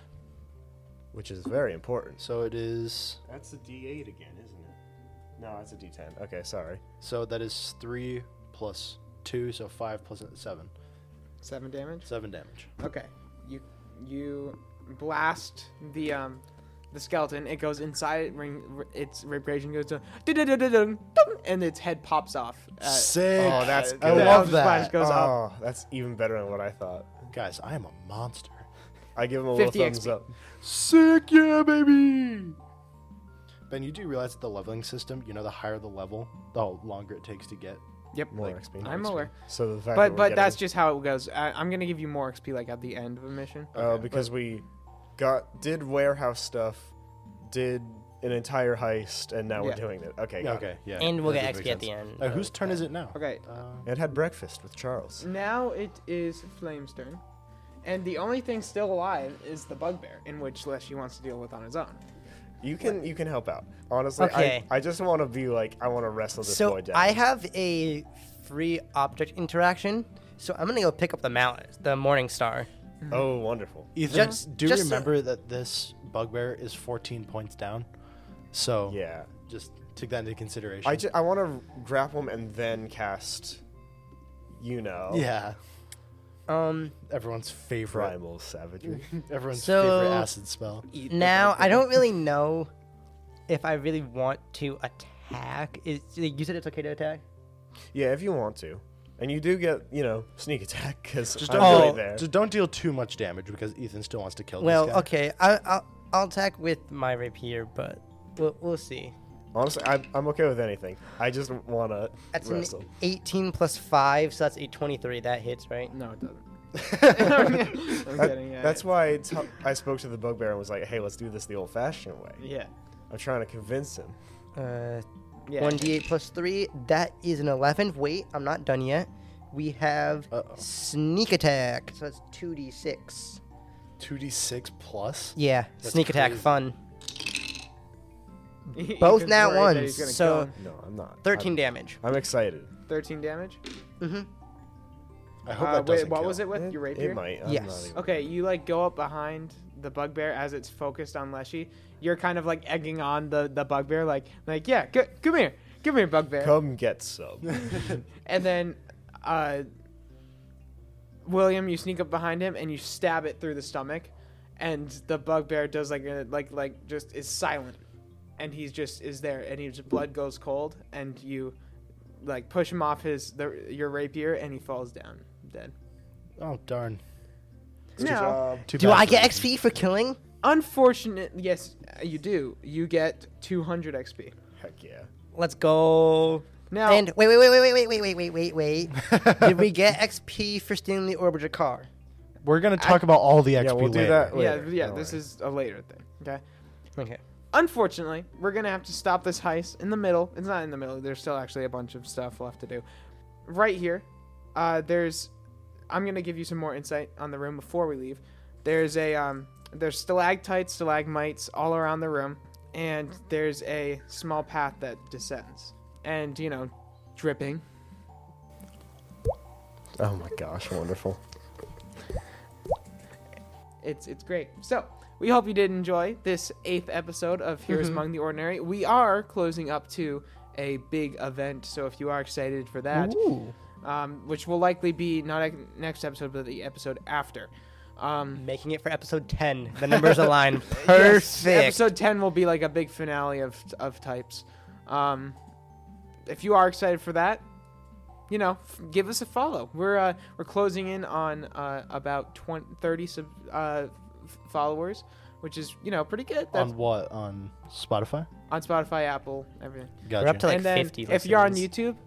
Speaker 1: which is very important.
Speaker 4: So it is
Speaker 1: That's a D8 again, isn't it? No, that's a D10. Okay, sorry.
Speaker 4: So that is three plus two, so five plus seven.
Speaker 2: Seven damage.
Speaker 4: Seven damage.
Speaker 2: Okay. You you blast the um the skeleton. It goes inside. Ring. Its vibration goes to and its head pops off. Uh,
Speaker 4: Sick.
Speaker 1: Oh, that's good.
Speaker 4: I
Speaker 2: the
Speaker 4: love
Speaker 2: Elder Splash
Speaker 4: that.
Speaker 2: goes
Speaker 1: oh,
Speaker 2: off.
Speaker 1: that's even better than what I thought.
Speaker 4: Guys, I am a monster.
Speaker 1: I give him a little
Speaker 2: 50
Speaker 1: thumbs
Speaker 2: XP.
Speaker 1: up.
Speaker 4: Sick, yeah, baby. Ben, you do realize that the leveling system, you know, the higher the level, the longer it takes to get.
Speaker 2: Yep.
Speaker 1: More
Speaker 4: Like,
Speaker 1: XP.
Speaker 2: I'm aware.
Speaker 1: So the fact that
Speaker 2: But
Speaker 1: we're
Speaker 2: but that's
Speaker 1: getting-
Speaker 2: just how it goes. I, I'm gonna give you more XP like at the end of a mission.
Speaker 1: uh, because we got did warehouse stuff, did an entire heist, and now we're
Speaker 2: Yeah.
Speaker 1: doing it. Okay,
Speaker 4: Yeah,
Speaker 1: got
Speaker 4: okay, yeah.
Speaker 3: And we'll
Speaker 4: that
Speaker 3: get
Speaker 4: does
Speaker 3: XP
Speaker 4: make
Speaker 3: at the end.
Speaker 4: sense. Uh, whose turn is it now?
Speaker 2: Okay.
Speaker 4: Uh,
Speaker 1: it. It had breakfast with Charles.
Speaker 2: Now it is Flame's turn, and the only thing still alive is the bugbear, in which Leshy wants to deal with on his own.
Speaker 1: You can you can help out. Honestly,
Speaker 3: Okay.
Speaker 1: I, I just want to be like I want to wrestle this
Speaker 3: So
Speaker 1: boy down.
Speaker 3: I have a free object interaction. So I'm gonna go pick up the mallet, the Morning Star.
Speaker 1: oh, wonderful.
Speaker 4: Ethan,
Speaker 3: Just-
Speaker 4: do
Speaker 3: just a-
Speaker 4: remember that this bugbear is 14 points down. So
Speaker 1: Yeah.
Speaker 4: just take that into consideration.
Speaker 1: I ju- I want to grapple him and then cast. You know.
Speaker 4: yeah,
Speaker 3: Um,
Speaker 4: everyone's favorite,
Speaker 1: Primal savagery.
Speaker 4: everyone's
Speaker 3: So-
Speaker 4: favorite acid spell.
Speaker 3: now I don't really know if I really want to attack. Is you said it's okay to attack?
Speaker 1: yeah, if you want to, and you do get you know sneak attack because
Speaker 4: Just
Speaker 1: I'm
Speaker 4: don't,
Speaker 1: really
Speaker 3: Oh.
Speaker 1: there.
Speaker 4: just don't deal too much damage because Ethan still wants to kill this
Speaker 3: Well,
Speaker 4: guy.
Speaker 3: okay, I, I'll I'll attack with my rapier, but we'll, we'll see.
Speaker 1: Honestly, I'm, I'm okay with anything. I just want to
Speaker 3: That's an
Speaker 1: wrestle.
Speaker 3: 18 plus five, so that's a 23. That hits, right?
Speaker 2: No, it doesn't. I'm
Speaker 1: That-
Speaker 2: kidding. Yeah,
Speaker 1: that's
Speaker 2: yeah.
Speaker 1: why I t- I spoke to the bugbear and was like, "Hey, let's do this the old-fashioned way."
Speaker 2: yeah.
Speaker 1: I'm trying to convince him.
Speaker 3: Uh,
Speaker 2: Yeah.
Speaker 3: 1d8 plus 3. That is an 11. Wait, I'm not done yet. We have
Speaker 4: Uh-oh.
Speaker 3: sneak attack. So that's 2d6.
Speaker 4: 2d6 plus?
Speaker 3: Yeah,
Speaker 4: That's
Speaker 3: sneak attack
Speaker 4: crazy.
Speaker 3: fun.
Speaker 2: He- he
Speaker 3: Both
Speaker 2: was
Speaker 3: nat
Speaker 2: worried that he's
Speaker 3: ones,
Speaker 2: gonna
Speaker 3: so-
Speaker 2: kill him.
Speaker 1: No, I'm not.
Speaker 3: 13 damage.
Speaker 1: I'm, I'm excited.
Speaker 2: 13 damage.
Speaker 4: I hope
Speaker 2: Uh,
Speaker 4: that doesn't
Speaker 2: wait, what
Speaker 4: kill.
Speaker 2: was it with?
Speaker 1: It-
Speaker 2: Your rapier?
Speaker 1: It might. I'm
Speaker 3: Yes.
Speaker 1: Not even.
Speaker 2: Okay, you like go up behind the bugbear as it's focused on Leshy. You're kind of like egging on the, the bugbear, like like yeah, c- come here, come here, bugbear.
Speaker 1: Come get some.
Speaker 2: And then, uh, William, you sneak up behind him and you stab it through the stomach, and the bugbear does like a, like like just is silent, and he's just is there, and his blood goes cold, and you like push him off his the, your rapier, and he falls down dead.
Speaker 4: Oh, darn.
Speaker 2: No.
Speaker 1: uh,
Speaker 4: Too
Speaker 3: Do
Speaker 4: bad
Speaker 3: I
Speaker 4: for
Speaker 3: get
Speaker 4: Ethan.
Speaker 3: XP for killing?
Speaker 2: Unfortunate, yes, uh, you do. You get 200 XP.
Speaker 1: Heck yeah.
Speaker 3: Let's go.
Speaker 2: Now-
Speaker 3: and wait, wait, wait, wait, wait, wait, wait, wait, wait, wait, wait. Did we get XP for stealing the Orbiter car?
Speaker 4: We're going to talk about all the XP
Speaker 1: Yeah, we'll do
Speaker 4: later.
Speaker 1: that later.
Speaker 2: yeah, yeah.
Speaker 1: don't
Speaker 2: This
Speaker 1: worry.
Speaker 2: is a later thing. Okay.
Speaker 3: Okay.
Speaker 2: Unfortunately, we're gonna have to stop this heist in the middle. It's not in the middle. There's still actually a bunch of stuff left to do. Right here, uh, there's. I'm gonna give you some more insight on the room before we leave. There's a um, there's stalactites, stalagmites all around the room, and there's a small path that descends, and you know, dripping.
Speaker 1: Oh my gosh, wonderful.
Speaker 2: it's it's great. So we hope you did enjoy this eighth episode of Heroes Among the Ordinary. We are closing up to a big event, so if you are excited for that,
Speaker 3: Ooh.
Speaker 2: um, which will likely be not a, next episode, but the episode after. Um,
Speaker 3: Making it for episode 10. The numbers align
Speaker 2: yes,
Speaker 3: perfect.
Speaker 2: episode ten will be like a big finale of of types. Um, if you are excited for that, you know, f- give us a follow. We're uh, we're closing in on uh, about 20, 30 sub, uh, f- followers, which is you know pretty good. That's
Speaker 4: On what? On Spotify?
Speaker 2: on Spotify, Apple, everything.
Speaker 4: Gotcha.
Speaker 3: We're up to like
Speaker 2: and then
Speaker 3: 50
Speaker 2: if you're on
Speaker 3: listens.
Speaker 2: YouTube,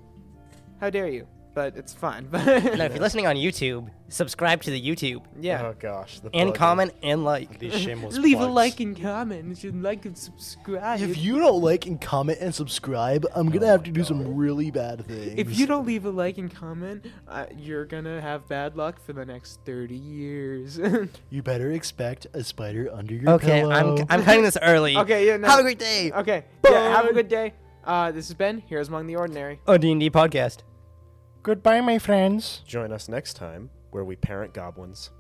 Speaker 2: how dare you? But it's fine.
Speaker 3: No, if you're listening on YouTube, subscribe to the YouTube
Speaker 2: yeah.
Speaker 1: Oh gosh. The
Speaker 3: and
Speaker 1: plug-in.
Speaker 3: comment and like.
Speaker 4: These shameless
Speaker 2: Leave a
Speaker 4: plugs.
Speaker 2: like and comment. You should like and subscribe.
Speaker 4: If you don't like and comment and subscribe, I'm gonna
Speaker 1: Oh
Speaker 4: have
Speaker 1: my
Speaker 4: to do some really bad things.
Speaker 2: If you don't leave a like and comment, uh, you're gonna have bad luck for the next 30 years.
Speaker 4: you better expect a spider under your
Speaker 3: Okay,
Speaker 4: pillow.
Speaker 3: I'm, I'm cutting this early.
Speaker 2: Okay, yeah, no.
Speaker 3: Have a great day.
Speaker 2: okay, yeah, have a good day. Uh, this has been Heroes Among the Ordinary.
Speaker 3: Oh, D&D podcast.
Speaker 4: Goodbye, my friends.
Speaker 1: Join us next time where we parent goblins.